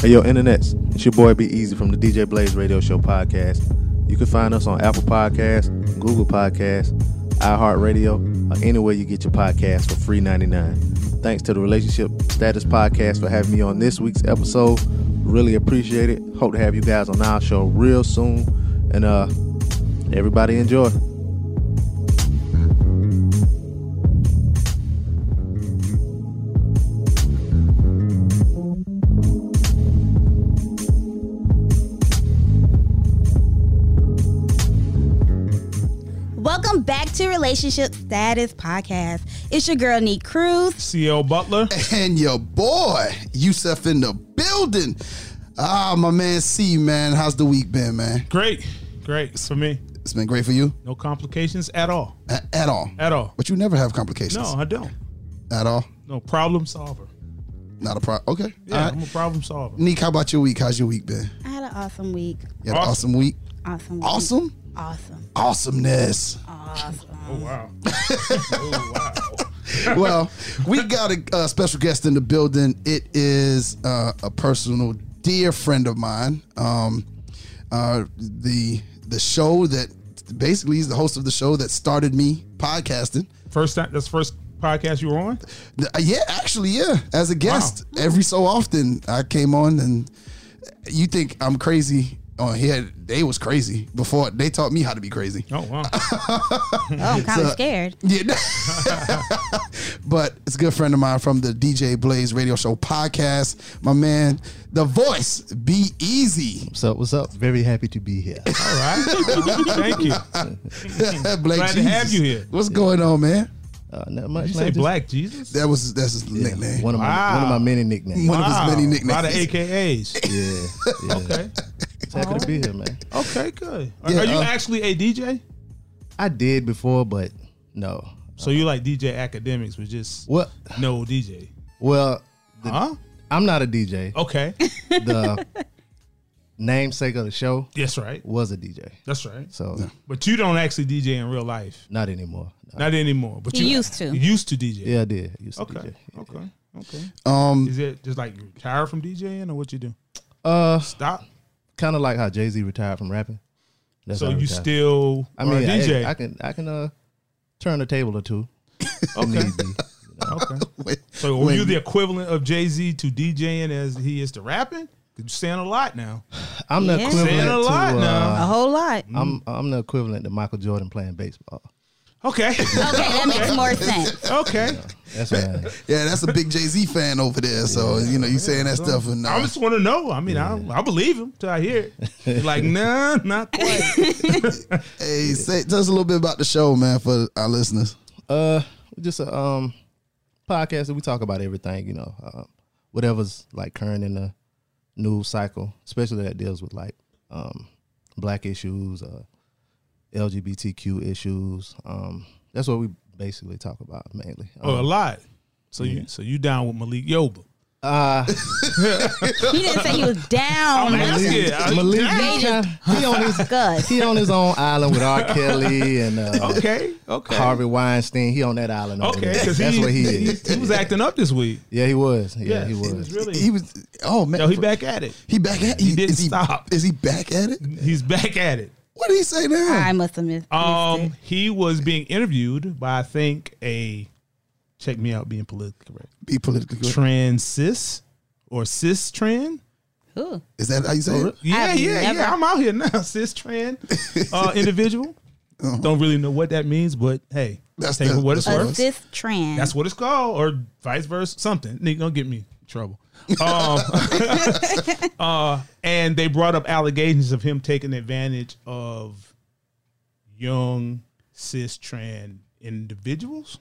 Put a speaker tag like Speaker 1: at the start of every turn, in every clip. Speaker 1: Hey, yo, internets. It's your boy Be Easy from the DJ Blaze Radio Show podcast. You can find us on Apple Podcasts, Google Podcasts, iHeartRadio, or anywhere you get your podcast for free 99. Thanks to the Relationship Status Podcast for having me on this week's episode. Really appreciate it. Hope to have you guys on our show real soon. And uh everybody enjoy.
Speaker 2: Welcome back to Relationship Status Podcast. It's your girl, Neat Cruz.
Speaker 3: CL Butler.
Speaker 4: And your boy, Yusef in the building. Ah, my man C, man. How's the week been, man?
Speaker 3: Great. Great. It's for me.
Speaker 4: It's been great for you?
Speaker 3: No complications at all.
Speaker 4: A- at all.
Speaker 3: At all.
Speaker 4: But you never have complications.
Speaker 3: No, I don't.
Speaker 4: At all.
Speaker 3: No problem solver.
Speaker 4: Not a problem. Okay.
Speaker 3: Yeah,
Speaker 4: All
Speaker 3: I'm
Speaker 4: right.
Speaker 3: a problem solver.
Speaker 4: Neek, how about your week? How's your week been?
Speaker 2: I had an awesome week.
Speaker 4: You had an
Speaker 3: Awesome.
Speaker 4: awesome week.
Speaker 2: Awesome. Week.
Speaker 4: Awesome?
Speaker 2: Awesome.
Speaker 4: Awesomeness.
Speaker 3: Oh
Speaker 2: Awesome.
Speaker 3: wow. oh wow.
Speaker 4: well, we got a, uh special guest in the building. It is uh, a personal dear friend of mine. Um, uh, the the show that basically he's the host of the show that started me podcasting.
Speaker 3: First time that's the first podcast you were on?
Speaker 4: Uh, Yeah, actually, yeah. As a guest, every so often I came on, and you think I'm crazy on here. They was crazy before. They taught me how to be crazy.
Speaker 3: Oh wow.
Speaker 2: Oh, I'm kind of scared.
Speaker 4: Yeah. but it's a good friend of mine from the DJ Blaze Radio Show podcast. My man, the voice, be easy.
Speaker 5: What's up? What's up? Very happy to be here.
Speaker 3: All right. Thank you.
Speaker 4: Black
Speaker 3: Glad to have you here.
Speaker 4: What's going on, man?
Speaker 5: Uh, not much.
Speaker 3: You
Speaker 5: man,
Speaker 3: say
Speaker 5: just-
Speaker 3: black Jesus?
Speaker 4: That was that's his
Speaker 5: Yeah,
Speaker 4: nickname.
Speaker 5: One of my one of
Speaker 3: Wow.
Speaker 5: my many nicknames.
Speaker 4: One of his many nicknames.
Speaker 3: A lot of AKAs.
Speaker 5: yeah. yeah.
Speaker 3: Okay.
Speaker 5: Just Happy to be here, man.
Speaker 3: Okay, good. Are,
Speaker 4: Yeah,
Speaker 3: are you
Speaker 4: uh,
Speaker 3: actually a DJ?
Speaker 5: I did before, but no.
Speaker 3: So you like DJ academics, but just
Speaker 5: Well,
Speaker 3: no DJ.
Speaker 5: well, the,
Speaker 3: Huh?
Speaker 5: I'm not a DJ.
Speaker 3: Okay.
Speaker 5: The namesake of the show
Speaker 3: That's right.
Speaker 5: was a DJ,
Speaker 3: That's right.
Speaker 5: so
Speaker 3: But you don't actually DJ in real life.
Speaker 5: not anymore. No.
Speaker 3: Not anymore. But
Speaker 2: You
Speaker 3: you
Speaker 2: used to.
Speaker 3: You used to DJ.
Speaker 5: Yeah, I did. I used to
Speaker 3: Okay.
Speaker 5: DJ.
Speaker 3: Okay. Okay.
Speaker 4: Um,
Speaker 3: Is it just like you retire from DJing or what you do?
Speaker 5: Uh,
Speaker 3: Stop.
Speaker 5: kind of like how Jay Z retired from rapping. That's
Speaker 3: So
Speaker 5: how I
Speaker 3: you
Speaker 5: retired.
Speaker 3: still
Speaker 5: I mean,
Speaker 3: are a
Speaker 5: I-
Speaker 3: DJ.
Speaker 5: I, can I can uh turn a table or two.
Speaker 3: okay.
Speaker 5: Easy.
Speaker 3: okay.
Speaker 4: wait,
Speaker 3: So were you the equivalent of Jay Z to DJing as he is to rapping? You're saying a lot now.
Speaker 5: I'm the
Speaker 2: Yeah.
Speaker 5: equivalent
Speaker 3: Saying a
Speaker 5: to
Speaker 3: lot
Speaker 5: uh,
Speaker 3: now.
Speaker 2: A whole lot. Okay,
Speaker 5: I'm I'm the equivalent to Michael Jordan playing baseball.
Speaker 3: Okay.
Speaker 2: that makes more sense.
Speaker 3: okay.
Speaker 5: That's what I am.
Speaker 4: yeah, that's a big Jay Z fan over there. So you know, you saying that stuff and
Speaker 3: I
Speaker 4: nah.
Speaker 3: just want to know. I mean, I, I believe him till I hear it. You're like, nah, not quite.
Speaker 4: hey, say, tell us a little bit about the show, man, for our listeners.
Speaker 5: Uh, just a um podcast that we talk about everything, you know, um, whatever's like current in the news cycle, especially that deals with like um black issues, uh LGBTQ issues. Um, that's what we basically talk about mainly.
Speaker 3: Oh, a
Speaker 5: Um,
Speaker 3: lot. So you so you down with Malik Yoba?
Speaker 5: uh,
Speaker 2: He didn't say he was down.
Speaker 3: I'm asking. I'm
Speaker 5: Malik,
Speaker 3: down.
Speaker 5: he, kinda- he on his
Speaker 2: Good.
Speaker 5: he on his own island with R. Kelly and uh,
Speaker 3: Okay. Oh, Okay.
Speaker 5: Harvey Weinstein. He on that island. over
Speaker 3: Okay,
Speaker 5: there.
Speaker 3: because
Speaker 5: that's
Speaker 3: he,
Speaker 5: where he
Speaker 3: he,
Speaker 5: is.
Speaker 3: he was acting up this week.
Speaker 5: Yeah, he was. Yeah, he was.
Speaker 3: really,
Speaker 4: He was oh man,
Speaker 3: no, he back at it.
Speaker 4: He back at he,
Speaker 3: didn't
Speaker 4: is he,
Speaker 3: stop.
Speaker 4: Is he back at it?
Speaker 3: He's back at it.
Speaker 4: What did he say now?
Speaker 2: I must have missed, missed
Speaker 3: Um,
Speaker 2: it.
Speaker 3: he was being interviewed by I think a check me out being politically correct
Speaker 4: Be politically correct.
Speaker 3: trans cis or cis trans.
Speaker 2: Ooh.
Speaker 4: Is that how
Speaker 5: Oh,
Speaker 4: you say it?
Speaker 3: Yeah,
Speaker 2: I've
Speaker 3: yeah,
Speaker 2: never-
Speaker 3: yeah. I'm out here now, cis trans uh, individual. Don't really know what that means, but hey,
Speaker 4: That's
Speaker 3: take
Speaker 4: the-
Speaker 3: for what it's
Speaker 4: that's
Speaker 3: worth.
Speaker 2: A cis trans.
Speaker 3: That's what it's called, or vice versa, something. Nick, don't get me in trouble. Um, uh, and they brought up allegations of him taking advantage of young cis trans individuals,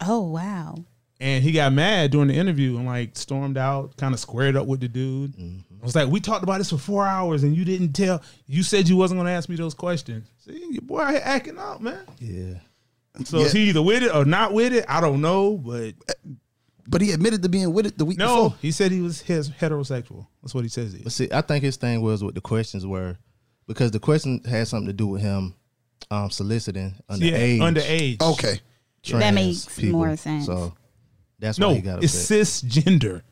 Speaker 2: oh, wow.
Speaker 3: and he got mad during the interview and like stormed out, kind of squared up with the dude. I was like, "We talked about this for four hours, and you didn't tell. You said you wasn't going to ask me those questions. See, your boy out here acting out, man.
Speaker 5: Yeah.
Speaker 3: So is
Speaker 4: Yeah.
Speaker 3: he either with it or not with it? I don't know, but."
Speaker 4: But he admitted to being with it the week
Speaker 3: No,
Speaker 4: before.
Speaker 3: he said he was his heterosexual. That's what he says. He
Speaker 5: But
Speaker 3: is.
Speaker 5: see, I think his thing was what the questions were, because the question had something to do with him um, soliciting
Speaker 3: Yeah,
Speaker 5: underage,
Speaker 3: underage.
Speaker 4: Okay.
Speaker 5: trans
Speaker 2: That makes
Speaker 5: people.
Speaker 2: more sense.
Speaker 5: So that's why
Speaker 3: No,
Speaker 5: he got
Speaker 3: it's
Speaker 5: upset.
Speaker 3: cisgender.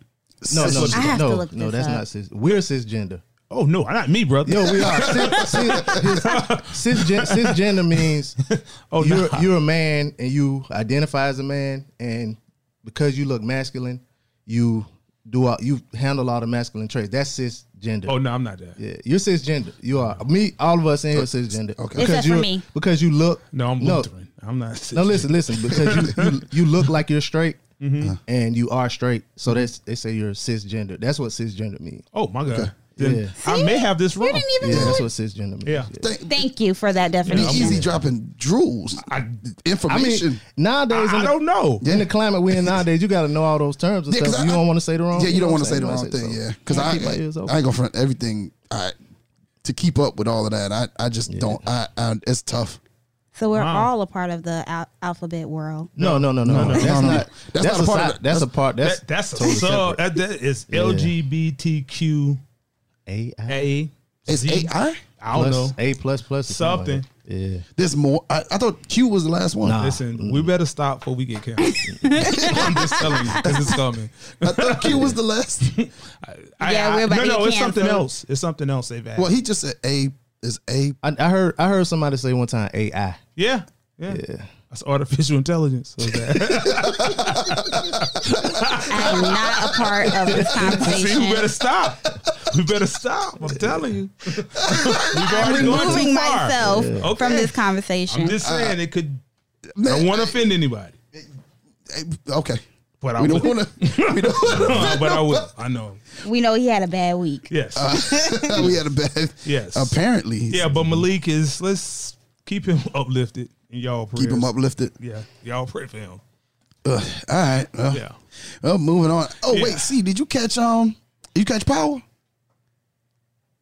Speaker 5: No, no,
Speaker 2: I have to
Speaker 5: no,
Speaker 2: look
Speaker 5: no. That's
Speaker 2: this up.
Speaker 5: not cis. We're cisgender.
Speaker 3: Oh no, not me, brother.
Speaker 5: Yo, we are cis, cis, cisgen- cisgender means
Speaker 3: Oh,
Speaker 5: you're
Speaker 3: nah.
Speaker 5: you're a man and you identify as a man, and because you look masculine, you do all, you handle all the masculine traits. That's cisgender.
Speaker 3: Oh no, I'm not that.
Speaker 5: Yeah, you're cisgender. You are me. All of us in here are cisgender.
Speaker 4: Okay.
Speaker 5: because
Speaker 2: Except for
Speaker 5: you
Speaker 2: me.
Speaker 5: because you look.
Speaker 3: No, I'm
Speaker 5: no,
Speaker 3: Lutheran. I'm not.
Speaker 5: no. Listen, listen. Because you you, you look like you're straight,
Speaker 4: Mm-hmm.
Speaker 3: Uh-huh.
Speaker 5: and you are straight. So that's they say you're cisgender. That's what cisgender means.
Speaker 3: Oh my god. Then
Speaker 5: Yeah.
Speaker 3: I may have this wrong.
Speaker 2: You didn't even
Speaker 5: Yeah,
Speaker 2: know.
Speaker 5: that's
Speaker 2: it.
Speaker 5: what cisgender means.
Speaker 3: Yeah.
Speaker 2: Thank you for that
Speaker 4: Be
Speaker 2: definition.
Speaker 4: easy dropping drools.
Speaker 3: I,
Speaker 5: I
Speaker 4: information.
Speaker 5: mean, nowadays
Speaker 3: I
Speaker 5: in the,
Speaker 3: don't know.
Speaker 5: in the climate we're in nowadays, you got to know all those terms and
Speaker 4: Yeah, 'cause
Speaker 5: stuff.
Speaker 4: I-
Speaker 5: you don't want to say the wrong.
Speaker 4: yeah, you don't
Speaker 5: know
Speaker 4: want
Speaker 5: what
Speaker 4: to say the
Speaker 5: I'm
Speaker 4: wrong
Speaker 5: saying?
Speaker 4: thing.
Speaker 5: So,
Speaker 4: yeah, because
Speaker 5: gotta
Speaker 4: I,
Speaker 5: keep my ears
Speaker 4: I,
Speaker 5: open.
Speaker 4: ain't gonna front everything. I to keep up with all of that. I I just don't. I, I it's tough.
Speaker 2: So we're
Speaker 3: Wow.
Speaker 2: all a part of the al- alphabet world.
Speaker 5: no, no, no, no,
Speaker 4: no,
Speaker 5: That's
Speaker 4: no, no.
Speaker 5: not. That's, not a part.
Speaker 4: of it.
Speaker 5: that's a part. That's
Speaker 3: That, that's a
Speaker 5: totally
Speaker 3: sub.
Speaker 5: separate.
Speaker 3: That, that is LGBTQA.
Speaker 5: AI
Speaker 3: I
Speaker 4: It's AI.
Speaker 3: I don't know.
Speaker 5: plus A plus plus or
Speaker 3: Something.
Speaker 5: like that. yeah.
Speaker 4: There's more. I, I thought Q was the last one.
Speaker 5: Nah.
Speaker 3: Listen, we better stop before we get canceled. I'm just telling you, because it's coming.
Speaker 4: I thought Q was the last.
Speaker 3: I,
Speaker 2: Yeah,
Speaker 3: I-
Speaker 2: we're about
Speaker 3: no,
Speaker 2: to
Speaker 3: no,
Speaker 2: get
Speaker 3: it's something
Speaker 2: canceled.
Speaker 3: else. It's something else they've added.
Speaker 4: Well, he just said A is A.
Speaker 5: I, I heard I heard somebody say one time AI.
Speaker 3: Yeah, yeah, That's artificial intelligence. So that-
Speaker 2: I am not a part of this
Speaker 3: See, we better
Speaker 2: conversation.
Speaker 3: stop. We better stop. I'm telling you. We've already gone too
Speaker 2: Removing
Speaker 3: far.
Speaker 2: myself
Speaker 3: Okay.
Speaker 2: from this conversation.
Speaker 3: I'm
Speaker 4: Uh,
Speaker 3: just saying it could. I don't want to offend anybody,
Speaker 4: A- Okay.
Speaker 3: but I
Speaker 4: We
Speaker 3: will.
Speaker 4: don't want to. We don't.
Speaker 3: but I will. I know.
Speaker 2: we know he had a bad week.
Speaker 3: Yes.
Speaker 4: Uh, we had a bad.
Speaker 3: Yes.
Speaker 4: Apparently.
Speaker 3: yeah, but Malik is. Let's keep him uplifted in y'all prayers.
Speaker 4: Keep him uplifted.
Speaker 3: Yeah, y'all pray for him.
Speaker 4: Ugh, all right. Well,
Speaker 3: Yeah.
Speaker 4: well, moving on. Oh wait,
Speaker 3: Yeah.
Speaker 4: see, did you catch um? You catch Power?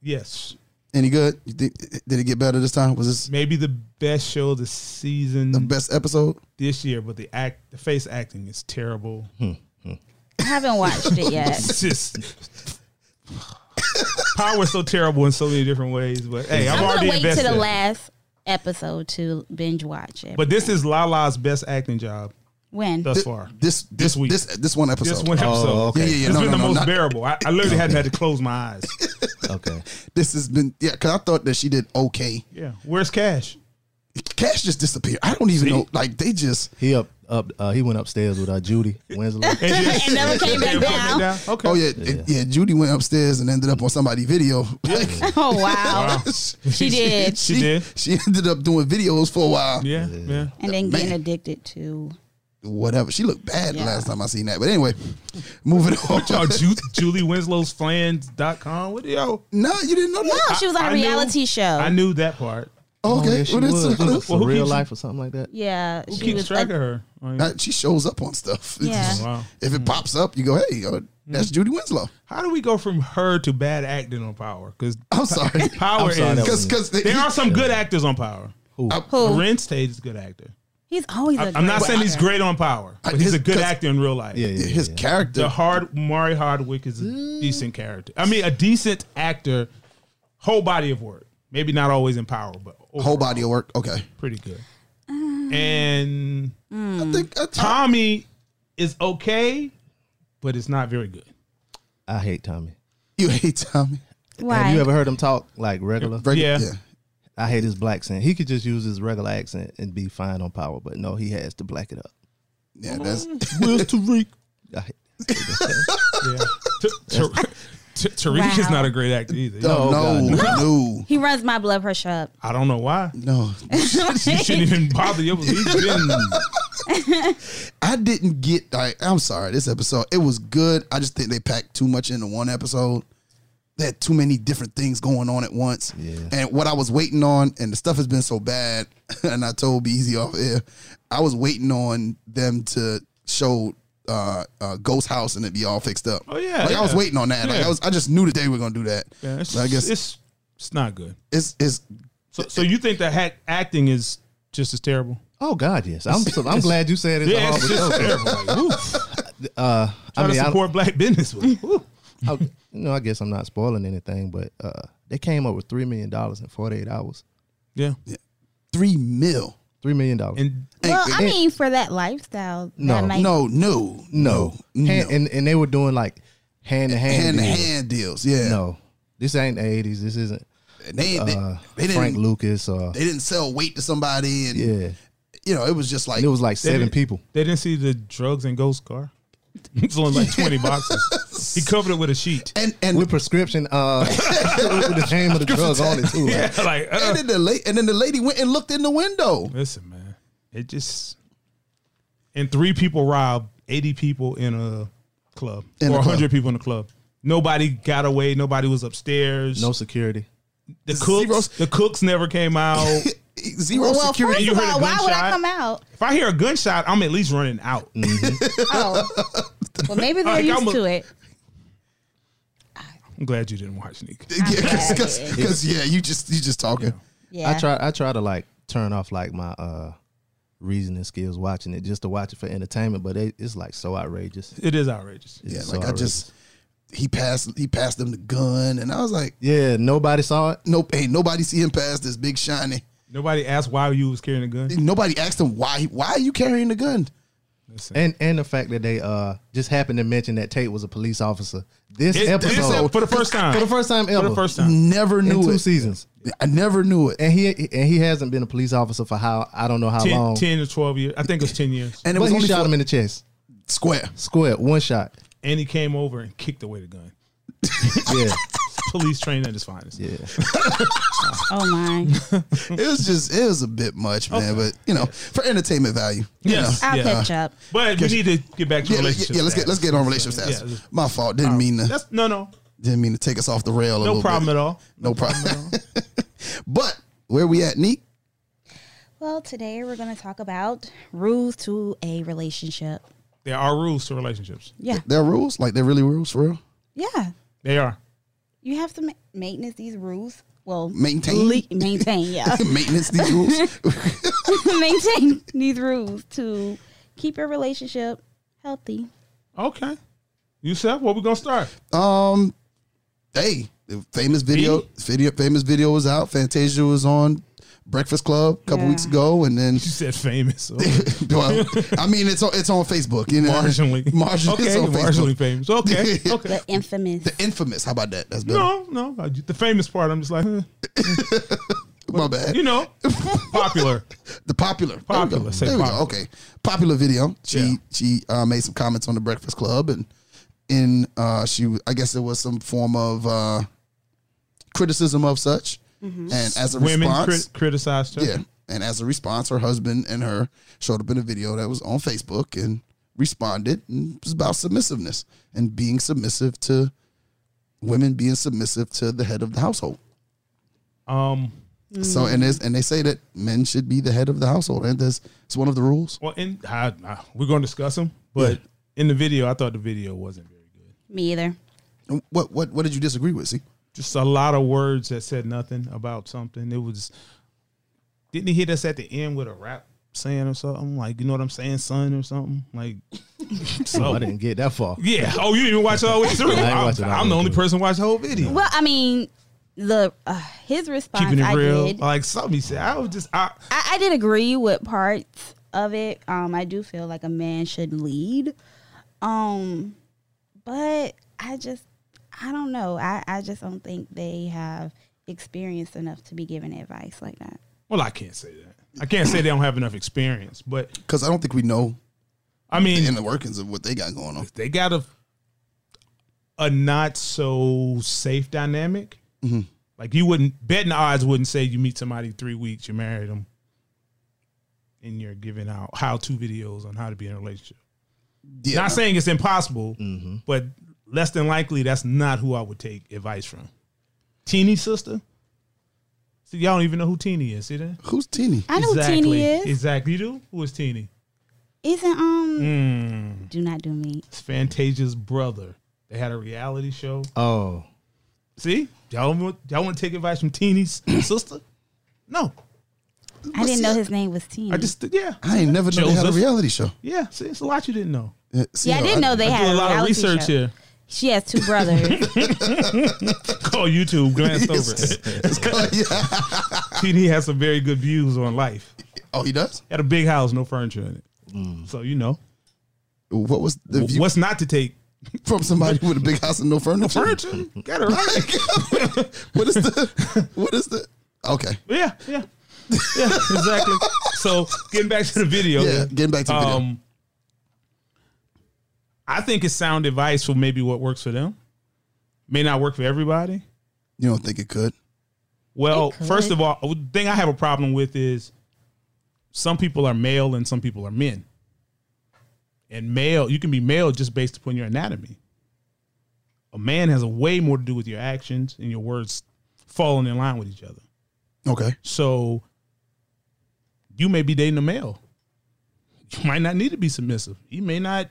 Speaker 3: Yes,
Speaker 4: Any good? You think, did it get better this time? Was this
Speaker 3: maybe the best show of the season
Speaker 4: the best episode?
Speaker 3: this year, but the act, the face acting is terrible.
Speaker 2: I haven't watched it yet.
Speaker 3: It's just power is so terrible in so many different ways. But hey, I'm,
Speaker 2: I'm gonna
Speaker 3: already
Speaker 2: wait
Speaker 3: invested.
Speaker 2: to the last episode to binge watch it.
Speaker 3: But this is Lala's best acting job
Speaker 2: when
Speaker 3: thus far.
Speaker 4: This this
Speaker 3: This week.
Speaker 4: this this one episode.
Speaker 3: This one episode.
Speaker 5: okay.
Speaker 4: Yeah, yeah, yeah.
Speaker 3: It's
Speaker 4: No,
Speaker 3: been
Speaker 4: no,
Speaker 3: the
Speaker 4: no,
Speaker 3: most
Speaker 4: not-
Speaker 3: bearable. I, I literally hadn't had to close my eyes.
Speaker 5: Okay.
Speaker 4: This has been yeah. Because I thought that she did okay.
Speaker 3: Yeah. Where's Cash?
Speaker 4: Cash just disappeared. I don't even
Speaker 3: See?
Speaker 4: know. Like they just.
Speaker 5: He up up uh, he went upstairs with uh, Judy Winslow.
Speaker 3: And,
Speaker 2: And never came back down.
Speaker 3: Okay.
Speaker 4: Oh yeah, yeah. yeah Judy went upstairs and ended up on somebody's video.
Speaker 2: Oh wow, she did,
Speaker 3: She did.
Speaker 4: She ended up doing videos for a while.
Speaker 3: Yeah. Yeah.
Speaker 2: and then getting
Speaker 4: Man.
Speaker 2: addicted to.
Speaker 4: Whatever. She looked bad
Speaker 2: Yeah.
Speaker 4: the last time I seen that. But anyway, moving on.
Speaker 3: Oh, Ju- Julie Winslow's flans.com. What do y'all?
Speaker 4: no, you didn't know
Speaker 2: No,
Speaker 4: that.
Speaker 2: she was on a
Speaker 3: I knew-
Speaker 2: reality show.
Speaker 3: I knew that part.
Speaker 5: Oh,
Speaker 4: okay,
Speaker 5: yeah, she
Speaker 4: well,
Speaker 5: was.
Speaker 4: that's-
Speaker 5: What was it,
Speaker 3: Well, who
Speaker 5: real
Speaker 3: keeps-
Speaker 5: life or something like that.
Speaker 2: yeah,
Speaker 3: Who
Speaker 2: she
Speaker 3: keeps
Speaker 2: was
Speaker 3: track
Speaker 2: a-
Speaker 3: of her? I mean,
Speaker 4: Uh, she shows up on stuff. It's
Speaker 2: Yeah.
Speaker 4: just-
Speaker 3: Wow.
Speaker 4: If
Speaker 5: Mm-hmm.
Speaker 4: it pops up, you go, hey, uh, that's Judy Winslow.
Speaker 3: How do we go from her to bad acting on Power? Because
Speaker 4: I'm sorry.
Speaker 3: Power
Speaker 5: I'm sorry, that
Speaker 3: is.
Speaker 4: Because
Speaker 5: was-
Speaker 4: because
Speaker 3: There are some good actors on Power.
Speaker 2: who
Speaker 3: Ren Stage is a good actor.
Speaker 2: he's always. i
Speaker 3: I, I'm not saying he's great on Power, but he's
Speaker 4: his-
Speaker 3: a good
Speaker 4: 'cause-
Speaker 3: actor in real life.
Speaker 5: Yeah, yeah.
Speaker 4: his character.
Speaker 3: The hard Mari Hardwick is a decent character. I mean, a decent actor. Whole body of work. Maybe not always in Power, but
Speaker 4: Whole
Speaker 3: overall,
Speaker 4: body of work. Okay.
Speaker 3: pretty good. And
Speaker 4: I think I, I,
Speaker 3: Tommy is okay, but it's not very good.
Speaker 5: I hate Tommy.
Speaker 4: you hate Tommy.
Speaker 2: Why?
Speaker 5: Have you ever heard him talk like regular?
Speaker 4: Regular-
Speaker 3: Yeah.
Speaker 5: I hate his black accent. He could just use his regular accent and be fine on power, but no, he has to black it up.
Speaker 4: Yeah, that's
Speaker 5: Where's Tariq? I hate-
Speaker 3: Yeah. T- Tar- T- Tariq is
Speaker 2: Wow.
Speaker 3: not a great actor either.
Speaker 4: no,
Speaker 5: Oh, God,
Speaker 4: no, no,
Speaker 2: he runs my blood pressure up.
Speaker 3: I don't know why.
Speaker 4: no.
Speaker 3: You shouldn't even bother. Your, he's been
Speaker 4: I didn't get. I, I'm sorry. This episode, it was good. I just think they packed too much into one episode. They had too many different things going on at once.
Speaker 5: Yeah.
Speaker 4: And what I was waiting on, and the stuff has been so bad. And I told Beezy off air, I was waiting on them to show uh, uh, Ghost House and it be all fixed up.
Speaker 3: Oh, yeah,
Speaker 4: like I was
Speaker 3: yeah.
Speaker 4: waiting on that. Like
Speaker 3: Yeah.
Speaker 4: I was, I just knew that they were gonna do that.
Speaker 3: Yeah, it's,
Speaker 4: But I guess
Speaker 3: it's it's not good.
Speaker 4: it's it's
Speaker 3: So, so you think that hack, acting is just as terrible?
Speaker 5: Oh God, yes. I'm so, I'm glad you said it. Oh,
Speaker 3: Yeah, it's just terrible.
Speaker 5: Uh, I
Speaker 3: Trying
Speaker 5: mean,
Speaker 3: to
Speaker 5: I,
Speaker 3: support black business. With. Woo.
Speaker 5: I, you know, I guess I'm not spoiling anything, but uh, they came up with three million dollars in 48 hours.
Speaker 3: Yeah,
Speaker 4: three mil.
Speaker 5: Three million dollars.
Speaker 3: and
Speaker 2: Well,
Speaker 4: Ain't-
Speaker 2: I mean, for that lifestyle,
Speaker 5: No,
Speaker 2: that might
Speaker 4: No, no,
Speaker 5: No,
Speaker 4: no.
Speaker 5: And, and and they were doing like hand to hand
Speaker 4: hand to
Speaker 5: deals.
Speaker 4: hand deals. Yeah,
Speaker 5: No, this ain't the eighties. This isn't
Speaker 4: And they, they,
Speaker 5: uh,
Speaker 4: they didn't
Speaker 5: Frank Lucas. Or,
Speaker 4: they didn't sell weight to somebody, and
Speaker 5: yeah,
Speaker 4: you know it was just like
Speaker 5: and it was like seven
Speaker 3: didn't-
Speaker 5: people.
Speaker 3: They didn't see the drugs and ghost car. It's only like twenty boxes. He covered it with a sheet.
Speaker 4: and and
Speaker 5: with prescription uh with the name of the drug on it too.
Speaker 3: Yeah, like uh,
Speaker 4: and then the lady and then the lady went and looked in the window.
Speaker 3: listen, man. It just and three people robbed eighty people in a club
Speaker 4: In
Speaker 3: or
Speaker 4: a
Speaker 3: or
Speaker 4: club.
Speaker 3: hundred people in a club. Nobody got away. Nobody was upstairs.
Speaker 5: No security.
Speaker 3: the cooks. The
Speaker 4: Zero-
Speaker 3: cooks never came out.
Speaker 4: Zero
Speaker 2: Well, well first
Speaker 4: security.
Speaker 3: You
Speaker 2: of
Speaker 3: heard a
Speaker 2: all, why would I
Speaker 3: gunshot?
Speaker 2: come out?
Speaker 3: if I hear a gunshot, I'm at least running out.
Speaker 2: Oh, well, maybe they're
Speaker 3: Like,
Speaker 2: used
Speaker 3: I'm a-
Speaker 2: to it.
Speaker 3: I'm glad you didn't watch Nick.
Speaker 2: Okay.
Speaker 4: because yeah, you just you just talking.
Speaker 2: Yeah,
Speaker 5: I try I try to like turn off like my uh reasoning skills watching it just to watch it for entertainment, but it, it's like so outrageous.
Speaker 3: It is outrageous.
Speaker 5: It's
Speaker 4: Yeah,
Speaker 5: so
Speaker 4: like I
Speaker 5: outrageous.
Speaker 4: just he passed he passed them the gun, and I was like,
Speaker 5: Yeah, nobody saw it.
Speaker 4: nope, ain't nobody see him pass this big shiny.
Speaker 3: Nobody asked why you was carrying a gun.
Speaker 4: Nobody asked him why he- why are you carrying the gun?
Speaker 5: And and the fact that they uh just happened to mention that Tate was a police officer. This
Speaker 3: It-
Speaker 5: episode
Speaker 3: this ep- for the first time.
Speaker 5: for the first time ever.
Speaker 3: For the first time.
Speaker 4: Never
Speaker 5: in
Speaker 4: knew
Speaker 5: two
Speaker 4: it.
Speaker 5: seasons.
Speaker 4: I never knew it.
Speaker 5: And he and he hasn't been a police officer for how I don't know how
Speaker 3: 10,
Speaker 5: long.
Speaker 3: 10 or 12 years. I think it was 10 years.
Speaker 4: And it
Speaker 5: but
Speaker 4: was
Speaker 5: he
Speaker 4: only
Speaker 5: shot
Speaker 4: for-
Speaker 5: him in the chest.
Speaker 4: square.
Speaker 5: Square, one shot.
Speaker 3: And he came over and kicked away the gun.
Speaker 5: Yeah.
Speaker 3: Police training at its finest.
Speaker 5: yeah.
Speaker 2: Oh my,
Speaker 4: It was just it was a bit much, man. But you know, for entertainment value. you know.
Speaker 3: Yes.
Speaker 2: I'll
Speaker 3: yeah.
Speaker 2: catch up.
Speaker 3: But we need to get back to
Speaker 4: Yeah, let-
Speaker 3: relationships.
Speaker 4: yeah, let's get let's get on relationship status.
Speaker 3: Yeah, let's-
Speaker 4: My fault. Didn't mean to
Speaker 3: That's no, no,
Speaker 4: didn't mean to take us off the rail. a
Speaker 3: no
Speaker 4: little
Speaker 3: problem
Speaker 4: bit.
Speaker 3: at all.
Speaker 4: No problem. but where we at, Neek?
Speaker 2: Well, today we're going to talk about rules to a relationship.
Speaker 3: There are rules to relationships.
Speaker 2: Yeah,
Speaker 4: There are rules? Like they're really rules for real?
Speaker 2: yeah.
Speaker 3: They are.
Speaker 2: You have to ma- maintenance these rules. Well,
Speaker 4: Maintain?
Speaker 2: le- maintain, yeah,
Speaker 4: Maintenance these rules.
Speaker 2: maintain these rules to keep your relationship healthy.
Speaker 3: Okay. You said where we gonna start?
Speaker 4: um, hey, the famous video, video, famous video was out. Fantasia was on Breakfast Club a couple
Speaker 2: Yeah.
Speaker 4: weeks ago, and then
Speaker 3: You said famous. so-
Speaker 4: well, I mean it's on it's on Facebook. You know,
Speaker 3: marginally.
Speaker 4: marginally,
Speaker 3: Okay,
Speaker 4: it's on
Speaker 3: marginally
Speaker 4: Facebook.
Speaker 3: famous. Okay. Okay.
Speaker 2: The infamous.
Speaker 4: The infamous. How about that? That's better.
Speaker 3: No, no. I- The famous part, I'm just like, eh,
Speaker 4: My bad.
Speaker 3: you know, popular.
Speaker 4: The popular, There we
Speaker 3: Popular,
Speaker 4: go.
Speaker 3: say
Speaker 4: There we go.
Speaker 3: popular.
Speaker 4: Okay, popular video. She
Speaker 3: Yeah.
Speaker 4: she uh, made some comments on the Breakfast Club, and in uh, she I guess there was some form of uh, criticism of such, and as a
Speaker 3: Mm-hmm. Women
Speaker 4: response,
Speaker 3: crit- criticized her.
Speaker 4: yeah, and as a response, her husband and her showed up in a video that was on Facebook and responded. And it was about submissiveness and being submissive to women being submissive to the head of the household.
Speaker 3: Um.
Speaker 4: So and it's, and they say that men should be the head of the household, and that's it's one of the rules.
Speaker 3: Well, in I, I- we're going to discuss them, but in the video, I thought the video wasn't very good.
Speaker 2: Me either.
Speaker 4: What what what did you disagree with? See,
Speaker 3: Just a lot of words that said nothing about something. It was didn't he hit us at the end with a rap saying or something like you know what I'm saying, son, or something like.
Speaker 5: Oh, I
Speaker 3: So
Speaker 5: didn't get that far.
Speaker 3: yeah. Oh, you didn't even watch the whole way through.
Speaker 5: didn't
Speaker 3: I'm,
Speaker 5: watch it all the
Speaker 3: I'm the
Speaker 5: way
Speaker 3: only
Speaker 5: through.
Speaker 3: person who watched the whole video.
Speaker 2: Well, I mean, the uh, his response.
Speaker 3: Keeping it
Speaker 2: I
Speaker 3: real,
Speaker 2: did.
Speaker 3: like something he said. I was just I,
Speaker 2: I, I did agree with parts of it. Um, I do feel like a man should lead. Um, but I just, I don't know. I, I just don't think they have experience enough to be given advice like that.
Speaker 3: well, I can't say that. I can't say they don't have enough experience, but
Speaker 4: because I don't think we know
Speaker 3: I mean,
Speaker 4: in the workings of what they got going on.
Speaker 3: they got a a not so safe dynamic. Like you wouldn't betting odds wouldn't say you meet somebody in three weeks, you married them, and you're giving out how to videos on how to be in a relationship.
Speaker 4: Yeah,
Speaker 3: Not saying it's impossible, but less than likely that's not who I would take advice from. Teeny sister. See, y'all don't even know who Teeny is. See that?
Speaker 4: who's Teeny?
Speaker 2: I know who Teeny is.
Speaker 3: Exactly. You do? Who is Teeny?
Speaker 2: Isn't um?
Speaker 3: Mm.
Speaker 2: Do not do me.
Speaker 3: It's Fantasia's brother. They had a reality show.
Speaker 5: Oh.
Speaker 3: See, y'all want y'all want to take advice from Teeny's sister? No,
Speaker 2: I didn't know his name was Teeny.
Speaker 3: I just yeah,
Speaker 4: I ain't never know they had a
Speaker 3: Joseph.
Speaker 4: reality show.
Speaker 3: yeah. See, it's a lot you didn't know.
Speaker 4: Uh, see,
Speaker 2: yeah, I
Speaker 4: no,
Speaker 2: didn't know they
Speaker 3: I
Speaker 2: had
Speaker 3: do a lot of
Speaker 2: reality
Speaker 3: research
Speaker 2: show.
Speaker 3: here.
Speaker 2: She has two brothers.
Speaker 3: Call YouTube, glanced over.
Speaker 4: yeah.
Speaker 3: Teeny has some very good views on life.
Speaker 4: Oh, he does.
Speaker 3: Had a big house, no furniture in it, so you know
Speaker 4: What was Mm. the
Speaker 3: w-
Speaker 4: view?
Speaker 3: what's not to take
Speaker 4: from somebody with a big house and no furniture.
Speaker 3: Furniture,
Speaker 4: Mm.
Speaker 3: got it right.
Speaker 4: what is the? What is the? Okay.
Speaker 3: Yeah, yeah, yeah, exactly. so getting back to the video,
Speaker 4: Yeah, getting back to the video.
Speaker 3: um, I think it's sound advice for maybe what works for them. May not work for everybody.
Speaker 4: You don't think it could?
Speaker 3: Well,
Speaker 2: It could.
Speaker 3: first of all, the thing I have a problem with is some people are male and some people are men. And male, you can be male just based upon your anatomy. A man has a way more to do with your actions and your words falling in line with each other.
Speaker 4: Okay.
Speaker 3: So you may be dating a male. You might not need to be submissive. He may not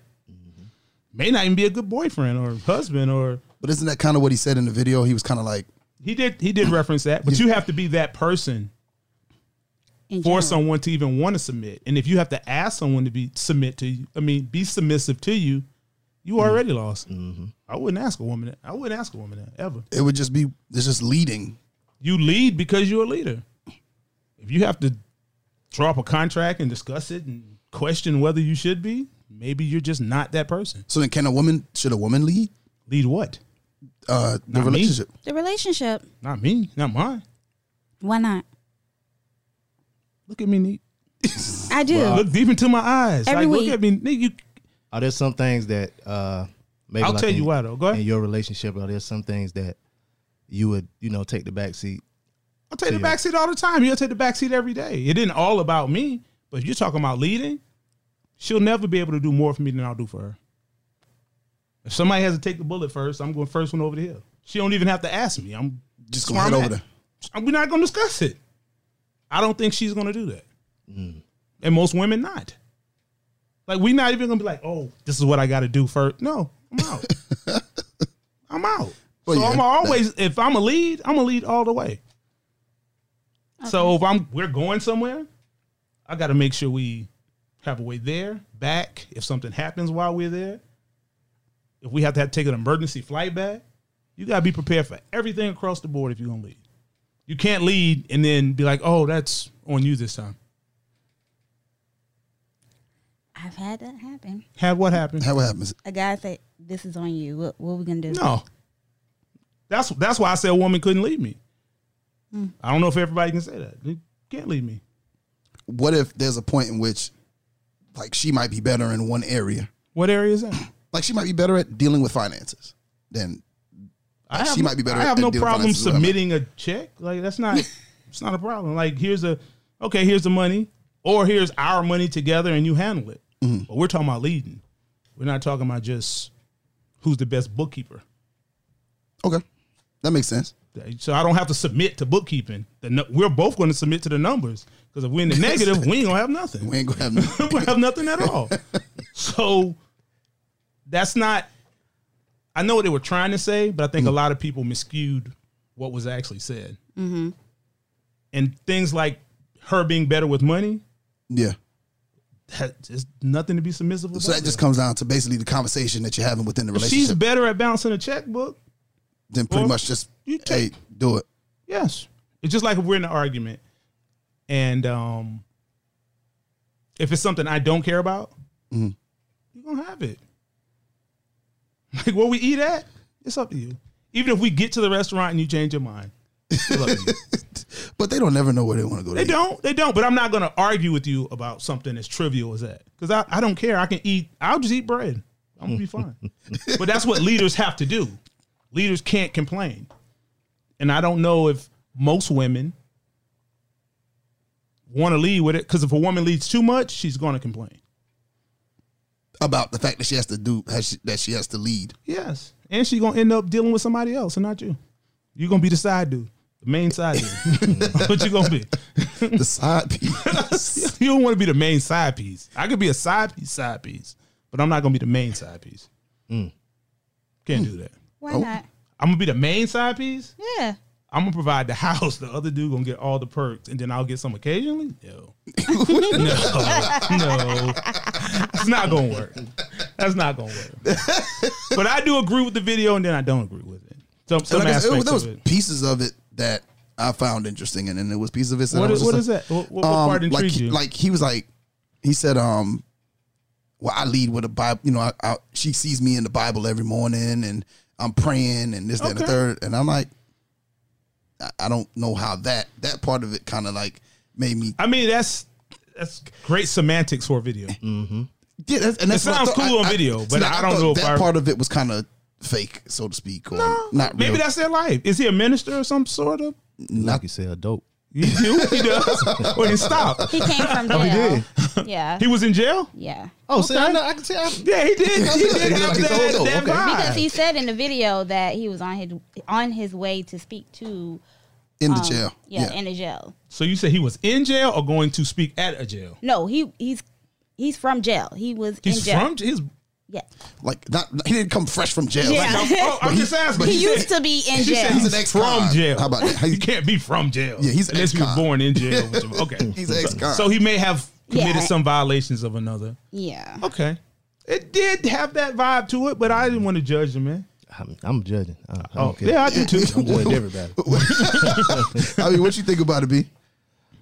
Speaker 3: may not even be a good boyfriend or husband or
Speaker 4: But isn't that kind of what he said in the video? He was kind of like,
Speaker 3: he did he did reference that, but you have to be that person
Speaker 2: In
Speaker 3: for
Speaker 2: general.
Speaker 3: someone to even want to submit. And if you have to ask someone to be submit to you, I mean, be submissive to you, you
Speaker 2: Mm-hmm.
Speaker 3: already lost. I wouldn't ask a woman. that. I wouldn't ask a woman that ever.
Speaker 4: it would just be, it's just leading.
Speaker 3: You lead because you're a leader. If you have to draw up a contract and discuss it and question whether you should be, maybe you're just not that person.
Speaker 4: So then, can a woman? Should a woman lead
Speaker 3: Lead what?
Speaker 4: uh, the
Speaker 3: Not me.
Speaker 4: relationship?
Speaker 2: the relationship.
Speaker 3: Not me. Not mine.
Speaker 2: Why not?
Speaker 3: Look at me, Neek.
Speaker 2: I do.
Speaker 3: Look deep into my eyes.
Speaker 2: Uh, Every
Speaker 3: like,
Speaker 2: week.
Speaker 3: look at me, Neek. You,
Speaker 5: Are there some things that uh maybe
Speaker 3: I'll
Speaker 5: like
Speaker 3: tell
Speaker 5: in-
Speaker 3: you why though. Go ahead.
Speaker 5: in your relationship are there some things that you would, you know, take the back seat?
Speaker 3: I take the
Speaker 5: Yeah.
Speaker 3: back seat all the time. You'll take the back seat every day. It isn't all about me, but if you're talking about leading, she'll never be able to do more for me than I'll do for her. If somebody has to take the bullet first, I'm going first one over the hill. She don't even have to ask me. I'm
Speaker 4: Just gonna head over there.
Speaker 3: there. We're not going to discuss it. I don't think she's going to do that,
Speaker 4: Mm.
Speaker 3: and most women not. Like we're not even going to be like, oh, this is what I got to do first. No, I'm out. I'm out.
Speaker 4: Well,
Speaker 3: so
Speaker 4: yeah,
Speaker 3: I'm
Speaker 4: that-
Speaker 3: always if I'm a lead, I'm a lead all the way. So if I'm we're going somewhere, I got to make sure we have a way there, back. If something happens while we're there, if we have to, have to take an emergency flight back, you got to be prepared for everything across the board if you're gonna lead. You can't lead and then be like, "Oh, that's on you this time."
Speaker 2: I've had that happen.
Speaker 3: Had what happened?
Speaker 4: How what happens?
Speaker 2: A guy said, "This is on you. What, what are we gonna do?"
Speaker 3: No. That's that's why I said a woman couldn't leave me.
Speaker 4: Hmm.
Speaker 3: I don't know if everybody can say that. They can't leave me.
Speaker 4: What if there's a point in which, like, she might be better in one area?
Speaker 3: What area is that?
Speaker 4: Like, she might be better at dealing with finances than
Speaker 3: I
Speaker 4: She might be better
Speaker 3: I have
Speaker 4: at
Speaker 3: no
Speaker 4: dealing
Speaker 3: problem
Speaker 4: finances than I am.
Speaker 3: submitting a check. Like that's not it's not a problem. Like here's a okay, here's the money, or here's our money together, and you handle it.
Speaker 4: Mm-hmm.
Speaker 3: But we're talking about leading. We're not talking about just who's the best bookkeeper.
Speaker 4: Okay, that makes sense.
Speaker 3: So I don't have to submit to bookkeeping. The nu- we're both going to submit to the numbers because if we're in the negative, we ain't gonna have nothing.
Speaker 4: We ain't gonna have no-
Speaker 3: we don't have nothing at all. So that's not. I know what they were trying to say, but I think
Speaker 4: Mm-hmm.
Speaker 3: a lot of people miscued what was actually said. Mm-hmm. And things like her being better with money
Speaker 4: yeah.
Speaker 3: that is nothing to be submissive about.
Speaker 4: So that just comes down to basically the conversation that you're having within the
Speaker 3: If she's
Speaker 4: relationship.
Speaker 3: better at balancing a checkbook.
Speaker 4: then pretty
Speaker 3: well,
Speaker 4: much just
Speaker 3: you
Speaker 4: hey,
Speaker 3: take-
Speaker 4: do it.
Speaker 3: Yes. It's just like if we're in an argument and um if it's something I don't care about, you're gonna have it. Like what we eat at, it's up to you. Even if we get to the restaurant and you change your mind. it's up to you.
Speaker 4: But they don't never know where they want to go.
Speaker 3: they
Speaker 4: to eat.
Speaker 3: don't, they don't, but I'm not gonna argue with you about something as trivial as that. Because I, I don't care. I can eat I'll just eat bread. I'm gonna be fine. but that's what leaders have to do. Leaders can't complain. And I don't know if most women want to lead with it because if a woman leads too much, she's going to complain.
Speaker 4: about the fact that she has to do has she, that she has to lead.
Speaker 3: Yes. And she's going to end up dealing with somebody else and not you. You're going to be the side dude, the main side dude. That's what you going to be.
Speaker 4: The side piece.
Speaker 3: You don't want to be the main side piece. I could be a side piece, side piece, but I'm not going to be the main side piece.
Speaker 4: Mm.
Speaker 3: Can't do that.
Speaker 2: Why
Speaker 4: Oh.
Speaker 2: not?
Speaker 3: I'm going to be the main side piece.
Speaker 2: Yeah.
Speaker 3: I'm gonna provide the house. The other dude gonna get all the perks, and then I'll get some occasionally. No, no, no. It's not gonna work. That's not gonna work. But I do agree with the video, and then I don't agree with it. Some, some
Speaker 4: Like I said,
Speaker 3: aspects
Speaker 4: there was
Speaker 3: of it.
Speaker 4: pieces of it that I found interesting, and then there was pieces of it. That I
Speaker 3: What
Speaker 4: was
Speaker 3: is, what
Speaker 4: just um, like-
Speaker 3: is that? What, what, what
Speaker 4: Um,
Speaker 3: part
Speaker 4: like,
Speaker 3: intrigued
Speaker 4: he-
Speaker 3: you?
Speaker 4: like he was like, he said, um, well, I lead with a Bible. You know, I, I, she sees me in the Bible every morning, and I'm praying, and this, that, and the
Speaker 3: Okay.
Speaker 4: third. And I'm like, I, I don't know how that that part of it kind of like made me.
Speaker 3: I mean, that's that's great semantics for a video.
Speaker 4: Yeah, that's, and that's
Speaker 3: It
Speaker 4: what I
Speaker 3: sounds
Speaker 4: thought.
Speaker 3: cool on
Speaker 4: I-
Speaker 3: video, but
Speaker 4: like,
Speaker 3: I don't
Speaker 4: thought
Speaker 3: know if
Speaker 4: that
Speaker 3: I-
Speaker 4: part of it was kind of fake, so to speak, or not.
Speaker 3: Maybe
Speaker 4: real.
Speaker 3: that's their life. Is he a minister or some sort of?
Speaker 5: like you said, dope.
Speaker 3: He do. He does. when he stopped,
Speaker 2: He came from jail. Yeah.
Speaker 3: he was in jail.
Speaker 2: yeah.
Speaker 5: Oh, see, I, know, I can see. I,
Speaker 3: Yeah, he did. He did have
Speaker 5: Like he's
Speaker 3: that,
Speaker 5: old,
Speaker 3: that
Speaker 5: okay.
Speaker 3: vibe.
Speaker 2: Because he said in the video that he was on his on his way to speak to
Speaker 4: in the
Speaker 2: um,
Speaker 4: jail.
Speaker 2: Yeah, in the jail.
Speaker 3: so you said he was in jail or going to speak at a jail?
Speaker 2: No, he he's he's from jail. He was in
Speaker 3: He's
Speaker 2: jail.
Speaker 3: from. He's.
Speaker 2: yeah.
Speaker 4: like not. He didn't come fresh from jail.
Speaker 2: Yeah.
Speaker 4: Like,
Speaker 3: I'm, oh, I'm just asking.
Speaker 2: He
Speaker 3: She
Speaker 2: used
Speaker 3: said-
Speaker 2: to be in
Speaker 3: She said
Speaker 2: jail.
Speaker 3: he's
Speaker 4: He's
Speaker 3: an
Speaker 4: an
Speaker 3: ex from
Speaker 4: ex-con.
Speaker 3: jail.
Speaker 4: How about that?
Speaker 3: You can't be from jail.
Speaker 4: Yeah, he's
Speaker 3: unless you were
Speaker 4: ex-con.
Speaker 3: born in jail. which- okay,
Speaker 4: He's ex-con.
Speaker 3: So he may have committed
Speaker 2: Yeah.
Speaker 3: some violations of another.
Speaker 2: Yeah.
Speaker 3: Okay. It did have that vibe to it, but I didn't want to judge the man.
Speaker 5: I'm, I'm judging. I, I
Speaker 3: Oh,
Speaker 5: don't care.
Speaker 3: yeah, I do too.
Speaker 5: I'm judging everybody.
Speaker 4: I mean, what you think about it, B?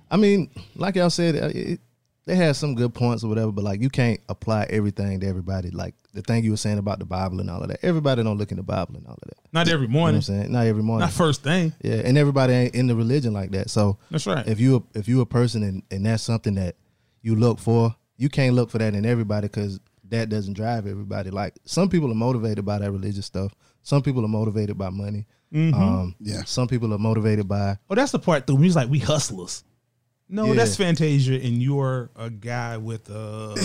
Speaker 5: I mean, like y'all said, uh, it, they had some good points or whatever, but like you can't apply everything to everybody. Like the thing you were saying about the Bible and all of that. Everybody don't look in the Bible and all of that.
Speaker 3: Not every
Speaker 5: You know what
Speaker 3: morning.
Speaker 5: I'm saying? Not every morning.
Speaker 3: Not first thing.
Speaker 5: Yeah, and everybody ain't in the religion like that. So
Speaker 3: That's right.
Speaker 5: If you if you a person and, and that's something that you look for, you can't look for that in everybody because that doesn't drive everybody. Like some people are motivated by that religious stuff. Some people are motivated by money.
Speaker 3: Mm-hmm.
Speaker 5: Um,
Speaker 4: Yeah.
Speaker 5: Some people are motivated by
Speaker 3: Oh, that's the part though. He's like, we hustlers. No,
Speaker 5: Yeah.
Speaker 3: that's Fantasia, and you're a guy with a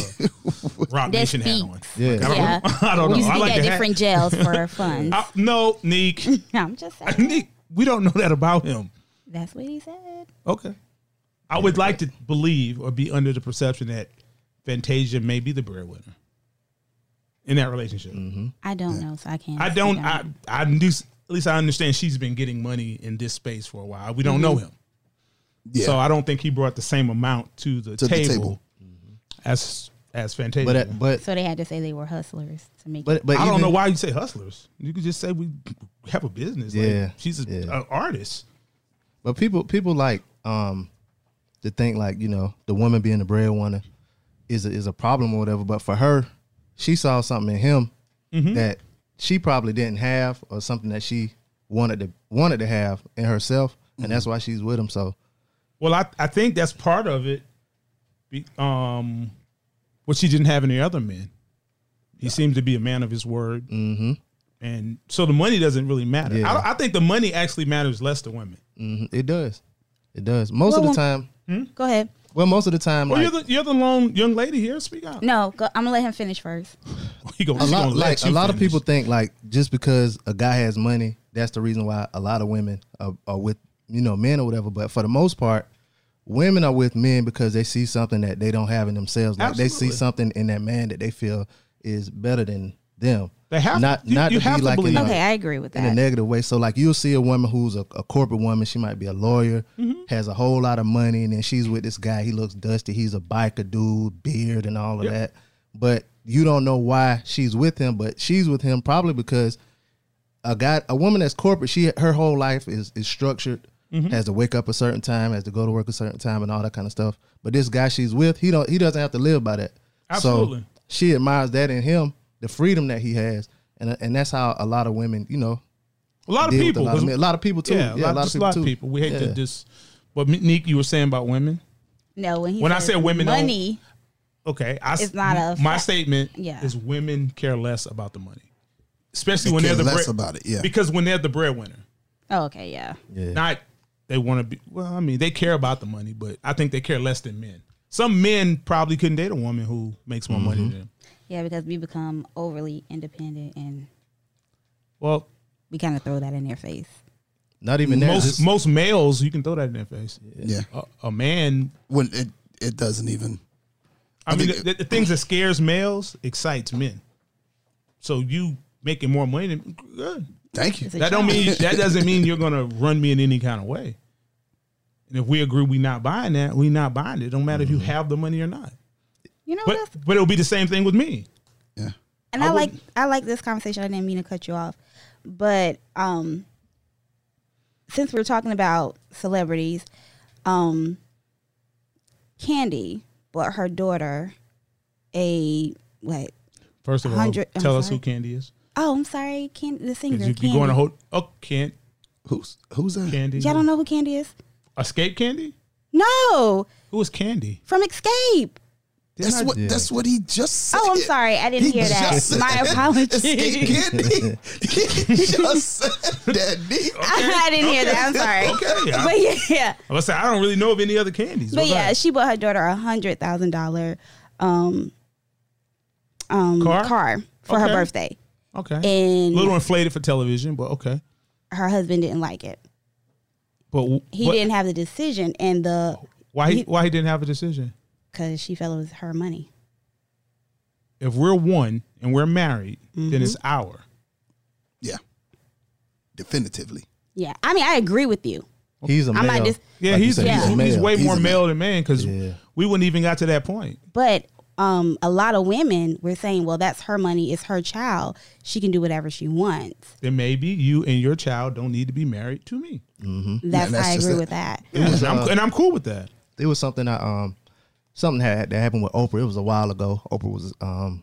Speaker 3: Rock
Speaker 2: That
Speaker 3: Nation hat on.
Speaker 2: speaks.
Speaker 5: yeah.
Speaker 2: Yeah.
Speaker 3: I don't know.
Speaker 2: You
Speaker 3: I
Speaker 2: speak
Speaker 3: like
Speaker 2: at
Speaker 3: the hat.
Speaker 2: different jails for funds.
Speaker 3: I- no, Neek.
Speaker 2: I'm just saying.
Speaker 3: Neek, we don't know that about him.
Speaker 2: That's what he said.
Speaker 3: Okay. I would like to believe or be under the perception that Fantasia may be the breadwinner in that relationship.
Speaker 2: I don't know, so I can't.
Speaker 3: I
Speaker 2: speak
Speaker 3: don't.
Speaker 2: on
Speaker 3: I.
Speaker 2: it.
Speaker 3: I do. At least I understand she's been getting money in this space for a while. We don't know him,
Speaker 4: Yeah.
Speaker 3: so I don't think he brought the same amount to the
Speaker 4: To the
Speaker 3: table, Mm-hmm.
Speaker 4: table.
Speaker 3: as as Fantasia.
Speaker 5: but at, but
Speaker 2: So they had to say they were hustlers to make.
Speaker 5: but but
Speaker 3: I don't
Speaker 5: even-
Speaker 3: know why you say hustlers. You could just say we have a business.
Speaker 5: Yeah,
Speaker 3: like, she's a-
Speaker 5: yeah.
Speaker 3: an artist.
Speaker 5: But people people like um to think like you know the woman being the breadwinner is a, is a problem or whatever. But for her, she saw something in him
Speaker 3: Mm-hmm.
Speaker 5: that she probably didn't have or something that she wanted to wanted to have in herself, and
Speaker 3: Mm-hmm.
Speaker 5: that's why she's with him. So
Speaker 3: Well, I I think that's part of it. Be, um, what she didn't have in the other men. He seems to be a man of his word, mm-hmm. and so the money doesn't really matter.
Speaker 5: Yeah.
Speaker 3: I, I think the money actually matters less to women.
Speaker 5: mhm, it does, it does. Most of
Speaker 2: Well,
Speaker 5: the time,
Speaker 2: Go ahead.
Speaker 5: well, most of the time,
Speaker 3: Well,
Speaker 5: like,
Speaker 3: you're the you're the lone young lady here. Speak out.
Speaker 2: No, go, I'm gonna let him finish first.
Speaker 3: He gonna-
Speaker 5: a
Speaker 3: he
Speaker 5: lot,
Speaker 3: gonna let
Speaker 5: like a
Speaker 3: you
Speaker 5: lot of
Speaker 3: finish.
Speaker 5: people think like just because a guy has money, that's the reason why a lot of women are, are with you know men or whatever. But for the most part, women are with men because they see something that they don't have in themselves. Like they see
Speaker 3: Absolutely.
Speaker 5: something in that man that they feel is better than them.
Speaker 3: They have-
Speaker 5: not
Speaker 3: you-
Speaker 5: not
Speaker 3: you
Speaker 5: to
Speaker 3: have
Speaker 5: be
Speaker 3: to
Speaker 5: like in
Speaker 3: believe
Speaker 5: a,
Speaker 3: it.
Speaker 2: Okay, I agree with
Speaker 5: in a
Speaker 2: that.
Speaker 5: negative way. So like you'll see a woman who's a, a corporate woman. She might be a lawyer, has a whole lot of money, and then she's with this guy. He looks dusty. He's a biker dude, beard and all of that. But you don't know why she's with him. But she's with him probably because a guy, a woman that's corporate, she her whole life is is structured. Has to wake up a certain time, has to go to work a certain time, and all that kind of stuff. But this guy she's with, he don't he doesn't have to live by that.
Speaker 3: Absolutely.
Speaker 5: So she admires that in him, the freedom that he has, and and that's how a lot of women, you know,
Speaker 3: a lot of
Speaker 5: deal with
Speaker 3: people,
Speaker 5: a lot of,
Speaker 3: 'cause-
Speaker 5: men- a lot of people too.
Speaker 3: yeah, a lot, just a lot of people. We hate to
Speaker 5: Yeah.
Speaker 3: just what Nick you were saying about women.
Speaker 2: No, when he
Speaker 3: When I
Speaker 2: says
Speaker 3: said women don't-
Speaker 2: money,
Speaker 3: Okay, I,
Speaker 2: It's not a
Speaker 3: my
Speaker 2: fact.
Speaker 3: statement.
Speaker 2: Yeah.
Speaker 3: is women care less about the money, especially
Speaker 4: They
Speaker 3: when
Speaker 4: care
Speaker 3: they're the
Speaker 4: less
Speaker 3: bread-
Speaker 4: about it, yeah.
Speaker 3: because when they're the breadwinner,
Speaker 2: Oh, okay, yeah.
Speaker 5: Yeah.
Speaker 3: not they want to be. Well, I mean, they care about the money, but I think they care less than men. Some men probably couldn't date a woman who makes more money than them.
Speaker 2: Yeah, because we become overly independent and
Speaker 3: Well,
Speaker 2: we kind of throw that in their face.
Speaker 5: Not even there.
Speaker 3: most
Speaker 5: just-
Speaker 3: most males, you can throw that in their face.
Speaker 4: yeah.
Speaker 3: A, a man
Speaker 4: When it it doesn't even.
Speaker 3: I,
Speaker 4: I
Speaker 3: mean,
Speaker 4: think-
Speaker 3: the, the things that scares males excites men. So you making more money, than, good.
Speaker 4: Thank you.
Speaker 2: It's a
Speaker 3: That don't
Speaker 2: job.
Speaker 3: mean that doesn't mean you're gonna run me in any kind of way. And if we agree we not buying that, we not buying it. It don't matter if
Speaker 2: Mm-hmm.
Speaker 3: you have the money or not.
Speaker 2: You know what?
Speaker 3: But
Speaker 2: else?
Speaker 3: but it'll be the same thing with me.
Speaker 4: Yeah.
Speaker 2: and I, like I like this conversation. I didn't mean to cut you off, but um, since we're talking about celebrities, um, Candy bought her daughter a what?
Speaker 3: First of all,
Speaker 2: Hundred- I'm
Speaker 3: tell us
Speaker 2: sorry.
Speaker 3: who Candy is.
Speaker 2: Oh, I'm sorry, Can the
Speaker 3: 'Cause
Speaker 2: singer.
Speaker 3: You, you
Speaker 2: Candy.
Speaker 3: going to hold? Oh, can
Speaker 4: Who's who's that?
Speaker 3: Candy?
Speaker 2: Y'all don't know who Candy is?
Speaker 3: Escape Candy?
Speaker 2: No,
Speaker 3: Who is Candy?
Speaker 2: from Escape.
Speaker 4: That's what.
Speaker 5: Yeah.
Speaker 4: That's what he just said.
Speaker 2: Oh, I'm sorry, I didn't
Speaker 4: He
Speaker 2: hear that.
Speaker 4: just
Speaker 2: My
Speaker 4: said- Escape
Speaker 2: apologies.
Speaker 4: candy. he just said that. nigga.
Speaker 2: I didn't hear that. I'm sorry.
Speaker 3: Okay, I-
Speaker 2: But yeah,
Speaker 3: I was say I don't really know of any other candies.
Speaker 2: but
Speaker 3: What's
Speaker 2: yeah,
Speaker 3: that?
Speaker 2: she bought her daughter a hundred thousand dollar um um
Speaker 3: Car?
Speaker 2: car, for her
Speaker 3: Okay.
Speaker 2: birthday,
Speaker 3: okay,
Speaker 2: and
Speaker 3: a little inflated for television, but okay.
Speaker 2: her husband didn't like it.
Speaker 3: But w-
Speaker 2: He
Speaker 3: what-
Speaker 2: didn't have the decision, and the
Speaker 3: Why he,
Speaker 2: he-
Speaker 3: why he didn't have a decision?
Speaker 2: because she felt it was her money.
Speaker 3: If we're one and we're married, then it's our.
Speaker 4: Yeah, definitively.
Speaker 2: Yeah, I mean, I agree with you.
Speaker 5: He's a
Speaker 2: I
Speaker 5: male.
Speaker 2: might just-
Speaker 3: Yeah,
Speaker 5: Like you
Speaker 3: he's,
Speaker 5: said,
Speaker 2: he's
Speaker 3: he's,
Speaker 2: a
Speaker 3: he's
Speaker 5: male.
Speaker 3: way
Speaker 4: He's
Speaker 3: more
Speaker 4: a man.
Speaker 3: male than man because
Speaker 5: Yeah.
Speaker 3: we wouldn't even got to that point.
Speaker 2: But um, a lot of women were saying, "Well, that's her money. It's her child. She can do whatever she wants."
Speaker 3: Then maybe you and your child don't need to be married to me,
Speaker 2: That's,
Speaker 4: Mm-hmm. that's
Speaker 2: I
Speaker 4: just
Speaker 2: agree
Speaker 4: it.
Speaker 2: with that.
Speaker 3: Yeah, and, I'm, and I'm cool with
Speaker 5: uh,
Speaker 3: that.
Speaker 5: it was something I um something had that happened with Oprah. It was a while ago. Oprah was um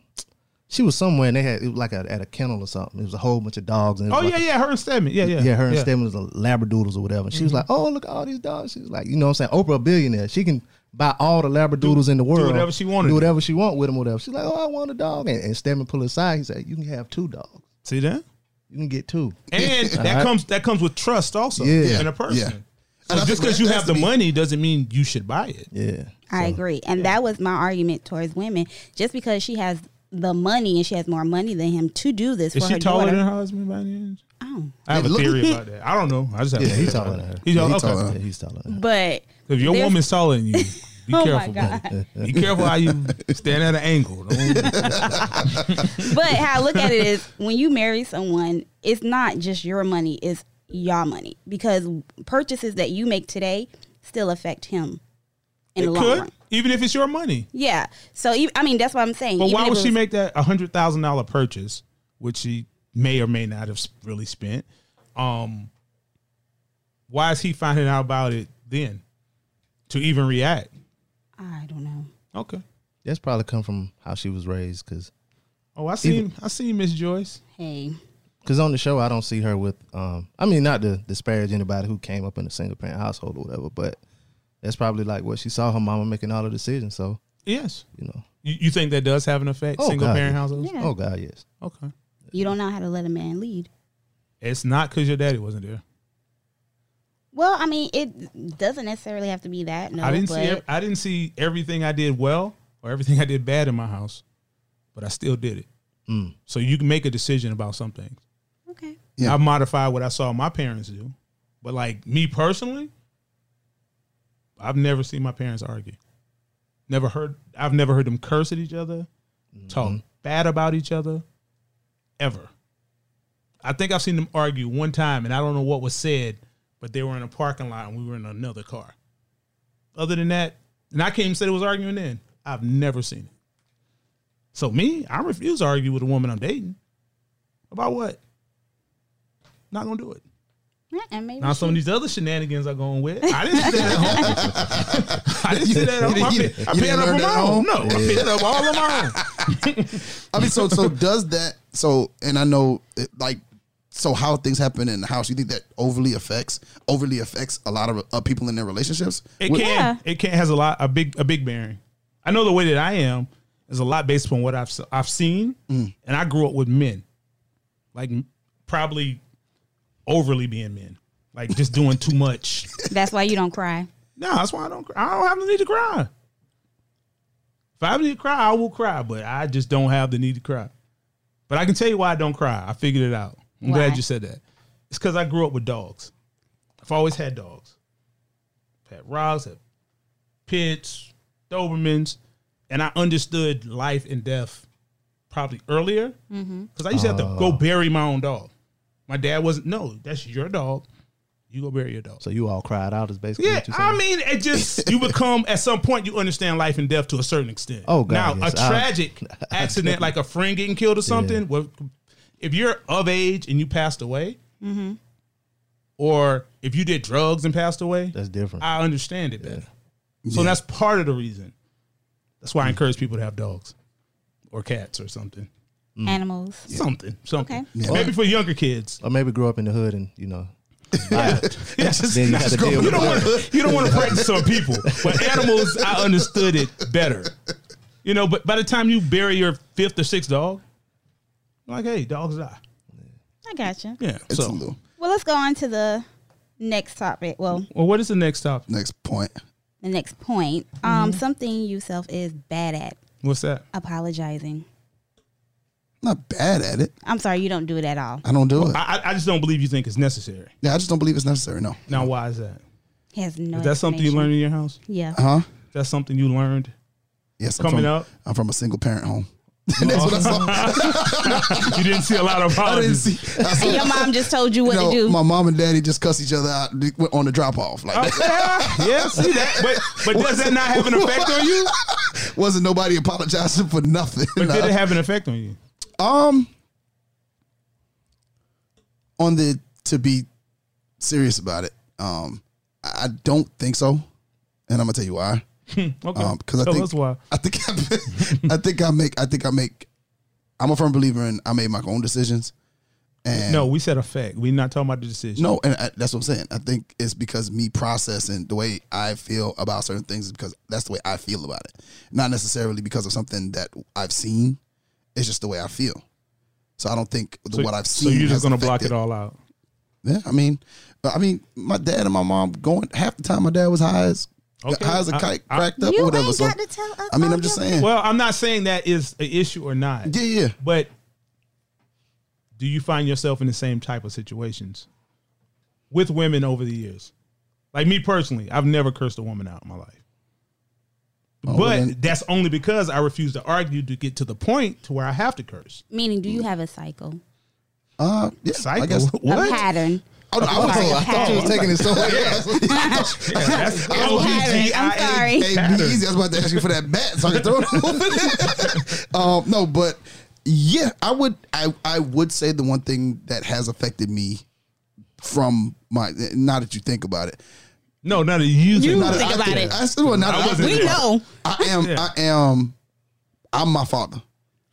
Speaker 5: she was somewhere and they had it was like a, at a kennel or something. It was a whole bunch of dogs. And it
Speaker 3: Oh
Speaker 5: was
Speaker 3: yeah,
Speaker 5: like-
Speaker 3: yeah, her and Stedman. Yeah, Mm-hmm. yeah,
Speaker 5: yeah. Her and Stedman was a labradoodles or whatever. And she was like, oh look at all these dogs. She was like, you know what I'm saying? Oprah a billionaire. She can buy all the labradoodles in the world.
Speaker 3: whatever she wanted.
Speaker 5: Do whatever she want with them. Whatever. She's like, oh I want a dog. And, and Stedman pulled her aside. He said, you can have two dogs.
Speaker 3: See that?
Speaker 5: You can get two.
Speaker 3: And that
Speaker 5: right.
Speaker 3: comes that comes with trust also
Speaker 5: Uh-huh. Yeah.
Speaker 3: in a person.
Speaker 4: Yeah.
Speaker 3: So
Speaker 4: And I
Speaker 3: just
Speaker 4: think
Speaker 3: because
Speaker 4: that
Speaker 3: you
Speaker 4: has
Speaker 3: have the
Speaker 4: to be-
Speaker 3: money doesn't mean you should buy it.
Speaker 5: Yeah.
Speaker 2: I agree, and that was my argument towards women. Just because she has the money and she has more money than him to do this
Speaker 3: Is
Speaker 2: for
Speaker 3: she
Speaker 2: her
Speaker 3: taller
Speaker 2: daughter,
Speaker 3: than her husband by any chance?
Speaker 2: Oh.
Speaker 3: I have a
Speaker 4: Yeah, look-
Speaker 3: theory about that. I don't know. I just have
Speaker 5: Yeah,
Speaker 3: a
Speaker 5: he's
Speaker 3: theory
Speaker 5: taller
Speaker 3: about
Speaker 5: than her.
Speaker 3: that. He's,
Speaker 4: Yeah, he
Speaker 3: okay.
Speaker 4: taller.
Speaker 5: Yeah, he's taller.
Speaker 2: but
Speaker 3: If your
Speaker 2: There's-
Speaker 3: woman's taller than you, be
Speaker 2: Oh my
Speaker 3: careful. man. Be careful how you stand at an angle. Don't-
Speaker 2: but how I look at it is when you marry someone, it's not just your money; it's y'all money because purchases that you make today still affect him in
Speaker 3: It
Speaker 2: the long
Speaker 3: could,
Speaker 2: run.
Speaker 3: even if it's your money.
Speaker 2: Yeah. So e- I mean, that's what I'm saying.
Speaker 3: But
Speaker 2: Even
Speaker 3: why
Speaker 2: if
Speaker 3: would
Speaker 2: it
Speaker 3: she
Speaker 2: was-
Speaker 3: make that a hundred thousand dollar purchase, which she may or may not have s- really spent? Um, why is he finding out about it then to even react?
Speaker 2: I don't know.
Speaker 3: Okay.
Speaker 5: That's probably come from how she was raised because
Speaker 3: Oh, I see. I see Miss Joyce.
Speaker 2: Hey,
Speaker 5: Because on the show, I don't see her with. Um, I mean, not to disparage anybody who came up in a single parent household or whatever, but that's probably like what she saw her mama making all the decisions. So
Speaker 3: Yes.
Speaker 5: you know,
Speaker 3: You, you think that does have an effect?
Speaker 5: Oh,
Speaker 3: Single
Speaker 5: God,
Speaker 3: parent
Speaker 5: yeah.
Speaker 3: households.
Speaker 2: Yeah.
Speaker 5: oh god, yes,
Speaker 3: Okay.
Speaker 2: you don't know how to let a man lead.
Speaker 3: It's not because your daddy wasn't there.
Speaker 2: Well, I mean, it doesn't necessarily have to be that. No,
Speaker 3: I didn't
Speaker 2: but
Speaker 3: see. ev- I didn't see everything I did well or everything I did bad in my house, but I still did it.
Speaker 5: Mm.
Speaker 3: So you can make a decision about some things.
Speaker 2: okay.
Speaker 4: Yeah.
Speaker 3: I modified what I saw my parents do, but like me personally, I've never seen my parents argue. Never heard. I've never heard them curse at each other, talk bad about each other, ever. I think I've seen them argue one time, and I don't know what was said, but they were in a parking lot and we were in another car. Other than that, and I can't even say they was arguing then. I've never seen it. So me, I refuse to argue with a woman I'm dating. About what? Not gonna do it.
Speaker 2: Yeah, and maybe
Speaker 3: Now some of
Speaker 2: she-
Speaker 3: these other shenanigans are going with. I didn't see that at home. I didn't see that at home. I
Speaker 4: You
Speaker 3: paid,
Speaker 4: didn't-
Speaker 3: I
Speaker 4: you
Speaker 3: paid
Speaker 4: didn't
Speaker 3: up
Speaker 4: learn
Speaker 3: on
Speaker 4: that
Speaker 3: my
Speaker 4: at
Speaker 3: own.
Speaker 4: home?
Speaker 3: No, I paid up all on my own.
Speaker 4: I mean, so so does that? So and I know, it, like, so how things happen in the house. You think that overly affects overly affects a lot of uh, people in their relationships?
Speaker 3: It
Speaker 4: With-
Speaker 3: can.
Speaker 2: Yeah.
Speaker 3: It can has a lot a big a big bearing. I know the way that I am is a lot based upon what I've s- I've seen,
Speaker 4: Mm.
Speaker 3: and I grew up with men, like m- probably overly being men, like just doing too much.
Speaker 2: That's why you don't cry.
Speaker 3: No, that's why I don't. cry. I don't have the need to cry. If I need to cry, I will cry, but I just don't have the need to cry. But I can tell you why I don't cry. I figured it out. I'm glad
Speaker 2: Why?
Speaker 3: you said that. It's because I grew up with dogs. I've always had dogs. I've had Rogs, had Pits, Dobermans, and I understood life and death probably earlier because I used to have to go bury my own dog. My dad wasn't. No, that's your dog. You go bury your dog.
Speaker 5: So you all cried out is basically
Speaker 3: Yeah,
Speaker 5: what you saying.
Speaker 3: I mean, it just you become at some point you understand life and death to a certain extent.
Speaker 5: Oh, God,
Speaker 3: now
Speaker 5: yes.
Speaker 3: a
Speaker 5: I-
Speaker 3: tragic accident like a friend getting killed or something. Well, if you're of age and you passed away, or if you did drugs and passed away,
Speaker 5: that's different.
Speaker 3: I understand it better. So that's part of the reason. That's why I encourage people to have dogs or cats or something. Mm.
Speaker 2: Animals.
Speaker 3: Something, something.
Speaker 2: Okay.
Speaker 3: Maybe for younger kids.
Speaker 5: or maybe grow up in the hood and you know
Speaker 3: Yeah, just-
Speaker 5: then you
Speaker 3: just
Speaker 5: have to
Speaker 3: grow-
Speaker 5: deal
Speaker 3: you
Speaker 5: with
Speaker 3: don't
Speaker 5: it.
Speaker 3: want you don't want to practice on people, but animals, I understood it better. You know, but by the time you bury your fifth or sixth dog, you're like, hey, dogs die.
Speaker 2: I gotcha.
Speaker 3: Yeah.
Speaker 4: It's a
Speaker 3: So,
Speaker 4: little
Speaker 2: Well, let's go on to the next topic. Well,
Speaker 3: well, what is the next topic?
Speaker 4: next point.
Speaker 2: the next point. Um, something you self is bad at
Speaker 3: What's that?
Speaker 2: apologizing.
Speaker 4: Not bad at it.
Speaker 2: I'm sorry, you don't do it at all.
Speaker 4: I don't do it.
Speaker 3: I, I- I just don't believe you think it's necessary.
Speaker 4: Yeah, I just don't believe it's necessary. No.
Speaker 3: Now, why is that?
Speaker 2: He has no.
Speaker 3: Is that something you learned
Speaker 2: explanation.
Speaker 3: in your house?
Speaker 2: Yeah.
Speaker 4: Huh?
Speaker 3: That's something you learned.
Speaker 4: Yes. I'm
Speaker 3: Coming
Speaker 4: from,
Speaker 3: up?
Speaker 4: I'm from a single parent home. That's what I saw.
Speaker 3: You didn't see a lot of
Speaker 4: I didn't
Speaker 3: apologies.
Speaker 4: see. I saw
Speaker 2: your mom just told you what
Speaker 4: No,
Speaker 2: to do.
Speaker 4: my mom and daddy just cuss each other out on the drop off. Like,
Speaker 3: Oh, yeah, see that, but but does that not have an effect on you?
Speaker 4: wasn't nobody apologizing for nothing.
Speaker 3: But
Speaker 4: Nah.
Speaker 3: did it have an effect on you?
Speaker 4: Um, on the to be serious about it, um, I don't think so, and I'm gonna tell you why.
Speaker 3: Okay,
Speaker 4: Um, because I
Speaker 3: Tell
Speaker 4: think
Speaker 3: us why.
Speaker 4: I think I, I think I make I think I make I'm a firm believer in I made my own decisions. And
Speaker 3: No, we said effect. We're not talking about the decision.
Speaker 4: no, and I, that's what I'm saying. I think it's because me processing the way I feel about certain things is because that's the way I feel about it, not necessarily because of something that I've seen. It's just the way I feel. So I don't think the, what I've
Speaker 3: So
Speaker 4: seen.
Speaker 3: you're
Speaker 4: has
Speaker 3: just gonna block
Speaker 4: affected-
Speaker 3: it all out.
Speaker 4: Yeah, I mean, I mean, my dad and my mom going half the time. My dad was high as
Speaker 3: Okay,
Speaker 4: high as a
Speaker 3: I-
Speaker 4: kite,
Speaker 3: I-
Speaker 4: cracked up
Speaker 2: You
Speaker 4: or whatever.
Speaker 2: ain't
Speaker 4: so
Speaker 2: got to tell us
Speaker 4: I mean,
Speaker 2: all
Speaker 4: I'm just
Speaker 2: your
Speaker 4: saying.
Speaker 3: Well, I'm not saying that is an issue or not,
Speaker 4: yeah, yeah.
Speaker 3: but do you find yourself in the same type of situations with women over the years? Like me personally, I've never cursed a woman out in my life.
Speaker 4: Oh, well,
Speaker 3: But
Speaker 4: then-
Speaker 3: that's only because I refuse to argue to get to the point to where I have to curse.
Speaker 2: Meaning, do you have a cycle,
Speaker 4: uh, yeah, I
Speaker 3: Cycle?
Speaker 4: guess.
Speaker 2: a pattern?
Speaker 4: Oh, no, I
Speaker 2: Sorry,
Speaker 4: was saying-
Speaker 2: a
Speaker 4: I thought you was
Speaker 2: pattern.
Speaker 4: taking it somewhere else.
Speaker 3: That's
Speaker 2: Pattern. I'm sorry.
Speaker 4: Hey, be easy. I was about to ask you for that bat so I can throw it over there. um, no, but yeah, I would I, I would say the one thing that has affected me from my now that you think about it.
Speaker 3: No, none of you.
Speaker 2: You
Speaker 3: think
Speaker 4: Now that
Speaker 2: think
Speaker 4: I
Speaker 2: about it.
Speaker 4: I, said, well, now
Speaker 3: I
Speaker 4: that I
Speaker 3: wasn't
Speaker 4: think
Speaker 2: We
Speaker 3: Yeah.
Speaker 4: about it,
Speaker 2: know.
Speaker 4: I am
Speaker 3: Yeah.
Speaker 4: I am I'm my father.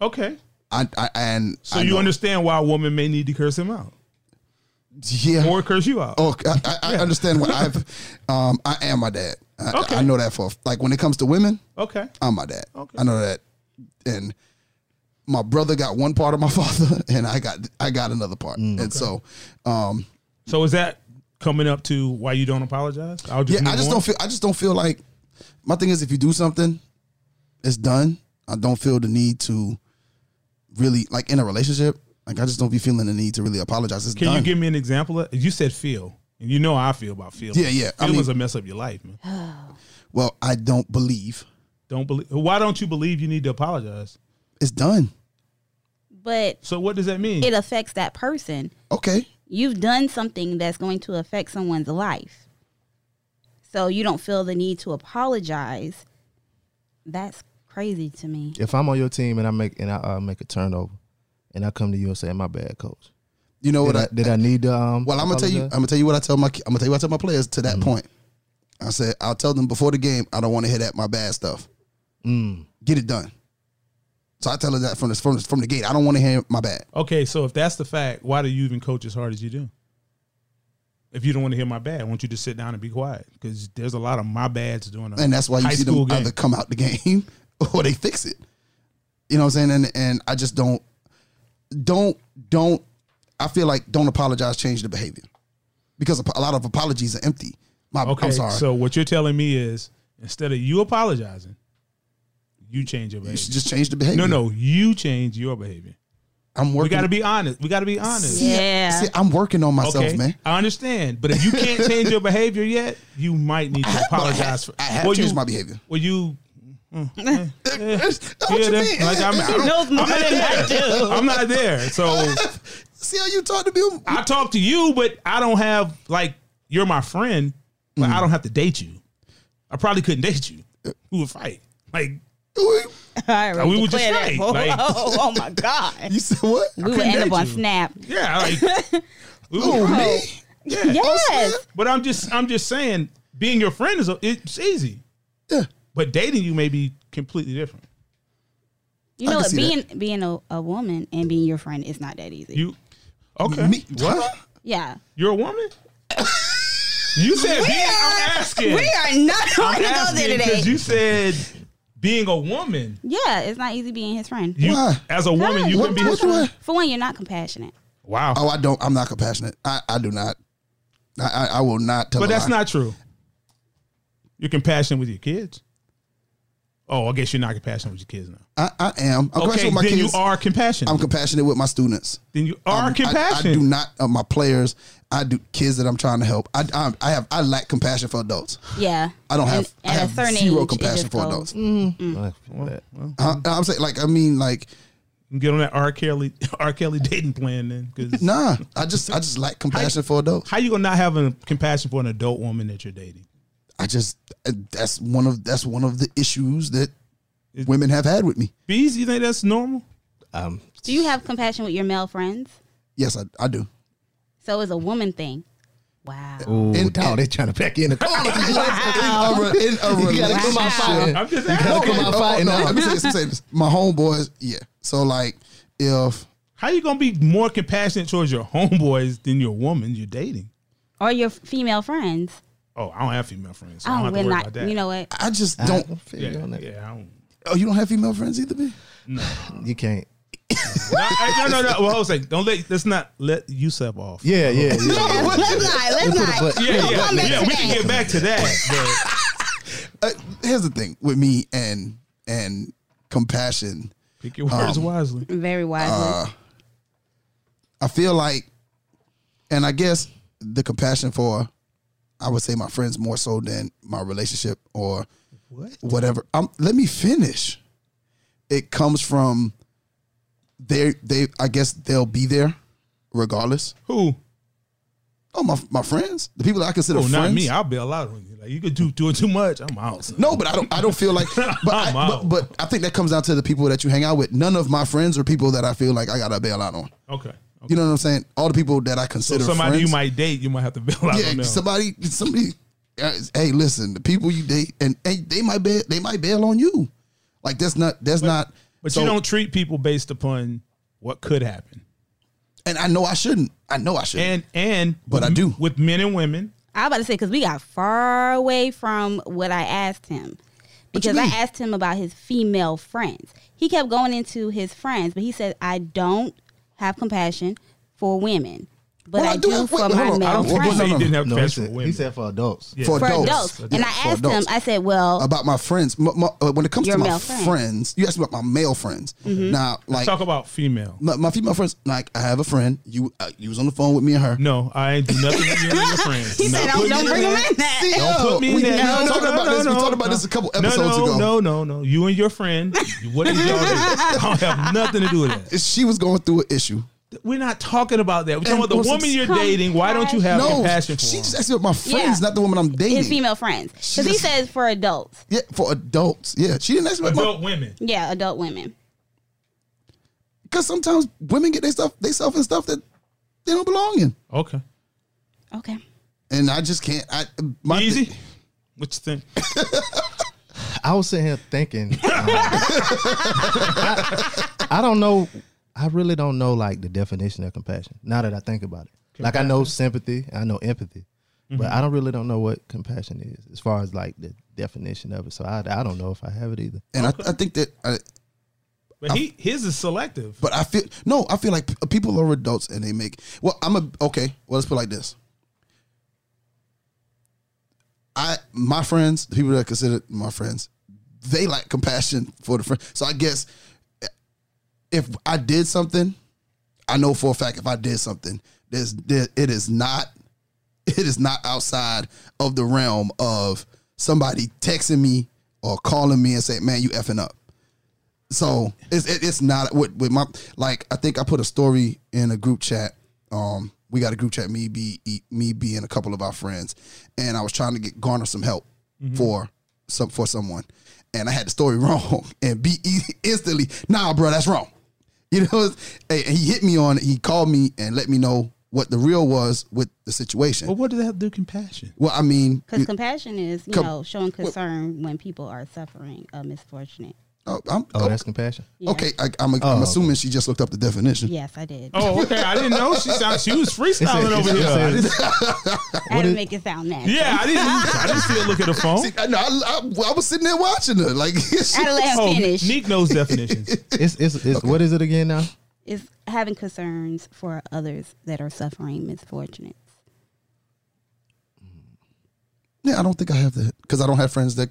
Speaker 3: Okay.
Speaker 4: I, I and
Speaker 3: So
Speaker 4: I
Speaker 3: you
Speaker 4: know-
Speaker 3: understand why a woman may need to curse him out
Speaker 4: yeah.
Speaker 3: or curse you out.
Speaker 4: Oh, I, I, I understand what I've. Um, I am my dad. I,
Speaker 3: Okay.
Speaker 4: I know that for like when it comes to women,
Speaker 3: Okay.
Speaker 4: I'm my dad.
Speaker 3: Okay.
Speaker 4: I know that, and my brother got one part of my father, and I got I got another part,
Speaker 3: Mm,
Speaker 4: and so, um,
Speaker 3: So is that coming up to why you don't apologize? I'll
Speaker 4: yeah, I
Speaker 3: move
Speaker 4: just
Speaker 3: on?
Speaker 4: don't feel I just don't feel like my thing is if you do something, it's done. I don't feel the need to really like in a relationship. Like I just don't be feeling the need to really apologize. It's
Speaker 3: Can
Speaker 4: done.
Speaker 3: you give me an example? Of, you said feel, and you know how I feel about feel.
Speaker 4: Yeah, yeah. I
Speaker 3: Feelings
Speaker 4: mean-
Speaker 3: will mess up your life, man.
Speaker 4: well, I don't believe
Speaker 3: Don't believe. Why don't you believe you need to apologize?
Speaker 4: it's done.
Speaker 2: But
Speaker 3: So what does that mean?
Speaker 2: it affects that person.
Speaker 4: Okay,
Speaker 2: You've done something that's going to affect someone's life. So you don't feel the need to apologize. That's crazy to me.
Speaker 5: if i'm on your team and i make and i uh, make a turnover and i come to you and say my bad coach
Speaker 4: you know
Speaker 5: did,
Speaker 4: what?
Speaker 5: I,
Speaker 4: I,
Speaker 5: did I need to um
Speaker 4: Well, I'm gonna tell you. I'm
Speaker 5: apologize?
Speaker 4: gonna tell you what I tell my. I'm gonna tell you what I tell my players to
Speaker 3: Mm.
Speaker 4: that point. I said I'll tell them before the game. I don't want to hear that my bad stuff.
Speaker 3: Mm.
Speaker 4: Get it done. So I tell her that from the from the, from the gate. I don't want to hear my bad.
Speaker 3: okay, so if that's the fact, why do you even coach as hard as you do? If you don't want to hear my bad, won't you just sit down and be quiet? Because there's a lot of my bads doing. a
Speaker 4: And that's why you
Speaker 3: high
Speaker 4: see them
Speaker 3: school game.
Speaker 4: either come out the game or they fix it. You know what I'm saying? And and I just don't don't don't. I feel like don't apologize. Change the behavior because a lot of apologies are empty. My
Speaker 3: Okay,
Speaker 4: I'm sorry.
Speaker 3: so what you're telling me is instead of you apologizing, you change your
Speaker 4: you
Speaker 3: behavior.
Speaker 4: should just change the
Speaker 3: no,
Speaker 4: behavior.
Speaker 3: no, you change your behavior.
Speaker 4: I'm working.
Speaker 3: We got to be honest. We got to be honest.
Speaker 4: See,
Speaker 2: Yeah.
Speaker 4: see, I'm working on myself,
Speaker 3: Okay,
Speaker 4: man.
Speaker 3: I understand, but if you can't change your behavior yet, you might need to
Speaker 4: but I
Speaker 3: apologize
Speaker 4: have-
Speaker 3: for.
Speaker 4: I have
Speaker 3: Well,
Speaker 4: changed
Speaker 3: you-
Speaker 4: my behavior.
Speaker 3: Well, you
Speaker 4: what
Speaker 3: yeah,
Speaker 4: you
Speaker 3: that-
Speaker 4: mean?
Speaker 3: like I'm,
Speaker 2: He
Speaker 3: I'm,
Speaker 2: knows more
Speaker 3: I'm not
Speaker 2: than I
Speaker 3: there. I'm not there. So
Speaker 4: See how you talk to me?
Speaker 3: I talk to you, but I don't have like you're my friend, but
Speaker 4: Mm.
Speaker 3: I don't have to date you. I probably couldn't date you. We would fight. Like
Speaker 2: I already
Speaker 3: we were just
Speaker 2: declared that.
Speaker 3: right,
Speaker 2: Oh,
Speaker 3: like-
Speaker 2: oh, oh my god.
Speaker 4: You said what?
Speaker 2: We would end
Speaker 3: date
Speaker 2: up on
Speaker 3: you.
Speaker 2: Snap.
Speaker 3: yeah, like we would
Speaker 4: Oh,
Speaker 3: fight.
Speaker 4: me?
Speaker 3: Yeah.
Speaker 2: Yes.
Speaker 3: But I'm just I'm just saying being your friend is it's easy.
Speaker 4: Yeah.
Speaker 3: But dating you may be completely different.
Speaker 2: You
Speaker 4: I
Speaker 2: know,
Speaker 4: can
Speaker 2: what,
Speaker 4: see
Speaker 2: being being a, a woman and being your friend is not that easy.
Speaker 3: You okay?
Speaker 4: Me- what?
Speaker 2: yeah,
Speaker 3: You're a woman. you said being. I'm asking.
Speaker 2: we are not going
Speaker 3: I'm
Speaker 2: to go there
Speaker 3: asking
Speaker 2: today.
Speaker 3: because you said being a woman.
Speaker 2: yeah, it's not easy being his friend.
Speaker 3: You
Speaker 4: Why?
Speaker 3: as a woman, you
Speaker 4: What-
Speaker 3: can be.
Speaker 4: what
Speaker 3: His,
Speaker 4: do I-
Speaker 2: For one, you're not compassionate.
Speaker 3: wow,
Speaker 4: Oh, I don't. I'm not compassionate. I, I do not. I, I, I will not tell.
Speaker 3: but
Speaker 4: a
Speaker 3: that's
Speaker 4: lie.
Speaker 3: not true. You're compassionate with your kids. Oh, I guess you're not compassionate with your kids now.
Speaker 4: I, I am. I'm
Speaker 3: okay,
Speaker 4: compassionate with my
Speaker 3: then
Speaker 4: kids.
Speaker 3: you are compassionate.
Speaker 4: I'm compassionate with my students.
Speaker 3: then you are
Speaker 4: I'm- I-
Speaker 3: compassionate.
Speaker 4: I, do not uh, my players. I do kids that I'm trying to help. I, I I have I lack compassion for adults.
Speaker 2: Yeah,
Speaker 4: I don't
Speaker 2: And
Speaker 4: have I have zero compassion
Speaker 2: it just
Speaker 4: for
Speaker 2: goes- mm.
Speaker 4: adults.
Speaker 5: Like, that.
Speaker 4: Uh, I'm saying like I mean like
Speaker 3: You Get on that R. Kelly R. Kelly dating plan then, because
Speaker 4: nah. I just I just lack compassion for adults.
Speaker 3: how you gonna not have a compassion for an adult woman that you're dating?
Speaker 4: I just uh, that's one of that's one of the issues that
Speaker 3: It-
Speaker 4: women have had with me.
Speaker 3: Bees, you think that's normal?
Speaker 5: Um,
Speaker 2: Do you have compassion with your male friends?
Speaker 4: Yes, I, I do.
Speaker 2: So it's a woman thing. Wow.
Speaker 5: ooh,
Speaker 4: And-
Speaker 5: dog, they trying to pack you in the corner.
Speaker 4: In a re- in a
Speaker 5: you gotta
Speaker 4: relationship-
Speaker 5: come out fighting.
Speaker 3: I'm just
Speaker 5: you gotta
Speaker 3: asking.
Speaker 5: come out fighting.
Speaker 4: no,
Speaker 5: now.
Speaker 4: let me say this. Let me say this. My homeboys, yeah. So like, if
Speaker 3: How you gonna be more compassionate towards your homeboys than your woman you're dating?
Speaker 2: Or your female friends?
Speaker 3: Oh, I don't have female friends. So I don't
Speaker 2: Oh,
Speaker 3: have to
Speaker 2: we're
Speaker 3: worry about
Speaker 2: not.
Speaker 3: that.
Speaker 2: You know what?
Speaker 4: I just don't,
Speaker 5: I feel
Speaker 3: yeah,
Speaker 5: you on that.
Speaker 3: yeah, I don't.
Speaker 4: oh, you don't have female friends either, man.
Speaker 5: You can't.
Speaker 3: No, I- no, no, no. Well, Jose, don't let let's not let Yusef off.
Speaker 5: Yeah, yeah, yeah.
Speaker 2: Let's not. Let's not.
Speaker 5: But-
Speaker 3: Yeah, yeah,
Speaker 2: come
Speaker 3: yeah.
Speaker 2: back to
Speaker 3: we can
Speaker 2: that.
Speaker 3: get back to that.
Speaker 4: Uh, here's the thing with me and and compassion.
Speaker 3: But pick your words
Speaker 5: Um,
Speaker 3: wisely.
Speaker 2: Very
Speaker 4: Uh-huh.
Speaker 2: wisely.
Speaker 4: I feel like, and I guess the compassion for, I would say my friends more so than my relationship or whatever. Um, let me finish. It comes from they they I guess they'll be there regardless.
Speaker 3: Who?
Speaker 4: Oh my my friends, the people that I consider
Speaker 3: Oh,
Speaker 4: friends.
Speaker 3: not me. I'll bail out on you. Like you could do doing too much. I'm out. son.
Speaker 4: No, but I don't. I don't feel like. But I,
Speaker 3: I'm
Speaker 4: but,
Speaker 3: out.
Speaker 4: but I think that comes down to the people that you hang out with. None of my friends are people that I feel like I gotta bail out on.
Speaker 3: Okay. okay.
Speaker 4: You know what I'm saying? All the people that I
Speaker 3: So
Speaker 4: consider
Speaker 3: somebody
Speaker 4: friends.
Speaker 3: you might date, you might have to bail out on
Speaker 4: yeah,
Speaker 3: them.
Speaker 4: somebody, somebody. uh, Hey, listen, the people you date, and, and they might bail, they might bail on you. Like that's not that's not.
Speaker 3: But
Speaker 4: so-
Speaker 3: you don't treat people based upon what could happen.
Speaker 4: And I know I shouldn't. I know I shouldn't.
Speaker 3: And and
Speaker 4: But I
Speaker 3: with-
Speaker 4: do.
Speaker 3: with men and women.
Speaker 2: I was about to say because we got far away from what I asked him
Speaker 4: you
Speaker 2: because I
Speaker 4: mean?
Speaker 2: asked him about his female friends. He kept going into his friends, but he said I don't have compassion for women, but
Speaker 4: Well,
Speaker 2: I, do, for
Speaker 4: wait, hold
Speaker 2: my
Speaker 4: on.
Speaker 2: male
Speaker 4: I don't
Speaker 3: He
Speaker 4: think No,
Speaker 2: friends.
Speaker 4: no,
Speaker 3: said he
Speaker 4: no.
Speaker 3: didn't have
Speaker 5: No, he
Speaker 3: passion for
Speaker 5: said,
Speaker 3: women.
Speaker 5: he said for adults.
Speaker 3: Yeah.
Speaker 4: for,
Speaker 2: for
Speaker 4: adults,
Speaker 2: adults. And
Speaker 4: Yeah,
Speaker 2: I
Speaker 4: for
Speaker 2: asked
Speaker 4: adults.
Speaker 2: him, I said, well,
Speaker 4: about my friends. M- my- uh, when it comes
Speaker 2: Your
Speaker 4: to my
Speaker 2: male Mm-hmm. friend.
Speaker 4: friends, you asked me about my male friends. Now, like
Speaker 3: Talk about female.
Speaker 4: my, my female friends, like I have a friend. You uh, you was on the phone with me and her.
Speaker 3: No, I ain't do nothing with you and your friends.
Speaker 2: he said, "Oh,
Speaker 3: No.
Speaker 2: don't, don't
Speaker 4: put me
Speaker 2: bring
Speaker 4: in
Speaker 2: him
Speaker 4: that.
Speaker 2: in that.
Speaker 4: See,
Speaker 3: Don't put me
Speaker 4: We-
Speaker 3: in that.
Speaker 4: we talked about this- we talked about this a couple episodes
Speaker 3: no, no,
Speaker 4: ago.
Speaker 3: No, no, no. You and your friend, what did y'all do? I don't have nothing to do with that.
Speaker 4: She was going through an issue.
Speaker 3: We're not talking about that. We're
Speaker 4: And
Speaker 3: talking about the
Speaker 4: also-
Speaker 3: woman you're dating. Why don't you have
Speaker 4: No,
Speaker 3: compassion for
Speaker 4: she
Speaker 3: her?
Speaker 4: just asked me about my friends,
Speaker 2: Yeah.
Speaker 4: not the woman I'm dating.
Speaker 2: His female friends. Because he
Speaker 4: Just-
Speaker 2: says for adults.
Speaker 4: Yeah, for adults. Yeah, she didn't ask me about
Speaker 3: adult women?
Speaker 2: Yeah, adult women.
Speaker 4: because sometimes women get their stuff, they self and stuff that they don't belong in.
Speaker 3: Okay.
Speaker 2: Okay.
Speaker 4: And I just can't. I my
Speaker 3: Easy. What you think?
Speaker 5: I was sitting here thinking. um, I, I don't know. I really don't know like the definition of compassion. Now that I think about it, like I know sympathy, I know empathy,
Speaker 3: Mm-hmm.
Speaker 5: but I don't really don't know what compassion is as far as like the definition of it. So I, I don't know if I have it either.
Speaker 4: And I, I think that, I,
Speaker 3: But he his is selective.
Speaker 4: but I feel no. I feel like p- people are adults and they make. Well, I'm a okay. Well, let's put it like this. I my friends, the people that I consider my friends, they lack compassion for the friend. So I guess if I did something, I know for a fact if I did something, there's there, it is not it is not outside of the realm of somebody texting me or calling me and saying, "Man, you effing up." So it's it, it's not with with my like I think I put a story in a group chat. Um, we got a group chat. Me be e- me being a couple of our friends, and I was trying to get garner some help for some for someone, and I had the story wrong, and be e, instantly, nah, bro, that's wrong. You know, it's- and and he hit me on. it. He called me and let me know what the real was with the situation.
Speaker 3: Well, what does that have to do with compassion?
Speaker 4: Well, I mean,
Speaker 2: Because compassion is, you
Speaker 4: Com-
Speaker 2: know, showing concern when people are suffering a uh, misfortunate
Speaker 4: Oh, I'm,
Speaker 5: Oh, that's compassion.
Speaker 2: Yeah.
Speaker 4: okay. I, I'm, I'm
Speaker 5: okay.
Speaker 4: assuming she just looked up the definition.
Speaker 2: Yes, I did.
Speaker 3: Oh, okay. I didn't know she sound, she was freestyling over here. I didn't-
Speaker 2: I had to
Speaker 5: is-
Speaker 2: make it sound natural.
Speaker 3: yeah, I didn't. I didn't see her look at the phone.
Speaker 4: See, I, no, I, I, I was sitting there watching her. Like,
Speaker 2: I had to let him
Speaker 3: Oh,
Speaker 2: finish.
Speaker 3: Neek knows definitions.
Speaker 5: It's it's, it's what is it again now?
Speaker 2: is having concerns for others that are suffering misfortunates.
Speaker 4: yeah, I don't think I have that because I don't have friends that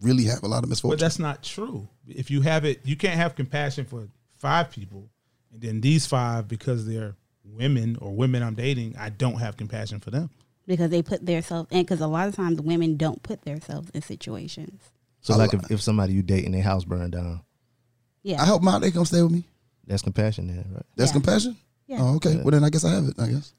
Speaker 4: really have a lot of
Speaker 3: But
Speaker 4: misfortune.
Speaker 3: that's not true. If you have it, you can't have compassion for five people, and then these five, because they're women or women I'm dating, I don't have compassion for them.
Speaker 2: because they put themselves in because a lot of times women don't put themselves in situations
Speaker 5: So like if, if somebody you date and their house burned down,
Speaker 2: yeah
Speaker 4: I help my they come stay with me.
Speaker 5: that's compassion then, right?
Speaker 4: That's
Speaker 2: Yeah.
Speaker 4: compassion.
Speaker 2: Yeah.
Speaker 4: Oh, okay. Well, then I guess I have it. I guess.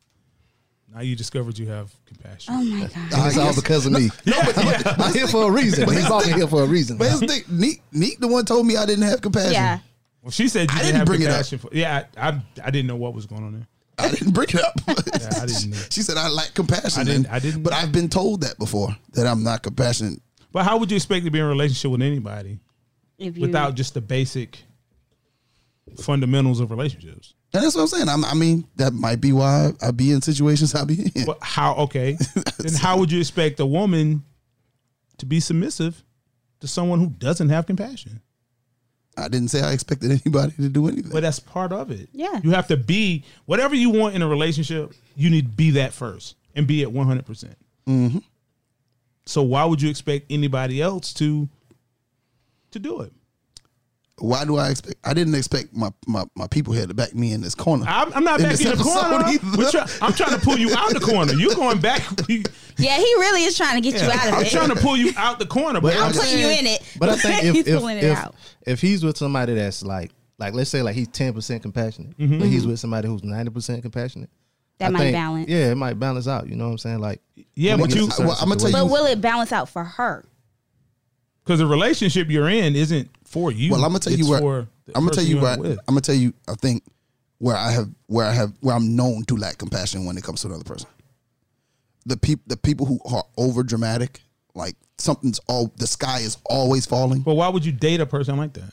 Speaker 3: Now you discovered you have compassion.
Speaker 2: oh my god
Speaker 4: I
Speaker 5: It's all
Speaker 4: guess.
Speaker 5: because of me.
Speaker 3: yeah, yeah.
Speaker 5: I'm here for a reason. He brought me here for a reason.
Speaker 4: But here's the thing. Neek, Neek, the one told me I didn't have compassion.
Speaker 2: yeah
Speaker 3: Well, she said you
Speaker 4: I
Speaker 3: didn't,
Speaker 4: didn't
Speaker 3: have
Speaker 4: bring it up.
Speaker 3: compassion for. Yeah, I, I I didn't know what was going on there.
Speaker 4: I didn't bring it up.
Speaker 3: Yeah, I didn't know.
Speaker 4: she said I lack compassion.
Speaker 3: I didn't-
Speaker 4: and-
Speaker 3: I didn't-
Speaker 4: But I've been told that before that I'm not compassionate.
Speaker 3: But how would you expect to be in a relationship with anybody
Speaker 2: if you
Speaker 3: without just the basic fundamentals of relationships?
Speaker 4: And that's what I'm saying. I'm, I mean, that might be why I be in situations I be in.
Speaker 3: But how? Okay, then how would you expect a woman to be submissive to someone who doesn't have compassion?
Speaker 4: I didn't say I expected anybody to do anything.
Speaker 3: But that's part of it.
Speaker 2: Yeah.
Speaker 3: you have to be whatever you want in a relationship. You need to be that first and be at one hundred percent. So why would you expect anybody else to to do it?
Speaker 4: why do I expect? I didn't expect my, my, my people here to back me in this corner.
Speaker 3: I'm, I'm not
Speaker 4: In
Speaker 3: back
Speaker 4: this
Speaker 3: in the
Speaker 4: episode
Speaker 3: corner.
Speaker 4: either.
Speaker 3: We're try- I'm trying to pull you out the corner. You're going back. You-
Speaker 2: yeah he really is trying to get you out of
Speaker 3: I'm
Speaker 2: it
Speaker 3: trying to pull you out the corner, but
Speaker 5: But
Speaker 2: i'm
Speaker 5: I'm
Speaker 3: I'm,
Speaker 2: putting you in it
Speaker 5: But I think if
Speaker 2: he's
Speaker 5: if,
Speaker 2: pulling it
Speaker 5: if,
Speaker 2: out
Speaker 5: if he's with somebody that's like like let's say like he's ten percent compassionate, but he's with somebody who's ninety percent compassionate.
Speaker 2: That
Speaker 5: I
Speaker 2: might
Speaker 5: think-
Speaker 2: balance.
Speaker 5: Yeah, it might balance out. You know what I'm saying? Like
Speaker 3: yeah,
Speaker 5: when
Speaker 3: but
Speaker 5: it
Speaker 3: you
Speaker 5: gets to certain
Speaker 4: well, I'ma tell you-
Speaker 2: but will it balance out for her
Speaker 3: because the relationship you're in isn't for you.
Speaker 4: Well, I'm gonna tell you
Speaker 3: It's
Speaker 4: where
Speaker 3: for
Speaker 4: I'm
Speaker 3: the
Speaker 4: gonna tell
Speaker 3: person
Speaker 4: you
Speaker 3: you're
Speaker 4: where I'm
Speaker 3: with.
Speaker 4: gonna tell you. I think where I have where I have where I'm known to lack compassion when it comes to another person. The people the people who are over dramatic, like something's all the sky is always falling.
Speaker 3: But why would you date a person like that?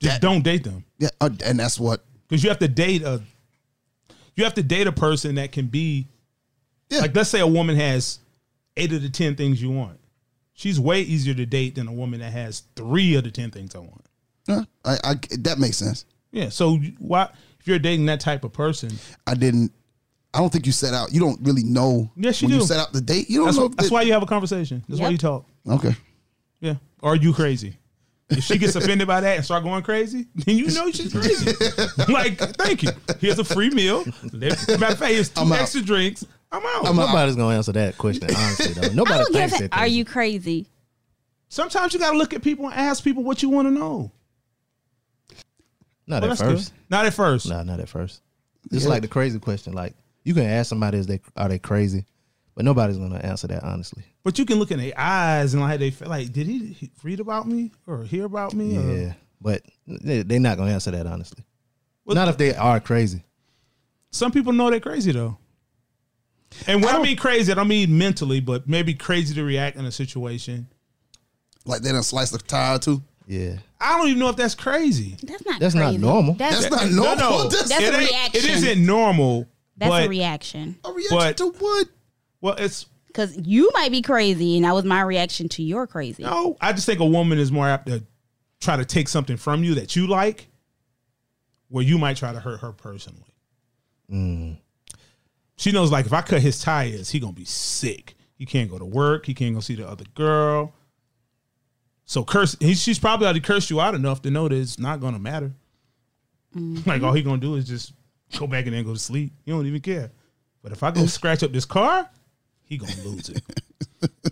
Speaker 3: Just
Speaker 4: That-
Speaker 3: don't date them
Speaker 4: Yeah, uh, and that's what.
Speaker 3: because you have to date a you have to date a person that can be
Speaker 4: Yeah.
Speaker 3: like let's say a woman has eight of the ten things you want. She's way easier to date than a woman that has three of the ten things I want.
Speaker 4: Yeah, I, I that makes sense.
Speaker 3: Yeah. So you- why, if you're dating that type of person,
Speaker 4: I didn't. I don't think you set out. You don't really know.
Speaker 3: Yes, you
Speaker 4: when
Speaker 3: do.
Speaker 4: you set out the date. You don't
Speaker 3: that's,
Speaker 4: know.
Speaker 3: wh-
Speaker 4: if
Speaker 3: that's
Speaker 4: it-
Speaker 3: why you have a conversation. That's why
Speaker 2: Yep.
Speaker 3: you talk.
Speaker 4: Okay.
Speaker 3: Yeah. Are you crazy? If she gets offended by that and start going crazy, then you know she's crazy. like, thank you. Here's a free meal. Let- Matter of fact, here's 2
Speaker 4: I'm out.
Speaker 3: extra drinks. I'm out.
Speaker 5: nobody's gonna answer that question honestly though.
Speaker 2: i
Speaker 5: Nobody
Speaker 2: don't give
Speaker 5: thinks
Speaker 2: a
Speaker 5: that.
Speaker 2: are
Speaker 5: thing.
Speaker 2: you crazy
Speaker 3: Sometimes you gotta look at people and ask people what you want to know.
Speaker 5: not
Speaker 3: Well,
Speaker 5: at
Speaker 3: that's
Speaker 5: first?
Speaker 3: good. Not at first.
Speaker 5: No, not at first. It's like the crazy question. Like you can ask somebody is they are they crazy, but nobody's gonna answer that honestly.
Speaker 3: But you can look in their eyes and like they feel like, did he he read about me or hear about me?
Speaker 5: Yeah,
Speaker 3: or-
Speaker 5: but they're they not gonna answer that honestly.
Speaker 3: Well-
Speaker 5: not if they are crazy.
Speaker 3: Some people know they're crazy though. And when I, mean crazy, I don't mean mentally, but maybe crazy to react in a situation.
Speaker 4: Like they done sliced the tire too.
Speaker 5: Yeah.
Speaker 3: I don't even know if that's crazy.
Speaker 2: that's not
Speaker 5: That's not
Speaker 2: crazy.
Speaker 5: normal.
Speaker 2: that's,
Speaker 4: That's not normal. That's,
Speaker 2: That's
Speaker 3: it
Speaker 2: a
Speaker 3: ain't-
Speaker 2: reaction.
Speaker 3: It isn't normal.
Speaker 2: that's
Speaker 3: but,
Speaker 2: a reaction
Speaker 4: a reaction
Speaker 3: But-
Speaker 4: to what?
Speaker 3: Well, it's
Speaker 2: because you might be crazy and that was my reaction to your crazy
Speaker 3: no. I just think a woman is more apt to try to take something from you that you like, where you might try to hurt her personally. She knows, like, if I cut his tires, he gonna be sick. He can't go to work. He can't go see the other girl. So curse. He, she's probably already cursed you out enough to know that it's not gonna matter. Like all he gonna do is just go back and then go to sleep. He don't even care. But if I go scratch up this car, he gonna lose it.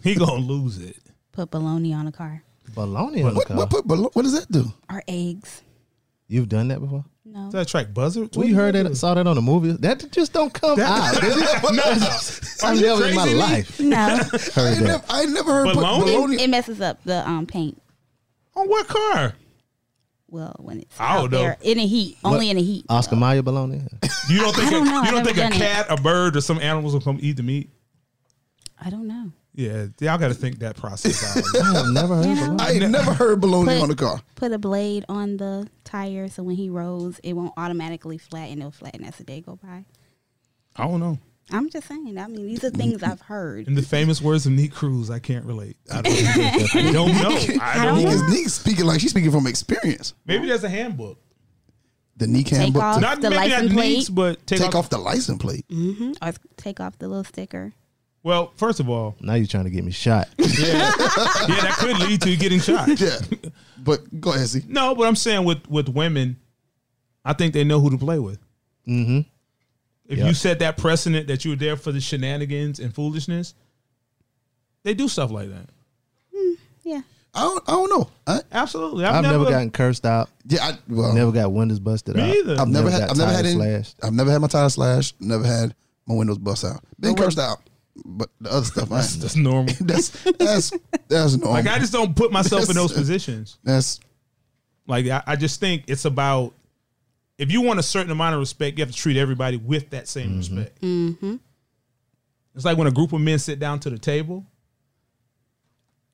Speaker 3: he gonna lose it.
Speaker 2: put bologna on a car
Speaker 5: Baloney on the
Speaker 4: What,
Speaker 5: car.
Speaker 4: what, put- what, does that do?
Speaker 2: or eggs
Speaker 5: You've done that before?
Speaker 2: no
Speaker 3: Is that track buzzards?
Speaker 5: We heard that, saw that on the movie. That just don't come out. did it?
Speaker 3: Are
Speaker 5: I've
Speaker 3: you
Speaker 5: never in my
Speaker 3: crazy, Lee?
Speaker 5: life
Speaker 2: no
Speaker 4: I
Speaker 5: heard
Speaker 4: ain't,
Speaker 5: that.
Speaker 4: never, I ain't never heard put
Speaker 3: Bologna?
Speaker 4: bologna.
Speaker 2: it messes up the um paint
Speaker 3: On what car?
Speaker 2: well when it's
Speaker 3: I don't
Speaker 2: out
Speaker 3: know.
Speaker 2: there in the heat, only in the heat.
Speaker 5: Oscar
Speaker 2: though.
Speaker 5: Mayer baloney.
Speaker 3: You don't think
Speaker 2: I don't
Speaker 3: a,
Speaker 2: know.
Speaker 3: you
Speaker 2: I've
Speaker 3: don't
Speaker 2: never
Speaker 3: think a
Speaker 2: done it.
Speaker 3: cat, a bird, or some animals will come eat the meat?
Speaker 2: I don't know.
Speaker 3: Yeah, y'all got to think that process out.
Speaker 5: I've never heard
Speaker 2: You
Speaker 5: of
Speaker 2: know?
Speaker 5: it.
Speaker 4: I ain't never heard baloney
Speaker 2: Put-
Speaker 4: on the car.
Speaker 2: Put a blade on the tire so when he rolls, it won't automatically flatten. It'll flatten as the day go by.
Speaker 3: I don't know.
Speaker 2: I'm just saying. I mean, these are things I've heard.
Speaker 3: In the famous words of Neat Cruz, I can't relate. I don't, I don't know. I don't.
Speaker 2: don't-
Speaker 4: Nika's Nika's speaking like she's speaking from experience.
Speaker 3: Maybe there's a handbook.
Speaker 4: The Nika handbook
Speaker 2: off-
Speaker 4: to
Speaker 3: Not
Speaker 2: The
Speaker 3: maybe not
Speaker 2: license plate.
Speaker 3: Neeks, but take,
Speaker 4: take
Speaker 3: off.
Speaker 4: off the license plate.
Speaker 3: Mm-hmm.
Speaker 2: hmm Or take off the little sticker.
Speaker 3: Well, first of all,
Speaker 5: Now you're trying to get me shot.
Speaker 3: yeah, that could lead to you getting shot.
Speaker 4: Yeah, but go ahead, see.
Speaker 3: No, but I'm saying with with women, I think they know who to play with.
Speaker 5: mm-hmm.
Speaker 3: If
Speaker 5: Yeah.
Speaker 3: you set that precedent that you were there for the shenanigans and foolishness, they do stuff like that.
Speaker 2: Yeah.
Speaker 4: I don't, I don't know. I,
Speaker 3: Absolutely. I've,
Speaker 5: I've
Speaker 3: never,
Speaker 5: never gotten cursed out.
Speaker 4: yeah, I, well,
Speaker 5: Never got windows busted out.
Speaker 3: me either.
Speaker 4: Oh. I've never,
Speaker 5: never
Speaker 4: had,
Speaker 5: got
Speaker 4: I've never had
Speaker 5: tires
Speaker 4: any,
Speaker 5: slashed.
Speaker 4: I've never had my tires slashed. Never had my windows bust out. Been cursed out, but the other stuff, I,
Speaker 3: That's normal.
Speaker 4: that's that's that's normal.
Speaker 3: Like I just don't put myself in those
Speaker 4: That's-
Speaker 3: positions.
Speaker 4: that's
Speaker 3: Like I, I just think it's about if you want a certain amount of respect, you have to treat everybody with that same respect. Mm-hmm. It's like when a group of men sit down to the table,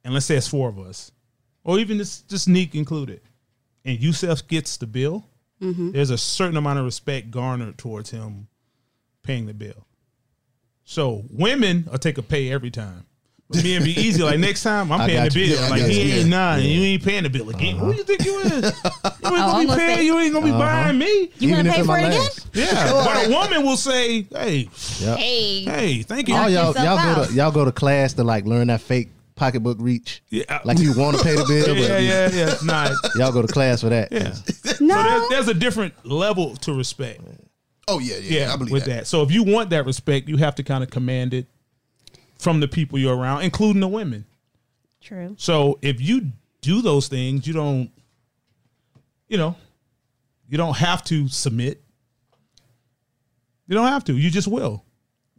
Speaker 3: and let's say it's four of us, or even just just Neek included, and Yusef gets the bill. There's a certain amount of respect garnered towards him paying the bill. So women will take a pay every time. But me and be easy. Like next time, I'm
Speaker 5: I
Speaker 3: paying the
Speaker 5: got you.
Speaker 3: bill.
Speaker 4: Yeah, I
Speaker 3: like
Speaker 4: got
Speaker 3: he
Speaker 4: you.
Speaker 3: ain't
Speaker 4: Yeah. Uh-huh.
Speaker 3: none. and You ain't paying the bill again. Who do you think you is? You ain't
Speaker 2: Oh,
Speaker 3: gonna
Speaker 2: I'm
Speaker 3: be
Speaker 2: gonna
Speaker 3: paying.
Speaker 2: say-
Speaker 3: you ain't gonna be buying me.
Speaker 2: You
Speaker 5: Even
Speaker 2: gonna
Speaker 5: if
Speaker 2: pay
Speaker 5: it's
Speaker 2: for
Speaker 5: my
Speaker 2: it again?
Speaker 5: last.
Speaker 3: Yeah, but a woman will say, "Hey,
Speaker 5: Yep.
Speaker 2: Hey.
Speaker 3: Uh, hey, thank you."
Speaker 5: All y'all,
Speaker 2: yourself
Speaker 5: y'all go
Speaker 2: out.
Speaker 5: to y'all go to class to like learn that fake pocketbook reach.
Speaker 3: Yeah.
Speaker 5: Like you want to pay the bill,
Speaker 3: yeah,
Speaker 5: but
Speaker 3: yeah, yeah. Nah,
Speaker 5: y'all go to class for that.
Speaker 3: yeah. So
Speaker 2: No.
Speaker 3: there's, there's a different level to respect.
Speaker 4: oh yeah, yeah,
Speaker 3: Yeah,
Speaker 4: I believe
Speaker 3: with that. So if you want that respect, you have to kind of command it from the people you're around, including the women.
Speaker 2: True.
Speaker 3: So if you do those things, you don't, you know, you don't have to submit. You don't have to. You just will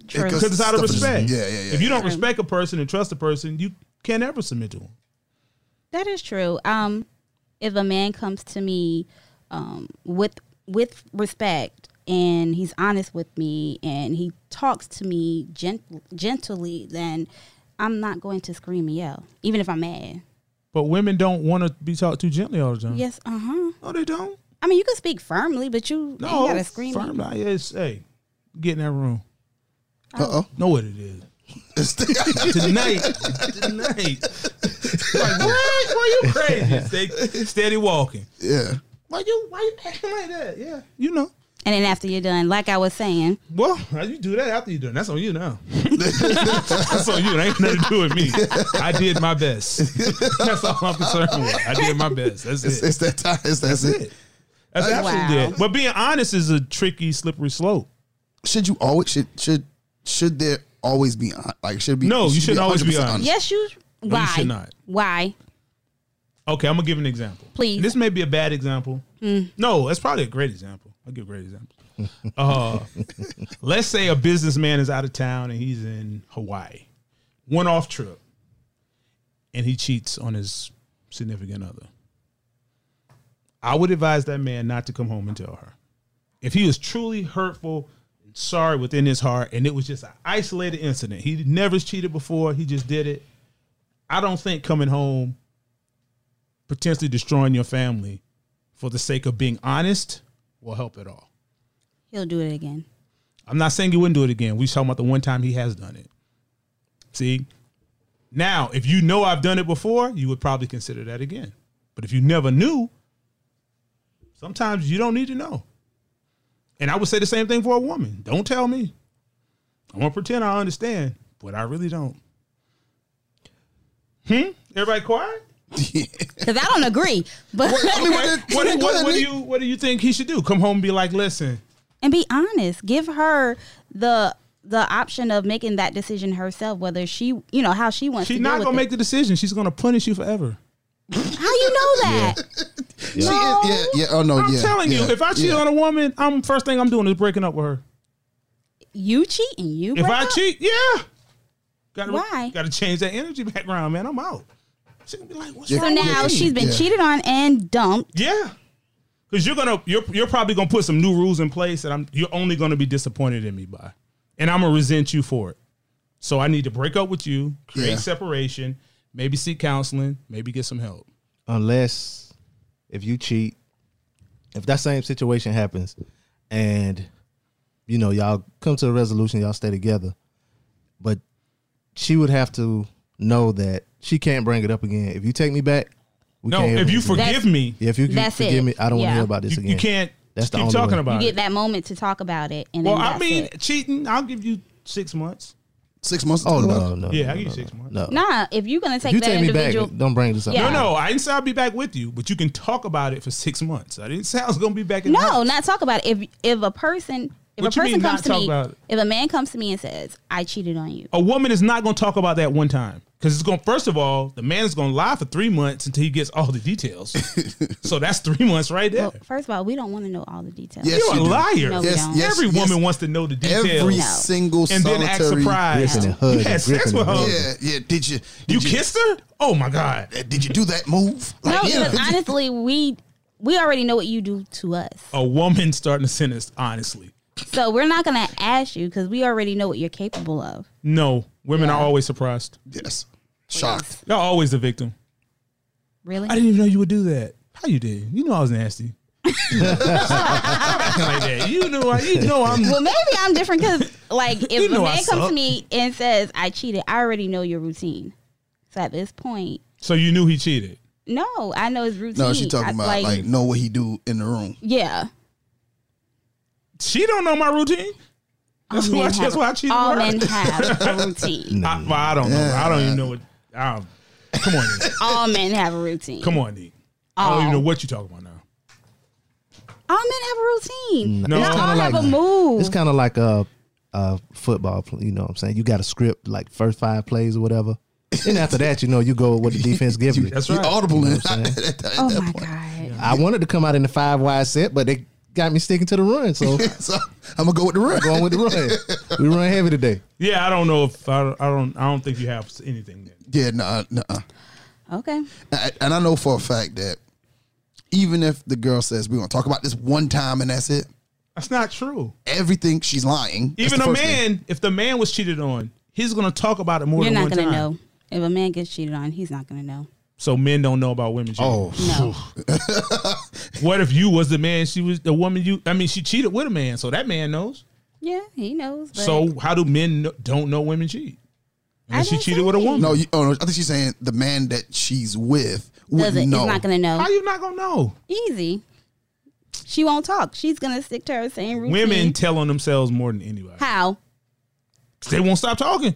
Speaker 2: True.
Speaker 4: Because-
Speaker 3: because it's out of
Speaker 4: Stuff is-
Speaker 3: respect.
Speaker 4: yeah, yeah, yeah.
Speaker 3: If you don't respect a person and trust a person, you can't ever submit to them.
Speaker 2: That is true. Um, if a man comes to me um, with with respect and he's honest with me and he talks to me gent- gently, then I'm not going to scream and yell, even if I'm
Speaker 3: Mm.
Speaker 2: mad.
Speaker 3: But women don't want to be talked to gently all the time.
Speaker 2: Yes, uh huh.
Speaker 3: No, they don't.
Speaker 2: I mean, you can speak firmly, but you
Speaker 3: No,
Speaker 2: ain't gotta scream.
Speaker 3: Firm, nah, yes, hey, get in that room.
Speaker 4: Uh oh.
Speaker 3: Know what it is. tonight, tonight. like what? Why you crazy? Stay, steady walking.
Speaker 4: yeah.
Speaker 3: Why you? Why you acting like that? Yeah, you know.
Speaker 2: And then after you're done, like I was saying,
Speaker 3: Well, how you do that after you done? That's on you now. That's on you. That ain't nothing to do with me. I did my best. That's all I'm concerned with. I did my best. That's
Speaker 4: It's,
Speaker 3: it.
Speaker 4: it's that time. It's, that's it.
Speaker 3: That's absolutely
Speaker 2: Wow.
Speaker 3: it. But being honest is a tricky, slippery slope.
Speaker 4: Should you always should should should there always be hon- like should be
Speaker 3: No, you
Speaker 4: should
Speaker 3: shouldn't always be
Speaker 4: 100%
Speaker 3: honest.
Speaker 2: yes, you. Why?
Speaker 3: should not.
Speaker 2: Why?
Speaker 3: Okay, I'm gonna give an example.
Speaker 2: Please.
Speaker 3: This may be a bad example. No, that's probably a great example. I'll give a great example. Uh, let's say a businessman is out of town and he's in Hawaii, one off trip, and he cheats on his significant other. I would advise that man not to come home and tell her. If he was truly hurtful and sorry within his heart, and it was just an isolated incident, he never cheated before, he just did it. I don't think coming home potentially destroying your family for the sake of being honest will help at all.
Speaker 2: He'll do it again.
Speaker 3: I'm not saying you wouldn't do it again. We talking about the one time he has done it. See, now if you know I've done it before, you would probably consider that again. But if you never knew, sometimes you don't need to know. And I would say the same thing for a woman. Don't tell me. I'm gonna pretend I understand, but I really don't. Hmm. Everybody quiet.
Speaker 2: Because I don't agree, but
Speaker 4: I mean, what,
Speaker 3: What,
Speaker 4: what,
Speaker 3: what, what do you What do you think he should do? Come home and be like, listen,
Speaker 2: and be honest. Give her the the option of making that decision herself, whether she, you know, how she wants.
Speaker 3: She's
Speaker 2: to
Speaker 3: not
Speaker 2: deal
Speaker 3: gonna
Speaker 2: with
Speaker 3: make the decision. She's gonna punish you forever.
Speaker 2: it. How you know that?
Speaker 4: She is- yeah, yeah. Oh no,
Speaker 3: I'm
Speaker 4: yeah.
Speaker 3: telling
Speaker 4: yeah,
Speaker 3: you, if I cheat
Speaker 4: yeah.
Speaker 3: on a woman, I'm first thing I'm doing is breaking up with her.
Speaker 2: You cheating? You?
Speaker 3: If
Speaker 2: break
Speaker 3: I
Speaker 2: up?
Speaker 3: cheat, yeah. Gotta,
Speaker 2: Why?
Speaker 3: Gotta change that energy background, man. I'm out. She's gonna be like, what's
Speaker 4: Yeah.
Speaker 2: so
Speaker 3: wrong?
Speaker 2: now
Speaker 4: Yeah.
Speaker 2: she's been
Speaker 4: Yeah.
Speaker 2: cheated on and dumped.
Speaker 3: Yeah. Cause you're gonna you're you're probably gonna put some new rules in place that I'm you're only gonna be disappointed in me by. And I'm gonna resent you for it. So I need to break up with you, create
Speaker 4: Yeah.
Speaker 3: separation, maybe seek counseling, maybe get some help.
Speaker 5: unless if you cheat, if that same situation happens, and you know y'all come to a resolution, y'all stay together, but she would have to know that she can't bring it up again. If you take me back, we
Speaker 3: No,
Speaker 5: can't
Speaker 3: if you
Speaker 5: forget,
Speaker 3: forgive me,
Speaker 5: if you
Speaker 2: That's
Speaker 5: forgive
Speaker 2: it.
Speaker 5: me, I don't want to
Speaker 2: Yeah.
Speaker 5: hear about this
Speaker 3: you,
Speaker 5: again.
Speaker 3: you can't
Speaker 5: That's the
Speaker 3: keep
Speaker 5: only
Speaker 3: talking
Speaker 5: way.
Speaker 3: about
Speaker 2: You get
Speaker 3: it.
Speaker 2: that moment to talk about it, and
Speaker 3: Well,
Speaker 2: then
Speaker 3: I
Speaker 2: that's
Speaker 3: mean,
Speaker 2: it.
Speaker 3: cheating, I'll give you six months.
Speaker 4: Six months.
Speaker 5: Oh no, no,
Speaker 3: Yeah,
Speaker 5: no,
Speaker 3: I give
Speaker 5: no,
Speaker 3: you six months.
Speaker 5: No,
Speaker 2: nah. If you're gonna take
Speaker 5: you
Speaker 2: that
Speaker 5: take me back.
Speaker 2: individual,
Speaker 5: Don't bring this up.
Speaker 2: Yeah.
Speaker 3: No, no, I didn't say I'll be back with you, but you can talk about it for six months. I didn't say I was going to be back in the
Speaker 2: no,
Speaker 3: house.
Speaker 2: not talk about it. If if a person, if
Speaker 3: What
Speaker 2: a
Speaker 3: you mean
Speaker 2: person
Speaker 3: not
Speaker 2: comes to
Speaker 3: talk
Speaker 2: me,
Speaker 3: about it?
Speaker 2: if a man comes to me and says, "I cheated on you,"
Speaker 3: a woman is not going to talk about that one time because it's going to first of all the man is going to lie for three months until he gets all the details so that's three months right there
Speaker 2: well, first of all, we don't want to know all the details.
Speaker 4: Yes,
Speaker 3: you're a
Speaker 4: you do.
Speaker 3: liar
Speaker 2: No, we
Speaker 4: Yes,
Speaker 2: don't.
Speaker 4: yes,
Speaker 3: every
Speaker 4: yes.
Speaker 3: woman wants to know the details
Speaker 4: Every
Speaker 2: No.
Speaker 4: single
Speaker 3: and then
Speaker 4: solitary.
Speaker 3: act surprised
Speaker 5: Gripping and hugging,
Speaker 3: you had sex
Speaker 5: gripping and
Speaker 3: with her
Speaker 5: hugging.
Speaker 4: Yeah, yeah. Did you?
Speaker 3: you
Speaker 4: did
Speaker 3: kissed her oh my god
Speaker 4: uh, Did you do that move?
Speaker 2: No,
Speaker 4: Like, yeah.
Speaker 2: because honestly, we we already know what you do to us,
Speaker 3: a woman starting a sentence honestly
Speaker 2: so we're not gonna ask you because we already know what you're capable of.
Speaker 3: no women are always surprised
Speaker 4: yes. Shocked.
Speaker 3: you're always the victim
Speaker 2: Really?
Speaker 3: i didn't even know you would do that how you did you know i was nasty Stop acting like that. you know I, you know i'm
Speaker 2: well, maybe I'm different because, like, if
Speaker 3: You know
Speaker 2: a
Speaker 3: I
Speaker 2: man comes
Speaker 3: suck.
Speaker 2: to me and says I cheated, I already know your routine. So at this point,
Speaker 3: so you knew he cheated
Speaker 2: no, I know his routine.
Speaker 4: No, she talking
Speaker 2: I-
Speaker 4: about like, know what he do in the room.
Speaker 2: yeah.
Speaker 3: she don't know my routine That's
Speaker 2: All
Speaker 3: why-
Speaker 2: men
Speaker 3: that's
Speaker 2: have-
Speaker 3: why I cheated
Speaker 2: All
Speaker 3: on her.
Speaker 2: men have a routine.
Speaker 3: I, well, I don't know. I don't even know what. I don't, come on, Nick.
Speaker 2: All men have a routine.
Speaker 3: come on, Nick. I don't
Speaker 2: Oh.
Speaker 3: even know what you're talking about now.
Speaker 2: All men have a routine.
Speaker 3: No.
Speaker 2: Not
Speaker 3: It's
Speaker 2: all
Speaker 3: kinda
Speaker 2: have
Speaker 5: like-
Speaker 2: a move.
Speaker 5: It's kind of like a, a football, pl- you know what I'm saying? You got a script, like first five plays or whatever. And after that, you know, you go with what the defense gives you.
Speaker 3: That's
Speaker 4: You
Speaker 3: right.
Speaker 4: audible in.
Speaker 2: oh my god.
Speaker 5: I wanted to come out in the five wide set, but they got me sticking to the run. So
Speaker 4: so I'm gonna go with the run.
Speaker 5: going with the run. We run heavy today.
Speaker 3: Yeah, I don't know if I, don't- I don't. I don't think you have anything. Nick.
Speaker 4: Yeah, no, no.
Speaker 2: Okay.
Speaker 4: And I know for a fact that even if the girl says we're gonna talk about this one time and that's it,
Speaker 3: That's not true.
Speaker 4: everything she's lying. That's
Speaker 3: Even
Speaker 4: the
Speaker 3: a
Speaker 4: first thing.
Speaker 3: man, if the man was cheated on, he's gonna talk about it more
Speaker 2: You're
Speaker 3: than
Speaker 2: not
Speaker 3: one
Speaker 2: gonna
Speaker 3: time.
Speaker 2: know. If a man gets cheated on, he's not gonna know.
Speaker 3: So men don't know about women. Cheating.
Speaker 5: Oh,
Speaker 2: No.
Speaker 3: what if you was the man? She was the woman. You, I mean, she cheated with a man, so that man knows.
Speaker 2: yeah, he knows. But
Speaker 3: So how do men kn- don't know women cheat?
Speaker 2: I
Speaker 3: And she
Speaker 2: didn't
Speaker 3: cheated
Speaker 2: say
Speaker 3: with a woman.
Speaker 4: No, you, oh, no, I think she's saying the man that she's
Speaker 2: does
Speaker 4: with
Speaker 2: it?
Speaker 4: wouldn't know.
Speaker 2: He's not gonna know.
Speaker 3: How you not gonna know?
Speaker 2: Easy. She won't talk. She's gonna stick to her same routine.
Speaker 3: Women tell on themselves more than anybody.
Speaker 2: How?
Speaker 3: 'Cause They won't stop talking.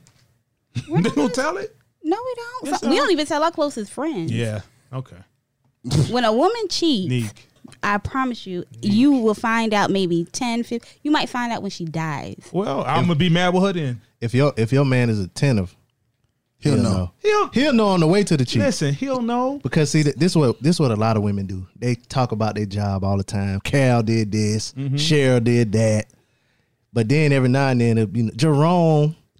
Speaker 3: they don't tell it.
Speaker 2: No, we don't.
Speaker 3: Yes,
Speaker 2: So- we
Speaker 3: I-
Speaker 2: don't even tell our closest friends.
Speaker 3: Yeah. Okay.
Speaker 2: When a woman cheats,
Speaker 3: Neek.
Speaker 2: I promise you, you will find out maybe 10, 15. You might find out when she dies.
Speaker 3: Well, I'm gonna be mad with her then.
Speaker 5: if your if your man is attentive,
Speaker 4: He'll
Speaker 5: he'll
Speaker 4: know.
Speaker 5: know.
Speaker 3: He'll
Speaker 5: He'll know on the way to the cheat.
Speaker 3: listen. He'll know.
Speaker 5: Because see, th- this what this what a lot of women do. They talk about their job all the time. Cal did this, Cheryl did that, but then every now and then, uh, you know, Jerome,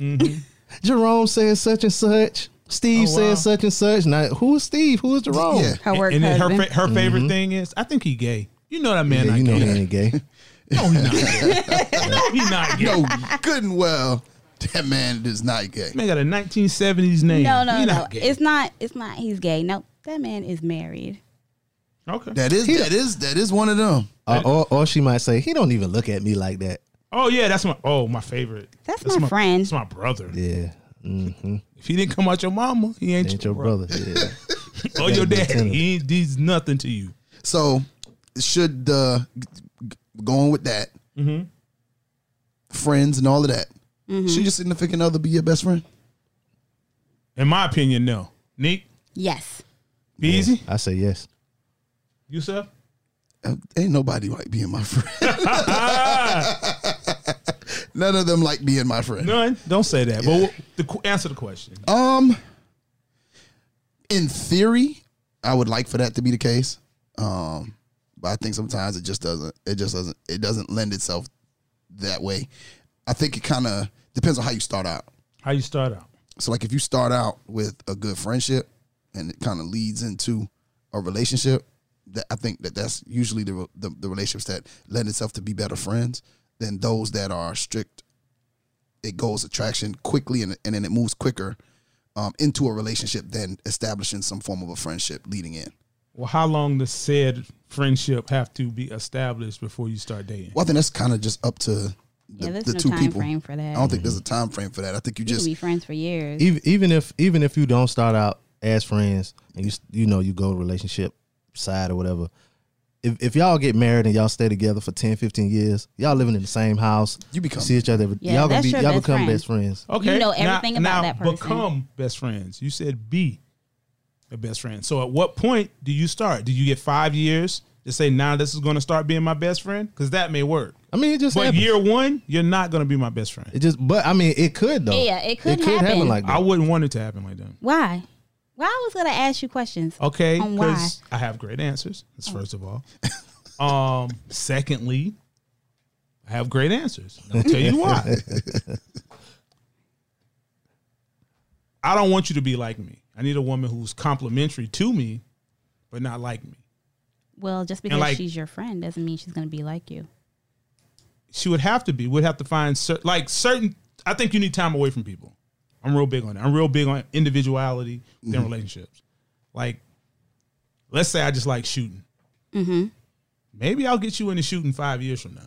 Speaker 5: Jerome says such and such. Steve
Speaker 3: Oh, wow.
Speaker 5: says such and such. Now, who's Steve? Who's Jerome?
Speaker 4: Yeah.
Speaker 2: Her work
Speaker 3: and then her
Speaker 2: husband.
Speaker 3: fa- her favorite thing is, I think he gay. You know that man.
Speaker 5: Mm-hmm. Yeah, you know
Speaker 3: not gay.
Speaker 5: he ain't gay.
Speaker 3: No, he not. gay. no, he not gay.
Speaker 4: No, good and well, that man is not gay.
Speaker 3: Man got a 1970s name.
Speaker 2: no,
Speaker 3: He
Speaker 2: no, no.
Speaker 3: not gay.
Speaker 2: It's not. It's not. He's gay. No, that man is married.
Speaker 3: okay.
Speaker 4: That is that is that is one of them.
Speaker 5: Uh, or, or she might say, he don't even look at me like that.
Speaker 3: oh yeah, that's my. Oh, my favorite.
Speaker 2: That's my friend.
Speaker 3: That's my brother.
Speaker 5: Yeah, Mm-hmm.
Speaker 3: If he didn't come out your mama, he ain't,
Speaker 5: ain't your brother. Yeah.
Speaker 3: brother. Or your
Speaker 5: Ain't
Speaker 3: daddy.
Speaker 5: no
Speaker 3: He ain't, he's nothing to you.
Speaker 4: So should the going with that friends and all of that?
Speaker 2: Mm-hmm.
Speaker 4: Should your significant other be your best friend?
Speaker 3: In my opinion, no. Neek,
Speaker 2: Yes.
Speaker 3: be easy.
Speaker 5: I say yes.
Speaker 3: You sir.
Speaker 4: Uh, Ain't nobody like being my friend. None of them like being my friend.
Speaker 3: None. Don't say that. But the, qu- answer the question.
Speaker 4: Um, in theory, I would like for that to be the case. Um, but I think sometimes it just doesn't. It just doesn't. It doesn't lend itself that way. I think it kind of depends on how you start out.
Speaker 3: How you start out?
Speaker 4: So, like, if you start out with a good friendship and it kind of leads into a relationship, that I think that that's usually the, re- the the relationships that lend itself to be better friends than those that are strict it goes attraction quickly and, and then it moves quicker um, into a relationship than establishing some form of a friendship leading in.
Speaker 3: Well, how long does said friendship have to be established before you start dating?
Speaker 4: Well, I think that's kind of just up to the,
Speaker 2: yeah, there's
Speaker 4: the
Speaker 2: no
Speaker 4: two
Speaker 2: time
Speaker 4: people.
Speaker 2: frame for that.
Speaker 4: I don't think there's a time frame for that. I think you
Speaker 2: you
Speaker 4: just
Speaker 2: can be friends for years.
Speaker 5: even even if even if you don't start out as friends and you s- you know you go relationship side or whatever if, if y'all get married and y'all stay together for 10 15 years y'all living in the same house
Speaker 4: You become-
Speaker 5: see each other every,
Speaker 2: Yeah,
Speaker 5: y'all gonna
Speaker 2: that's
Speaker 5: be
Speaker 2: your
Speaker 5: y'all
Speaker 2: best
Speaker 5: become
Speaker 2: friend.
Speaker 5: best friends
Speaker 3: Okay,
Speaker 2: know
Speaker 3: now-
Speaker 2: everything about
Speaker 3: now
Speaker 2: that person.
Speaker 3: Become best friends. You said be a best friend. So at what point do you start? Do you get five years to say now this is going to start being my best friend? Because that may work.
Speaker 5: i mean it just
Speaker 3: But
Speaker 5: happens.
Speaker 3: year one, you're not going to be my best friend.
Speaker 5: it just but i mean it could though
Speaker 2: Yeah, it could happen.
Speaker 5: like
Speaker 3: I
Speaker 5: that
Speaker 3: wouldn't want it to happen like that.
Speaker 2: Why? Well, I was gonna ask you questions.
Speaker 3: Okay,
Speaker 2: On why? Oh.
Speaker 3: because I have great answers. That's first of all. Um, secondly, I have great answers. I'll tell you why. I don't want you to be like me. I need a woman who's complimentary to me, but not like me.
Speaker 2: Well, just because
Speaker 3: like-
Speaker 2: she's your friend doesn't mean she's gonna be like you.
Speaker 3: She would have to be. We'd have to find cer- like certain. I think you need time away from people. I'm real big on it. I'm real big on individuality within relationships. Like, let's say I just like shooting. Maybe I'll get you into shooting five years from now.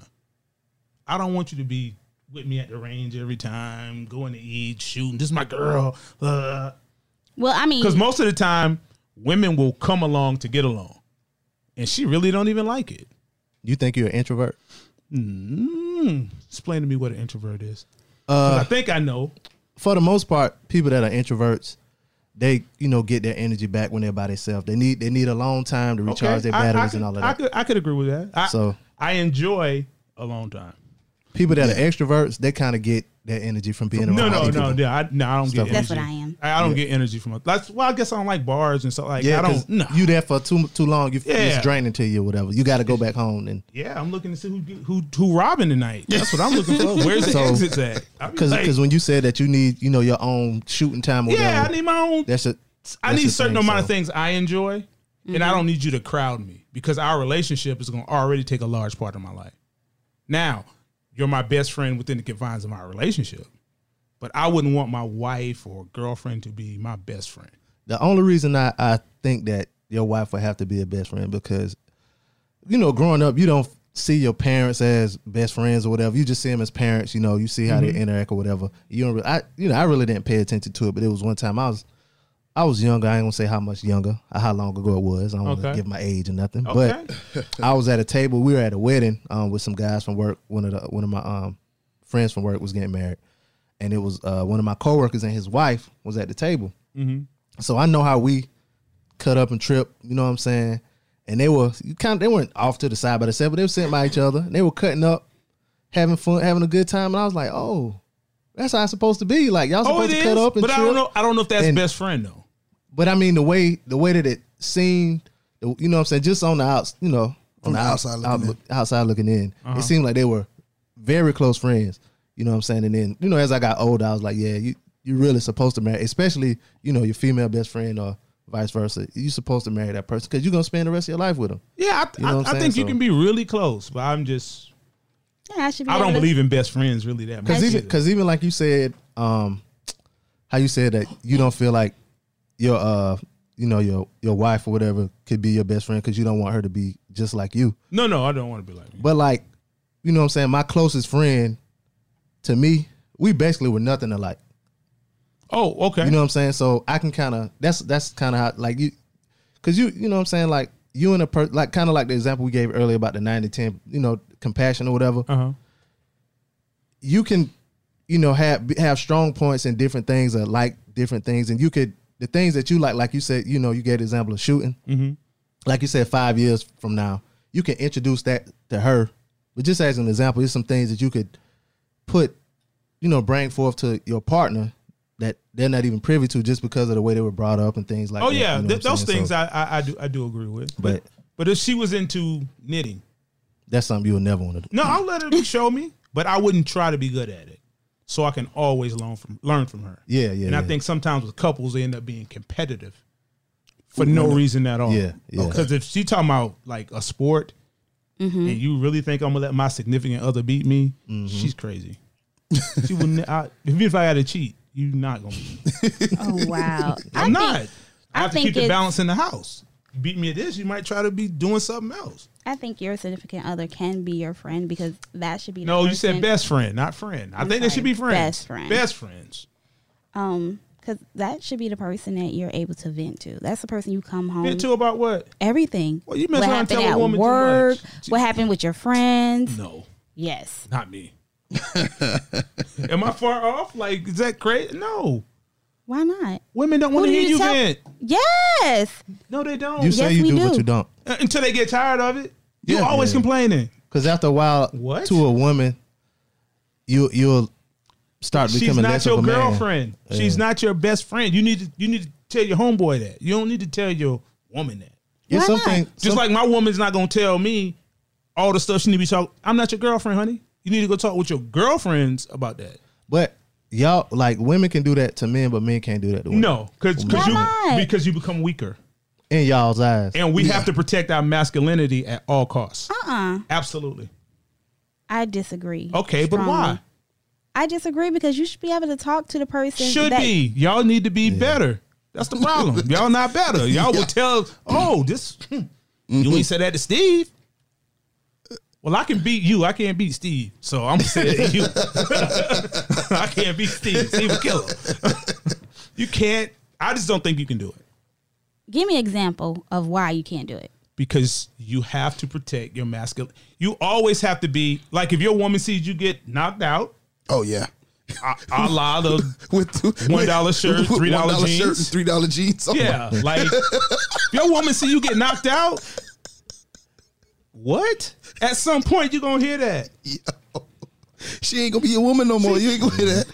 Speaker 3: I don't want you to be with me at the range every time, going to eat, shooting. This is my girl. Because
Speaker 2: Well, I mean,
Speaker 3: most of the time, women will come along to get along, and she really don't even like it.
Speaker 5: you think you're an introvert
Speaker 3: Mm. Explain to me what an introvert is.
Speaker 5: Uh,
Speaker 3: 'Cause I think I know.
Speaker 5: for the most part people that are introverts they you know get their energy back when they're by themselves they need they need a long time to recharge
Speaker 3: Okay,
Speaker 5: their
Speaker 3: I- I
Speaker 5: batteries
Speaker 3: could-
Speaker 5: and all of
Speaker 3: I
Speaker 5: that
Speaker 3: could, I could agree with that. I,
Speaker 5: So-
Speaker 3: I enjoy alone time.
Speaker 5: people that are extroverts they kind of get their energy from being around
Speaker 3: No, no,
Speaker 5: other people.
Speaker 3: no, no, I, no. I don't get.
Speaker 5: Stuff.
Speaker 3: Energy.
Speaker 2: That's what I am.
Speaker 3: I, I don't get energy from. it. That's well. I guess I don't like bars and stuff like.
Speaker 5: Yeah,
Speaker 3: I
Speaker 5: 'cause
Speaker 3: don't. No.
Speaker 5: You there for too too long. You,
Speaker 3: Yeah.
Speaker 5: It's draining to you, or whatever. You got to go back home, and
Speaker 3: yeah, I'm looking to see who who who robbing tonight. That's what I'm looking for. Where's the
Speaker 5: So-
Speaker 3: exits at? I be
Speaker 5: because
Speaker 3: like,
Speaker 5: when you said that you need you know your own shooting time, or
Speaker 3: yeah,
Speaker 5: whatever,
Speaker 3: I need my own.
Speaker 5: that's a
Speaker 3: I
Speaker 5: that's
Speaker 3: need
Speaker 5: the
Speaker 3: certain
Speaker 5: thing,
Speaker 3: amount of
Speaker 5: so-
Speaker 3: things I enjoy, and I don't need you to crowd me because our relationship is going to already take a large part of my life. Now, you're my best friend within the confines of my relationship, but I wouldn't want my wife or girlfriend to be my best friend.
Speaker 5: The only reason I I think that your wife would have to be a best friend because you know growing up you don't see your parents as best friends or whatever. You just see them as parents. You know, you see how
Speaker 3: Mm-hmm.
Speaker 5: they interact or whatever. You don't. Really, I you know I really didn't pay attention to it, but it was one time I was. I was younger. I ain't gonna say how much younger, or how long ago it was. I don't
Speaker 3: Okay.
Speaker 5: wanna give my age or nothing.
Speaker 3: Okay.
Speaker 5: But I was at a table. We were at a wedding um, with some guys from work. One of the one of my um, friends from work was getting married, and it was uh, one of my coworkers and his wife was at the table. So I know how we cut up and trip. You know what I'm saying? And they were you kind of, they weren't off to the side by themselves, but they were sitting by each other. And they were cutting up, having fun, having a good time. And I was like, oh, that's how it's supposed to be. Like y'all
Speaker 3: Oh, it
Speaker 5: supposed to
Speaker 3: is,
Speaker 5: cut up and
Speaker 3: but I
Speaker 5: trip.
Speaker 3: don't know. I don't know if that's
Speaker 5: and-
Speaker 3: best friend though.
Speaker 5: But I mean the way the way that it seemed, the- you know what I'm saying, just on the outs, you know, on
Speaker 4: From the
Speaker 5: out-
Speaker 4: outside looking
Speaker 5: outlook- outside looking in, it seemed like they were very close friends. You know what I'm saying? And then you know, as I got older, I was like, yeah, you you're really supposed to marry, especially you know your female best friend or vice versa. You're supposed to marry that person because you're gonna spend the rest of your life with them.
Speaker 3: Yeah, I,
Speaker 5: You know
Speaker 3: I-
Speaker 5: what
Speaker 3: I
Speaker 5: I'm
Speaker 3: think
Speaker 5: saying? So-
Speaker 3: you can be really close, but I'm just.
Speaker 2: yeah, I should be.
Speaker 3: I don't
Speaker 2: able to-
Speaker 3: believe in best friends really that much.
Speaker 5: Because even
Speaker 3: either.
Speaker 5: because even like you said, um, how you said that you don't feel like your uh you know your your wife or whatever could be your best friend because you don't want her to be just like you.
Speaker 3: no, no, I don't want to be like. Me.
Speaker 5: But like, you know what I'm saying? My closest friend to me, we basically were nothing alike.
Speaker 3: Oh, okay.
Speaker 5: You know what I'm saying? So I can kind of that's that's kind of how like you, cause you you know what I'm saying like you and a per like kind of like the example we gave earlier about the nine to ten you know compassion or whatever.
Speaker 3: uh huh.
Speaker 5: You can you know have have strong points in different things or like different things, and you could the things that you like like you said you know you gave the example of shooting. Mm-hmm. Like you said, five years from now, you can introduce that to her. But just as an example, there's some things that you could put, you know, bring forth to your partner that they're not even privy to just because of the way they were brought up and things like
Speaker 3: Oh
Speaker 5: that.
Speaker 3: yeah,
Speaker 5: you know
Speaker 3: th-
Speaker 5: what I'm
Speaker 3: those
Speaker 5: saying?
Speaker 3: things
Speaker 5: So
Speaker 3: I, I I do I do agree with.
Speaker 5: But-
Speaker 3: but if she was into knitting,
Speaker 5: that's something you'll never want to do.
Speaker 3: no, I'll let her show me. But I wouldn't try to be good at it, so I can always learn from learn from her.
Speaker 5: Yeah, yeah,
Speaker 3: And I
Speaker 5: yeah.
Speaker 3: think sometimes with couples they end up being competitive for no reason at all.
Speaker 5: Yeah, yeah.
Speaker 3: Because if she talking about like a
Speaker 5: Mm-hmm.
Speaker 3: sport, and you really think I'm gonna let my significant other beat me, she's crazy. She would. ne- I, even if I had to cheat, you're not gonna. Be.
Speaker 2: Oh wow!
Speaker 3: I'm
Speaker 2: think-
Speaker 3: not. I
Speaker 2: I
Speaker 3: have to
Speaker 2: think
Speaker 3: keep the
Speaker 2: it's-
Speaker 3: balance in the house. You beat me at this, you might try to be doing something else.
Speaker 2: I think your significant other can be your friend because that should be. the
Speaker 3: No, you
Speaker 2: person-
Speaker 3: said best friend, not friend. I think they
Speaker 2: sorry,
Speaker 3: should be friends.
Speaker 2: best friend.
Speaker 3: Best friends.
Speaker 2: Um, because that should be the person that you're able to vent to. That's the person you come home.
Speaker 3: Been too about what?
Speaker 2: Everything.
Speaker 3: Well, you mess around and tell a woman too
Speaker 2: work?
Speaker 3: much.
Speaker 2: What happened with your friends?
Speaker 3: No,
Speaker 2: Yes.
Speaker 3: not me. Am I far off? Like, is that crazy? No.
Speaker 2: Why not?
Speaker 3: Women don't want to
Speaker 2: do
Speaker 3: hear
Speaker 2: you
Speaker 3: you
Speaker 2: tell-
Speaker 3: vent.
Speaker 2: Yes.
Speaker 3: No, they don't.
Speaker 5: You
Speaker 2: Yes,
Speaker 5: say you
Speaker 2: we
Speaker 5: do, but
Speaker 2: do.
Speaker 5: you don't.
Speaker 3: Uh, Until they get tired of it. You're
Speaker 5: Yeah.
Speaker 3: always
Speaker 5: Yeah.
Speaker 3: complaining.
Speaker 5: Because after a while,
Speaker 3: What?
Speaker 5: to a woman, you you'll start
Speaker 3: She's
Speaker 5: becoming
Speaker 3: not
Speaker 5: less of
Speaker 3: your
Speaker 5: a man.
Speaker 3: girlfriend. She's not your best friend. You need to you need to tell your homeboy that. You don't need to tell your woman that.
Speaker 5: Yeah,
Speaker 2: Why
Speaker 5: some
Speaker 2: not?
Speaker 5: thing-
Speaker 3: Just
Speaker 5: some-
Speaker 3: like my woman's not gonna tell me all the stuff she need to be talking. I'm not your girlfriend, honey. You need to go talk with your girlfriends about that.
Speaker 5: but y'all like women can do that to men, but men can't do that to women.
Speaker 3: No, because
Speaker 2: Why
Speaker 3: you
Speaker 2: not?
Speaker 3: because you become weaker,
Speaker 5: in y'all's eyes.
Speaker 3: and we have to protect our masculinity at all costs.
Speaker 2: Uh. uh
Speaker 3: Absolutely.
Speaker 2: I disagree.
Speaker 3: Okay, but why?
Speaker 2: strongly. I disagree because you should be able to talk to the person.
Speaker 3: Should
Speaker 2: that-
Speaker 3: be. Y'all need to be better. That's the problem. Y'all not better. Y'all will tell. Oh, this. hmm, You ain't said that to Steve. Well, I can beat you. I can't beat Steve. So I'm gonna say it to you. I can't beat Steve. Steve will kill him. you can't. I just don't think you can do it
Speaker 2: Give me an example of why you can't do it.
Speaker 3: because you have to protect your masculine. You always have to be like if your woman sees you get knocked out,
Speaker 4: Oh yeah.
Speaker 3: a, a la the
Speaker 4: With two-
Speaker 3: One dollar shirt,
Speaker 4: with
Speaker 3: three dollar
Speaker 4: $1
Speaker 3: jeans.
Speaker 4: shirt and three dollar jeans. Oh,
Speaker 3: Yeah, like if your woman see you get knocked out. What? At some point you gonna hear that.
Speaker 4: yeah. She ain't gonna be a woman no more. you ain't gonna hear that.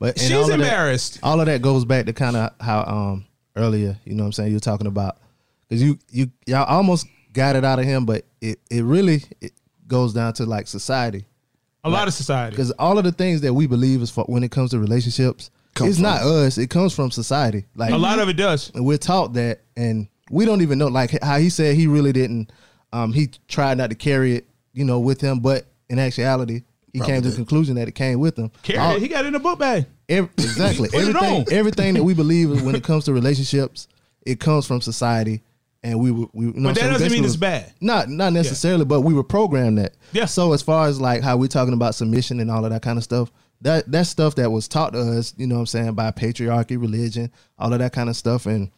Speaker 5: But and all
Speaker 3: She's
Speaker 5: of that-
Speaker 3: embarrassed.
Speaker 5: all of that goes back to kind of how um earlier, you know what I'm saying, you were talking about cuz you you y'all almost got it out of him, but it it really it goes down to like society
Speaker 3: A lot of society.
Speaker 5: cuz all of the things that we believe is for when it comes to relationships,
Speaker 4: Come
Speaker 5: it's
Speaker 4: from-
Speaker 5: not us, it comes from society. Like
Speaker 3: A lot of it does.
Speaker 5: and we're taught that and we don't even know like how he said he really didn't um he tried not to carry it, you know, with him, but in actuality he
Speaker 4: Probably
Speaker 5: came to the
Speaker 4: did.
Speaker 5: conclusion that it came with him.
Speaker 3: Carry
Speaker 5: All-
Speaker 3: it. He got it in a book bag.
Speaker 5: Ev- exactly.
Speaker 3: Put it on.
Speaker 5: everything, everything that we believe when it comes to relationships, it comes from society, and we were. We, you know
Speaker 3: But that
Speaker 5: what I'm saying?
Speaker 3: doesn't
Speaker 5: That's
Speaker 3: mean
Speaker 5: what
Speaker 3: it's
Speaker 5: was-
Speaker 3: bad.
Speaker 5: Not not necessarily, but we were programmed that.
Speaker 3: Yeah.
Speaker 5: So as far as like how we're talking about submission and all of that kind of stuff, that that's stuff that was taught to us. You know what I'm saying by patriarchy, religion, all of that kind of stuff, and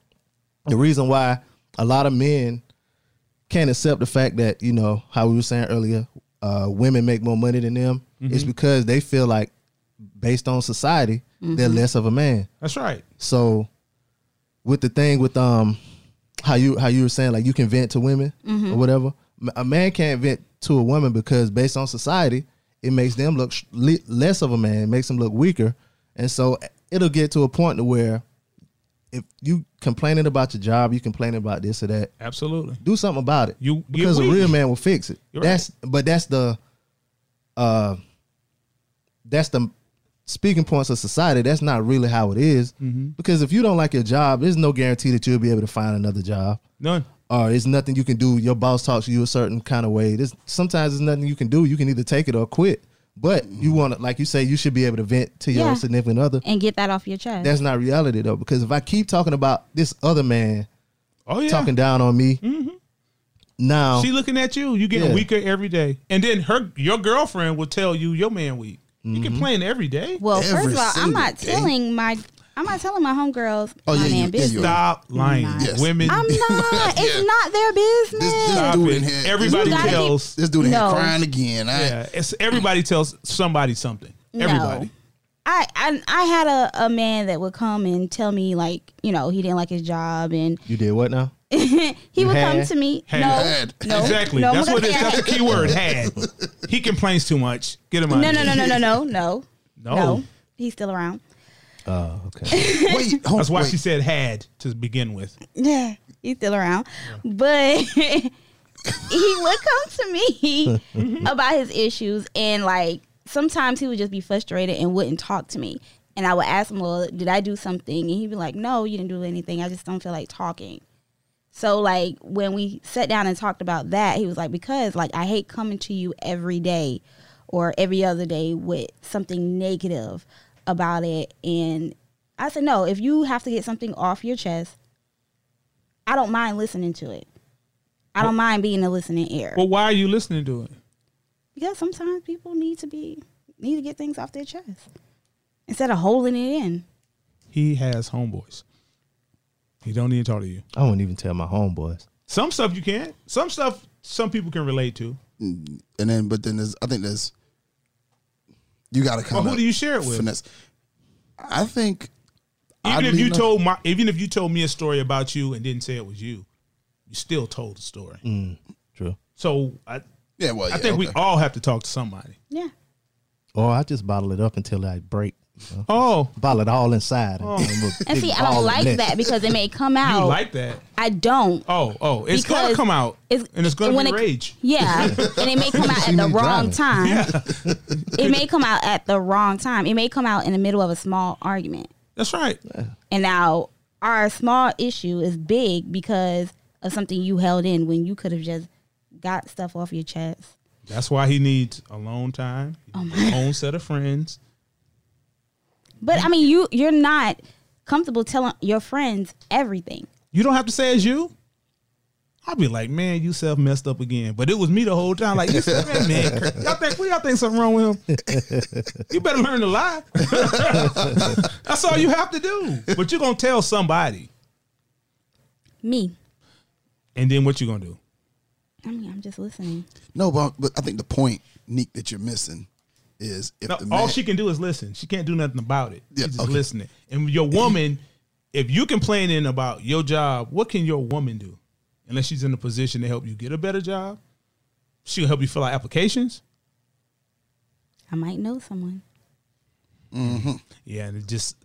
Speaker 5: the reason why a lot of men can't accept the fact that you know how we were saying earlier uh, women make more money than them is because they feel like based on society they're less of a man
Speaker 3: That's right.
Speaker 5: so with the thing with um how you how you were saying like you can vent to women or whatever M- a man can't vent to a woman because based on society it makes them look sh- le- less of a man it makes them look weaker and so it'll get to a point to where if you complaining about your job you complaining about this or that
Speaker 3: Absolutely.
Speaker 5: do something about it.
Speaker 3: You get
Speaker 5: because a
Speaker 3: weak.
Speaker 5: real man will fix it.
Speaker 3: You're
Speaker 5: that's but that's the uh that's the speaking points of society. That's not really how it is.
Speaker 3: Mm-hmm.
Speaker 5: Because if you don't like your job, there's no guarantee that you'll be able to find another job.
Speaker 3: None.
Speaker 5: Or it's nothing you can do. Your boss talks to you a certain kind of way. There's sometimes there's nothing you can do. You can either take it or quit. But you
Speaker 3: Mm-hmm.
Speaker 5: want to, like you say, you should be able to vent to your
Speaker 2: Yeah.
Speaker 5: significant other.
Speaker 2: And get that off your chest.
Speaker 5: That's not reality though, because if I keep talking about this other man
Speaker 3: Oh yeah. Mm-hmm.
Speaker 5: talking down on me, now
Speaker 3: She looking at you. You getting
Speaker 5: Yeah.
Speaker 3: weaker every day. And then her your girlfriend will tell you your man weak.
Speaker 5: Mm-hmm.
Speaker 3: You complain every day.
Speaker 2: well, first
Speaker 4: every
Speaker 2: of all, I'm
Speaker 4: single
Speaker 2: not
Speaker 4: day.
Speaker 2: telling my I'm not telling my homegirls
Speaker 4: Oh,
Speaker 2: my
Speaker 4: yeah,
Speaker 2: man
Speaker 4: you- yeah,
Speaker 2: business.
Speaker 4: you are.
Speaker 3: Stop lying.
Speaker 2: Yes.
Speaker 3: Women
Speaker 2: I'm not.
Speaker 4: Yeah.
Speaker 2: It's not their business.
Speaker 4: This, this
Speaker 3: Stop
Speaker 4: dude
Speaker 3: it.
Speaker 4: in here. this
Speaker 3: Everybody
Speaker 4: dude-
Speaker 2: You gotta be-
Speaker 3: tells
Speaker 4: This dude in
Speaker 2: No.
Speaker 4: here crying again. I,
Speaker 3: Yeah, it's everybody tells somebody something.
Speaker 2: No.
Speaker 3: Everybody.
Speaker 2: I, I I had a, a man that would come and tell me like you know he didn't like his job and
Speaker 5: You did what now?
Speaker 2: he would come
Speaker 5: had-
Speaker 2: to me
Speaker 3: had-
Speaker 2: no
Speaker 4: had.
Speaker 2: no
Speaker 3: Exactly.
Speaker 2: no, I'm
Speaker 3: That's
Speaker 2: gonna
Speaker 3: what it is.
Speaker 2: say
Speaker 3: That's
Speaker 2: I
Speaker 3: the key word. Had. He complains too much. Get him out.
Speaker 2: had- no
Speaker 3: of
Speaker 2: no
Speaker 3: here.
Speaker 2: no no no no no
Speaker 3: No.
Speaker 2: he's still around
Speaker 5: Oh, okay.
Speaker 4: Wait, hold,
Speaker 3: That's why
Speaker 4: wait.
Speaker 3: she said had to begin with.
Speaker 2: yeah he's still around but he would come to me about his issues and like sometimes he would just be frustrated and wouldn't talk to me and I would ask him well did I do something and he'd be like no you didn't do anything I just don't feel like talking So like when we sat down and talked about that, he was like, because like I hate coming to you every day, or every other day with something negative about it. And I said, no, if you have to get something off your chest, I don't mind listening to it. I don't mind being a listening ear
Speaker 3: Well, why are you listening to it?
Speaker 2: because sometimes people need to be need to get things off their chest instead of holding it in.
Speaker 3: He has homeboys. He don't need to talk to you.
Speaker 5: I wouldn't even tell my homeboys.
Speaker 3: Some stuff you can't. Some stuff some people can relate to.
Speaker 4: Mm, and then but then there's I think there's you got to
Speaker 3: But
Speaker 4: kind
Speaker 3: who do you share it with?
Speaker 4: finesse. I think
Speaker 3: Even if
Speaker 4: oddly
Speaker 3: you
Speaker 4: enough-
Speaker 3: told my, even if you told me a story about you and didn't say it was you, you still told the story.
Speaker 5: True.
Speaker 3: So I,
Speaker 4: Mm. yeah, well,
Speaker 3: I think we all have to talk to somebody.
Speaker 2: Yeah.
Speaker 5: Or I just bottle it up until I break. you know?
Speaker 3: Oh,
Speaker 5: Bottle it all inside. And,
Speaker 2: Oh. And see, I don't like that because it may come
Speaker 3: you
Speaker 2: out.
Speaker 3: like that?
Speaker 2: I don't.
Speaker 3: Oh, oh, it's gonna
Speaker 2: Because
Speaker 3: come out,
Speaker 2: it's-
Speaker 3: and it's gonna
Speaker 2: when
Speaker 3: be
Speaker 2: it-
Speaker 3: rage.
Speaker 2: Yeah, and it may come out at the wrong time. It may come out at the wrong time. It may come out in the middle of a small argument.
Speaker 3: That's right.
Speaker 2: And now our small issue is big because of something you held in when you could have just got stuff off your chest.
Speaker 3: That's why he needs alone time, his own set of friends.
Speaker 2: But I mean, you you're not comfortable telling your friends everything.
Speaker 3: You don't have to say it's you. I'll be like, man, you self messed up again. But it was me the whole time. Like, you self that man. cra- Y'all think what y'all think something wrong with him? You better learn to lie. That's all you have to do. But you're gonna tell somebody.
Speaker 2: Me,
Speaker 3: And then what you gonna do?
Speaker 2: I mean, I'm just listening.
Speaker 4: no, but, but I think the point, Nick, that you're missing is if
Speaker 3: No,
Speaker 4: the man,
Speaker 3: all she can do is listen. She can't do nothing about it.
Speaker 4: Yeah,
Speaker 3: She's just
Speaker 4: okay.
Speaker 3: listening. And your woman, if you complaining about your job, what can your woman do? Unless she's in a position to help you get a better job. She'll help you fill out applications.
Speaker 2: I might know someone.
Speaker 3: Yeah, and it just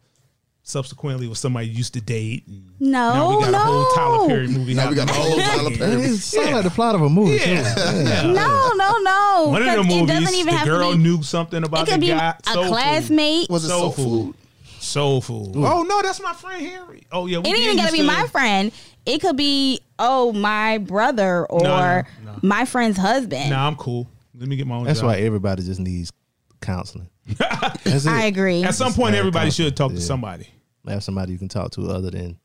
Speaker 3: subsequently was somebody you used to date. And now
Speaker 2: No,
Speaker 3: we got a whole Tyler Perry
Speaker 2: no,
Speaker 3: movie.
Speaker 4: Now we got a
Speaker 3: happening.
Speaker 4: whole Tyler Perry.
Speaker 5: It sounds like the plot of a movie. too.
Speaker 3: Yeah. yeah.
Speaker 2: no, no, no.
Speaker 3: One of the
Speaker 2: 'Cause it doesn't
Speaker 3: movies,
Speaker 2: even
Speaker 3: the
Speaker 2: have
Speaker 3: girl
Speaker 2: to be.
Speaker 3: knew something
Speaker 2: It
Speaker 3: about
Speaker 2: could
Speaker 3: the
Speaker 2: be
Speaker 3: guy.
Speaker 2: a
Speaker 3: Soul Food.
Speaker 2: classmate.
Speaker 4: was it
Speaker 3: Soul
Speaker 4: soul,
Speaker 3: food.
Speaker 4: food?
Speaker 3: Soul food. Oh no, that's my friend Harry. Oh yeah, we
Speaker 2: It ain't
Speaker 3: did
Speaker 2: even gotta
Speaker 3: used
Speaker 2: be my friend. It could be oh my brother or
Speaker 3: no, no.
Speaker 2: my friend's husband.
Speaker 3: Nah, I'm cool. Let me get my own.
Speaker 5: That's
Speaker 3: job.
Speaker 5: why everybody just needs counseling. That's it.
Speaker 2: I agree.
Speaker 3: At some point,
Speaker 5: Very
Speaker 3: everybody
Speaker 5: confident,
Speaker 3: should talk to
Speaker 5: yeah.
Speaker 3: somebody.
Speaker 5: Have somebody you can talk to other than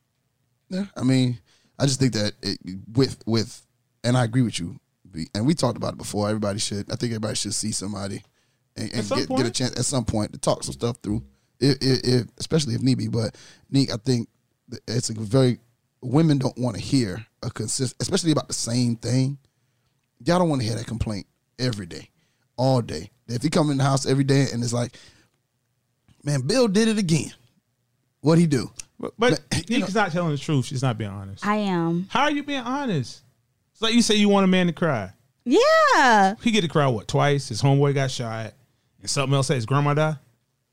Speaker 4: Yeah, I mean, I just think that it, with with, and I agree with you. B, And we talked about it before. Everybody should. I think everybody should see somebody and, and
Speaker 3: some
Speaker 4: get, get a
Speaker 3: point.
Speaker 4: chance at some point to talk some stuff through, if, if, if, especially if need be. But Nick, I think that it's a very women don't want to hear a consist, especially about the same thing. Y'all don't want to hear that complaint every day, all day. If you come in the house every day and it's like, man, Bill did it again. What would he do?
Speaker 3: But, but
Speaker 4: But, you
Speaker 3: Nick's not telling the truth. She's not being honest.
Speaker 2: I am.
Speaker 3: How are you being honest? It's like you say you want a man to cry.
Speaker 2: Yeah.
Speaker 3: He get to cry what twice? His homeboy got shot, and something else. His grandma died.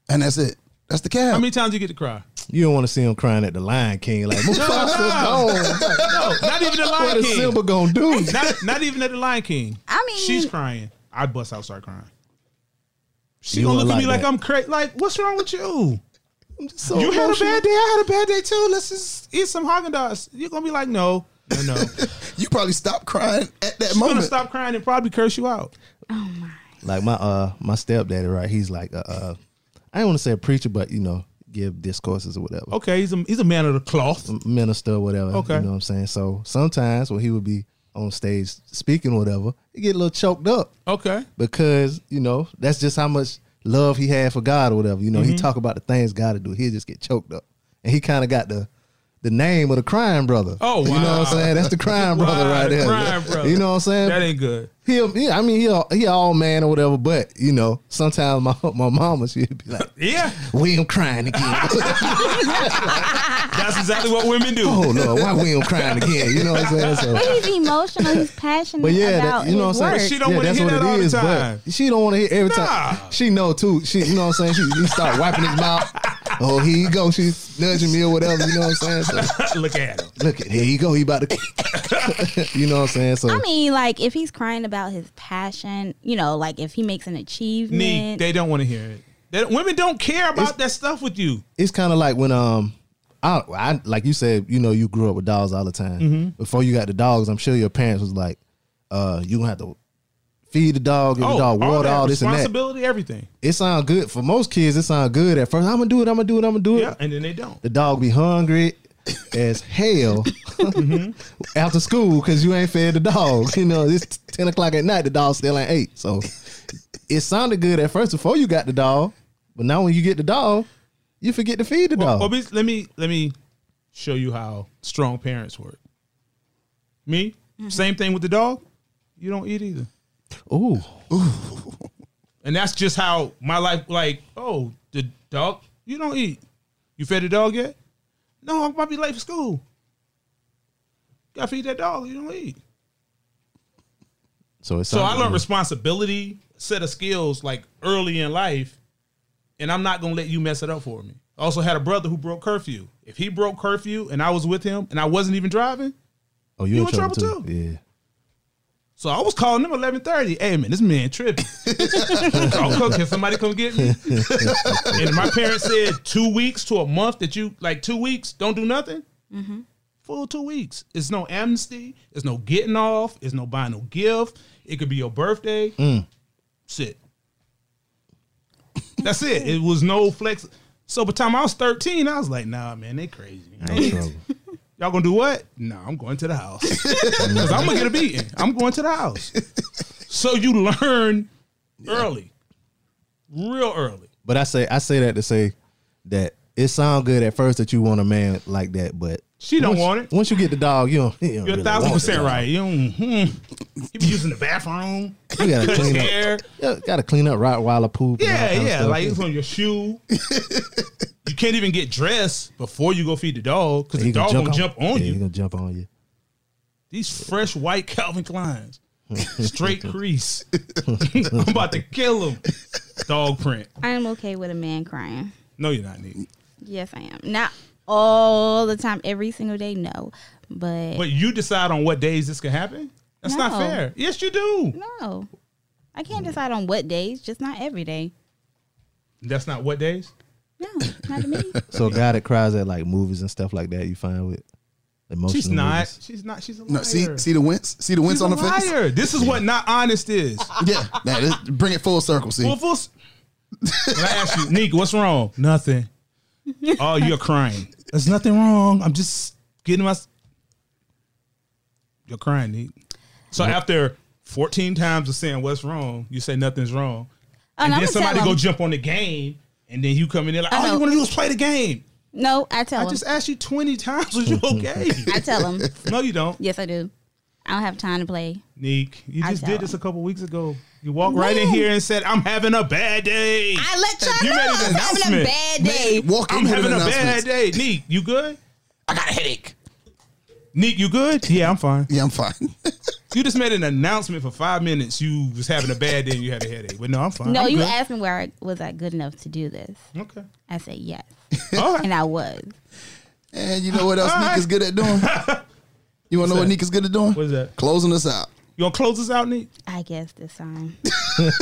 Speaker 4: And that's it. That's the cab.
Speaker 3: How many times you get to cry?
Speaker 5: you don't want to see him crying at the Lion King like Mufasa gone.
Speaker 3: No, not even the
Speaker 5: What
Speaker 3: Lion
Speaker 5: is
Speaker 3: King.
Speaker 5: Simba gonna do?
Speaker 3: Not, not even at the Lion King.
Speaker 2: I mean-
Speaker 3: she's crying. I bust out, start crying. She
Speaker 5: You
Speaker 3: gonna
Speaker 5: don't
Speaker 3: look at me
Speaker 5: like
Speaker 3: like
Speaker 5: that.
Speaker 3: I'm crazy. Like, what's wrong with you?
Speaker 5: I'm just so
Speaker 3: you had a
Speaker 5: emotional.
Speaker 3: bad day. I had a bad day too. Let's just eat some Haagen Dazs. You're gonna be like, no, no, no.
Speaker 4: you probably stopped crying at that
Speaker 3: I'm gonna
Speaker 4: moment.
Speaker 3: stop crying and probably curse you out.
Speaker 5: like my uh my stepdaddy, right? He's like uh, uh I don't want to say a preacher, but you know, give discourses or whatever.
Speaker 3: Okay, he's a he's a man of the cloth.
Speaker 5: Minister or whatever.
Speaker 3: Okay.
Speaker 5: You know what I'm saying? So sometimes when he would be on stage speaking or whatever, he get a little choked up.
Speaker 3: Okay,
Speaker 5: because you know that's just how much love he had for God or whatever. You know,
Speaker 3: Mm-hmm.
Speaker 5: he talk about the things God to do. He just get choked up, and he kind of got the the name of the crime brother.
Speaker 3: Oh,
Speaker 5: you know what
Speaker 3: wow.
Speaker 5: I'm saying? That's the crime brother
Speaker 3: Wow,
Speaker 5: right
Speaker 3: the
Speaker 5: there.
Speaker 3: crime brother.
Speaker 5: You know what I'm saying?
Speaker 3: that ain't good.
Speaker 5: He'll, yeah, I mean, he all, he all man or whatever, but you know, sometimes my my mama she'd be like,
Speaker 3: Yeah,
Speaker 5: "William crying again."
Speaker 3: that's exactly what women do.
Speaker 5: oh Lord, why William crying again? You know what I'm saying? So,
Speaker 2: But he's emotional. He's passionate
Speaker 5: But yeah,
Speaker 2: about
Speaker 5: that, you know
Speaker 2: his
Speaker 5: what I'm
Speaker 2: work.
Speaker 5: saying.
Speaker 3: She don't
Speaker 5: yeah,
Speaker 3: wanna
Speaker 5: that's
Speaker 3: hear
Speaker 5: what
Speaker 3: that all
Speaker 5: it
Speaker 3: the
Speaker 5: is.
Speaker 3: time.
Speaker 5: But she don't want to hear every time.
Speaker 3: Nah.
Speaker 5: She know too. She, you know what I'm saying. She, he start wiping his mouth. Oh, here you go. She's nudging me or whatever. You know what I'm saying. So
Speaker 3: look at him.
Speaker 5: look at here you go. He about to. you know what I'm saying. So
Speaker 2: I mean, like if he's crying about his passion, you know, like if he makes an achievement.
Speaker 3: Neek, they don't want to hear it. They, women don't care about that stuff with you.
Speaker 5: it's kind of like when um. I, I like you said, you know, you grew up with
Speaker 3: Mm-hmm.
Speaker 5: dogs all the time. Before you got the dogs, I'm sure your parents was like, uh, you gonna have to feed the dog, give the dog water,
Speaker 3: Oh, that
Speaker 5: all, this and that.
Speaker 3: responsibility, everything.
Speaker 5: It sound good for most kids. It sound good at first. I'm gonna do it. I'm gonna do it. I'm gonna do it.
Speaker 3: Yeah, and then they don't.
Speaker 5: The dog be hungry as hell
Speaker 3: Mm-hmm.
Speaker 5: after school because you ain't fed the dog. You know, it's ten o'clock at night. The dog still ain't ate. So it sounded good at first before you got the dog, but now when you get the dog, you forget to feed the
Speaker 3: Well,
Speaker 5: dog.
Speaker 3: Obis, let me let me show you how strong parents work. Me, same thing with the dog. You don't eat either,
Speaker 5: Ooh,
Speaker 3: and that's just how my life. Like, oh, the dog, you don't eat. You fed the dog yet? No, I'm about to be late for school. Gotta feed that dog. You don't eat.
Speaker 5: so it's
Speaker 3: So I learned responsibility, set of skills like early in life, and I'm not gonna let you mess it up for me. I also had a brother who broke curfew. If he broke curfew and I was with him and I wasn't even driving,
Speaker 5: Oh, you,
Speaker 3: you
Speaker 5: in,
Speaker 3: in
Speaker 5: trouble,
Speaker 3: trouble
Speaker 5: too? Yeah.
Speaker 3: so I was calling him eleven thirty. Hey man, this man tripping. oh, cook, can somebody come get me? and my parents said two weeks to a month that you like two weeks don't do nothing. Full two weeks. It's no amnesty. It's no getting off. It's no buying no gift. It could be your birthday. Sit. That's it. It was no flex. So by the time I was thirteen, I was like, Nah, man, they crazy.
Speaker 5: No trouble.
Speaker 3: Y'all gonna do what? No, I'm going to the house. Because I'm gonna get a beating. I'm going to the house. So you learn early. Real early.
Speaker 5: But I say I say that to say that it sound good at first that you want a man like that, but
Speaker 3: She don't
Speaker 5: once-
Speaker 3: want it.
Speaker 5: Once you get the dog, you don't. You don't
Speaker 3: You're a
Speaker 5: really
Speaker 3: thousand
Speaker 5: want the
Speaker 3: percent
Speaker 5: dog.
Speaker 3: right. You don't hmm. You be using the bathroom,
Speaker 5: You gotta
Speaker 3: cut his
Speaker 5: clean up.
Speaker 3: hair.
Speaker 5: Yeah, gotta clean up Rottweiler poop. and all
Speaker 3: Yeah,
Speaker 5: kind of
Speaker 3: yeah.
Speaker 5: stuff.
Speaker 3: Like it's on your shoe. you can't even get dressed before you go feed the dog, because
Speaker 5: He
Speaker 3: the dog gonna jump on
Speaker 5: yeah, He
Speaker 3: you.
Speaker 5: gonna jump on you.
Speaker 3: These fresh white Calvin Kleins. Straight crease. I'm about to kill him. Dog print.
Speaker 2: I am okay with a man crying.
Speaker 3: No, you're not neat.
Speaker 2: Yes, I am. Not all the time, every single day, no. But,
Speaker 3: But you decide on what days this can happen? That's not
Speaker 2: No.
Speaker 3: fair. Yes, you do.
Speaker 2: no. I can't decide on what days, just not every day.
Speaker 3: That's not what days?
Speaker 2: No, not to me.
Speaker 5: So a guy that cries at like movies and stuff like that, you find with emotional.
Speaker 3: She's not.
Speaker 5: movies.
Speaker 3: She's not. She's a liar.
Speaker 4: No, see, see the wince, see the wince
Speaker 3: She's a
Speaker 4: on the face.
Speaker 3: liar. This is what not honest is.
Speaker 4: Yeah, nah, this, bring it full circle. See,
Speaker 3: Well, full s- when I ask you, Nick, what's wrong? Nothing. Oh, you're crying. There's nothing wrong. I'm just getting my. s- You're crying, Nick. So after 14 times of saying what's wrong, you say nothing's wrong.
Speaker 2: Oh,
Speaker 3: and
Speaker 2: no, I'm
Speaker 3: then
Speaker 2: gonna
Speaker 3: somebody
Speaker 2: tell
Speaker 3: go
Speaker 2: him.
Speaker 3: jump on the game, and then you come in there like,
Speaker 2: I
Speaker 3: all you
Speaker 2: know.
Speaker 3: want to do is play the game.
Speaker 2: No, I tell
Speaker 3: I
Speaker 2: him.
Speaker 3: just asked you 20 times, was you okay?
Speaker 2: I tell him.
Speaker 3: no, you don't.
Speaker 2: Yes, I do. I don't have time to play.
Speaker 3: Neek, you
Speaker 2: I
Speaker 3: just
Speaker 2: don't.
Speaker 3: did this a couple weeks ago. You walked right in
Speaker 2: No.
Speaker 3: here and said, I'm having a bad day.
Speaker 2: I let y'all
Speaker 3: You
Speaker 2: know
Speaker 3: made an
Speaker 2: I was having a
Speaker 3: announcement.
Speaker 2: bad
Speaker 4: Hey,
Speaker 2: day.
Speaker 4: walk in
Speaker 3: I'm
Speaker 4: with an
Speaker 3: having a
Speaker 4: announcement.
Speaker 3: bad day. Neek, you good? I got a headache. Neek, you good? Yeah, I'm fine.
Speaker 4: Yeah, I'm fine.
Speaker 3: You just made an announcement for five minutes. You was having a bad day and you had a headache. But no, I'm fine.
Speaker 2: No,
Speaker 3: I'm
Speaker 2: you
Speaker 3: good.
Speaker 2: asked me where I, was I good enough to do this.
Speaker 3: Okay.
Speaker 2: I said yes,
Speaker 3: All right.
Speaker 2: and I was.
Speaker 4: and you know what else
Speaker 3: All
Speaker 4: Nick
Speaker 3: right.
Speaker 4: is good at doing? You want to know what
Speaker 3: that?
Speaker 4: Nick is good at doing?
Speaker 3: What is that?
Speaker 4: Closing us out.
Speaker 3: You gonna close us out, Neek?
Speaker 2: I guess this time.
Speaker 3: well,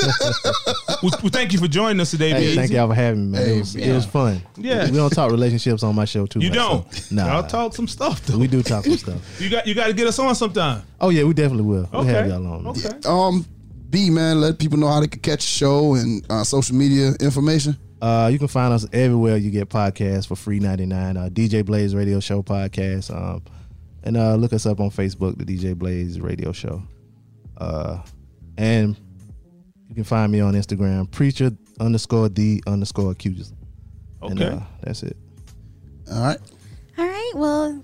Speaker 3: well, thank you for joining us today,
Speaker 5: Hey,
Speaker 3: Neek.
Speaker 5: thank y'all for having me, man.
Speaker 4: Hey,
Speaker 5: it, was, it
Speaker 4: yeah.
Speaker 5: was fun.
Speaker 3: Yeah.
Speaker 5: we don't talk relationships on my show too.
Speaker 3: You
Speaker 5: much,
Speaker 3: don't.
Speaker 5: So, nah,
Speaker 3: Y'all talk some stuff though.
Speaker 5: We do talk some stuff.
Speaker 3: You got you gotta get us on sometime.
Speaker 5: Oh yeah, we definitely will. We'll
Speaker 3: Okay.
Speaker 5: have y'all on. man.
Speaker 3: Okay.
Speaker 4: Um, B man, let people know how they can catch the show and uh, social media information.
Speaker 5: Uh, you can find us everywhere you get podcasts for free ninety nine. Uh, DJ Blaze Radio Show podcast, um, and uh, look us up on Facebook, the DJ Blaze Radio Show, uh, and you can find me on Instagram, preacher underscore d underscore accused. And,
Speaker 3: Okay.
Speaker 5: uh, that's it.
Speaker 4: All right.
Speaker 2: All right. Well,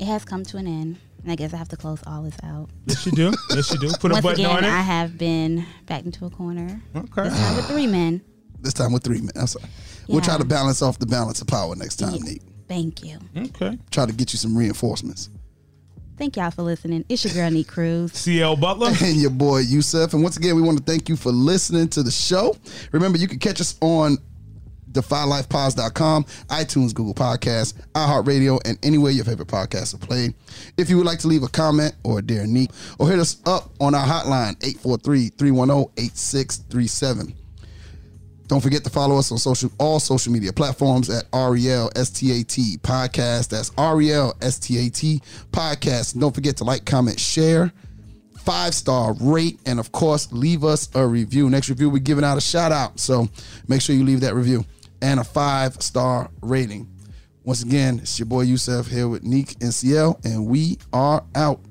Speaker 2: it has come to an end, and I guess I have to close all this out.
Speaker 3: Yes, you do. Yes, you do. Put a
Speaker 2: Once
Speaker 3: button
Speaker 2: again,
Speaker 3: on it.
Speaker 2: I have been back into a corner.
Speaker 3: okay.
Speaker 2: This time with three men.
Speaker 4: This time with three men. I'm sorry. We'll try
Speaker 2: Yeah.
Speaker 4: to balance off the balance of power next time, Nick.
Speaker 2: Thank you.
Speaker 3: Okay.
Speaker 4: Try to get you some reinforcements.
Speaker 2: Thank y'all for listening. It's your girl, Neat Cruz.
Speaker 3: CL Butler.
Speaker 4: and your boy Yusef. And once again, we want to thank you for listening to the show. Remember, you can catch us on defylifepods.com, iTunes, Google Podcasts, iHeartRadio, and anywhere your favorite podcasts are played. If you would like to leave a comment or a dare neat, or hit us up on our hotline, 843-310-8637. Don't forget to follow us on social all social media platforms at REL STAT Podcast. That's REL STAT Podcast. And don't forget to like, comment, share five star rate, and of course, leave us a review. Next review, we're giving out a shout out. So make sure you leave that review and a five star rating. Once again, it's your boy Yusef here with Neek and CL, and we are out.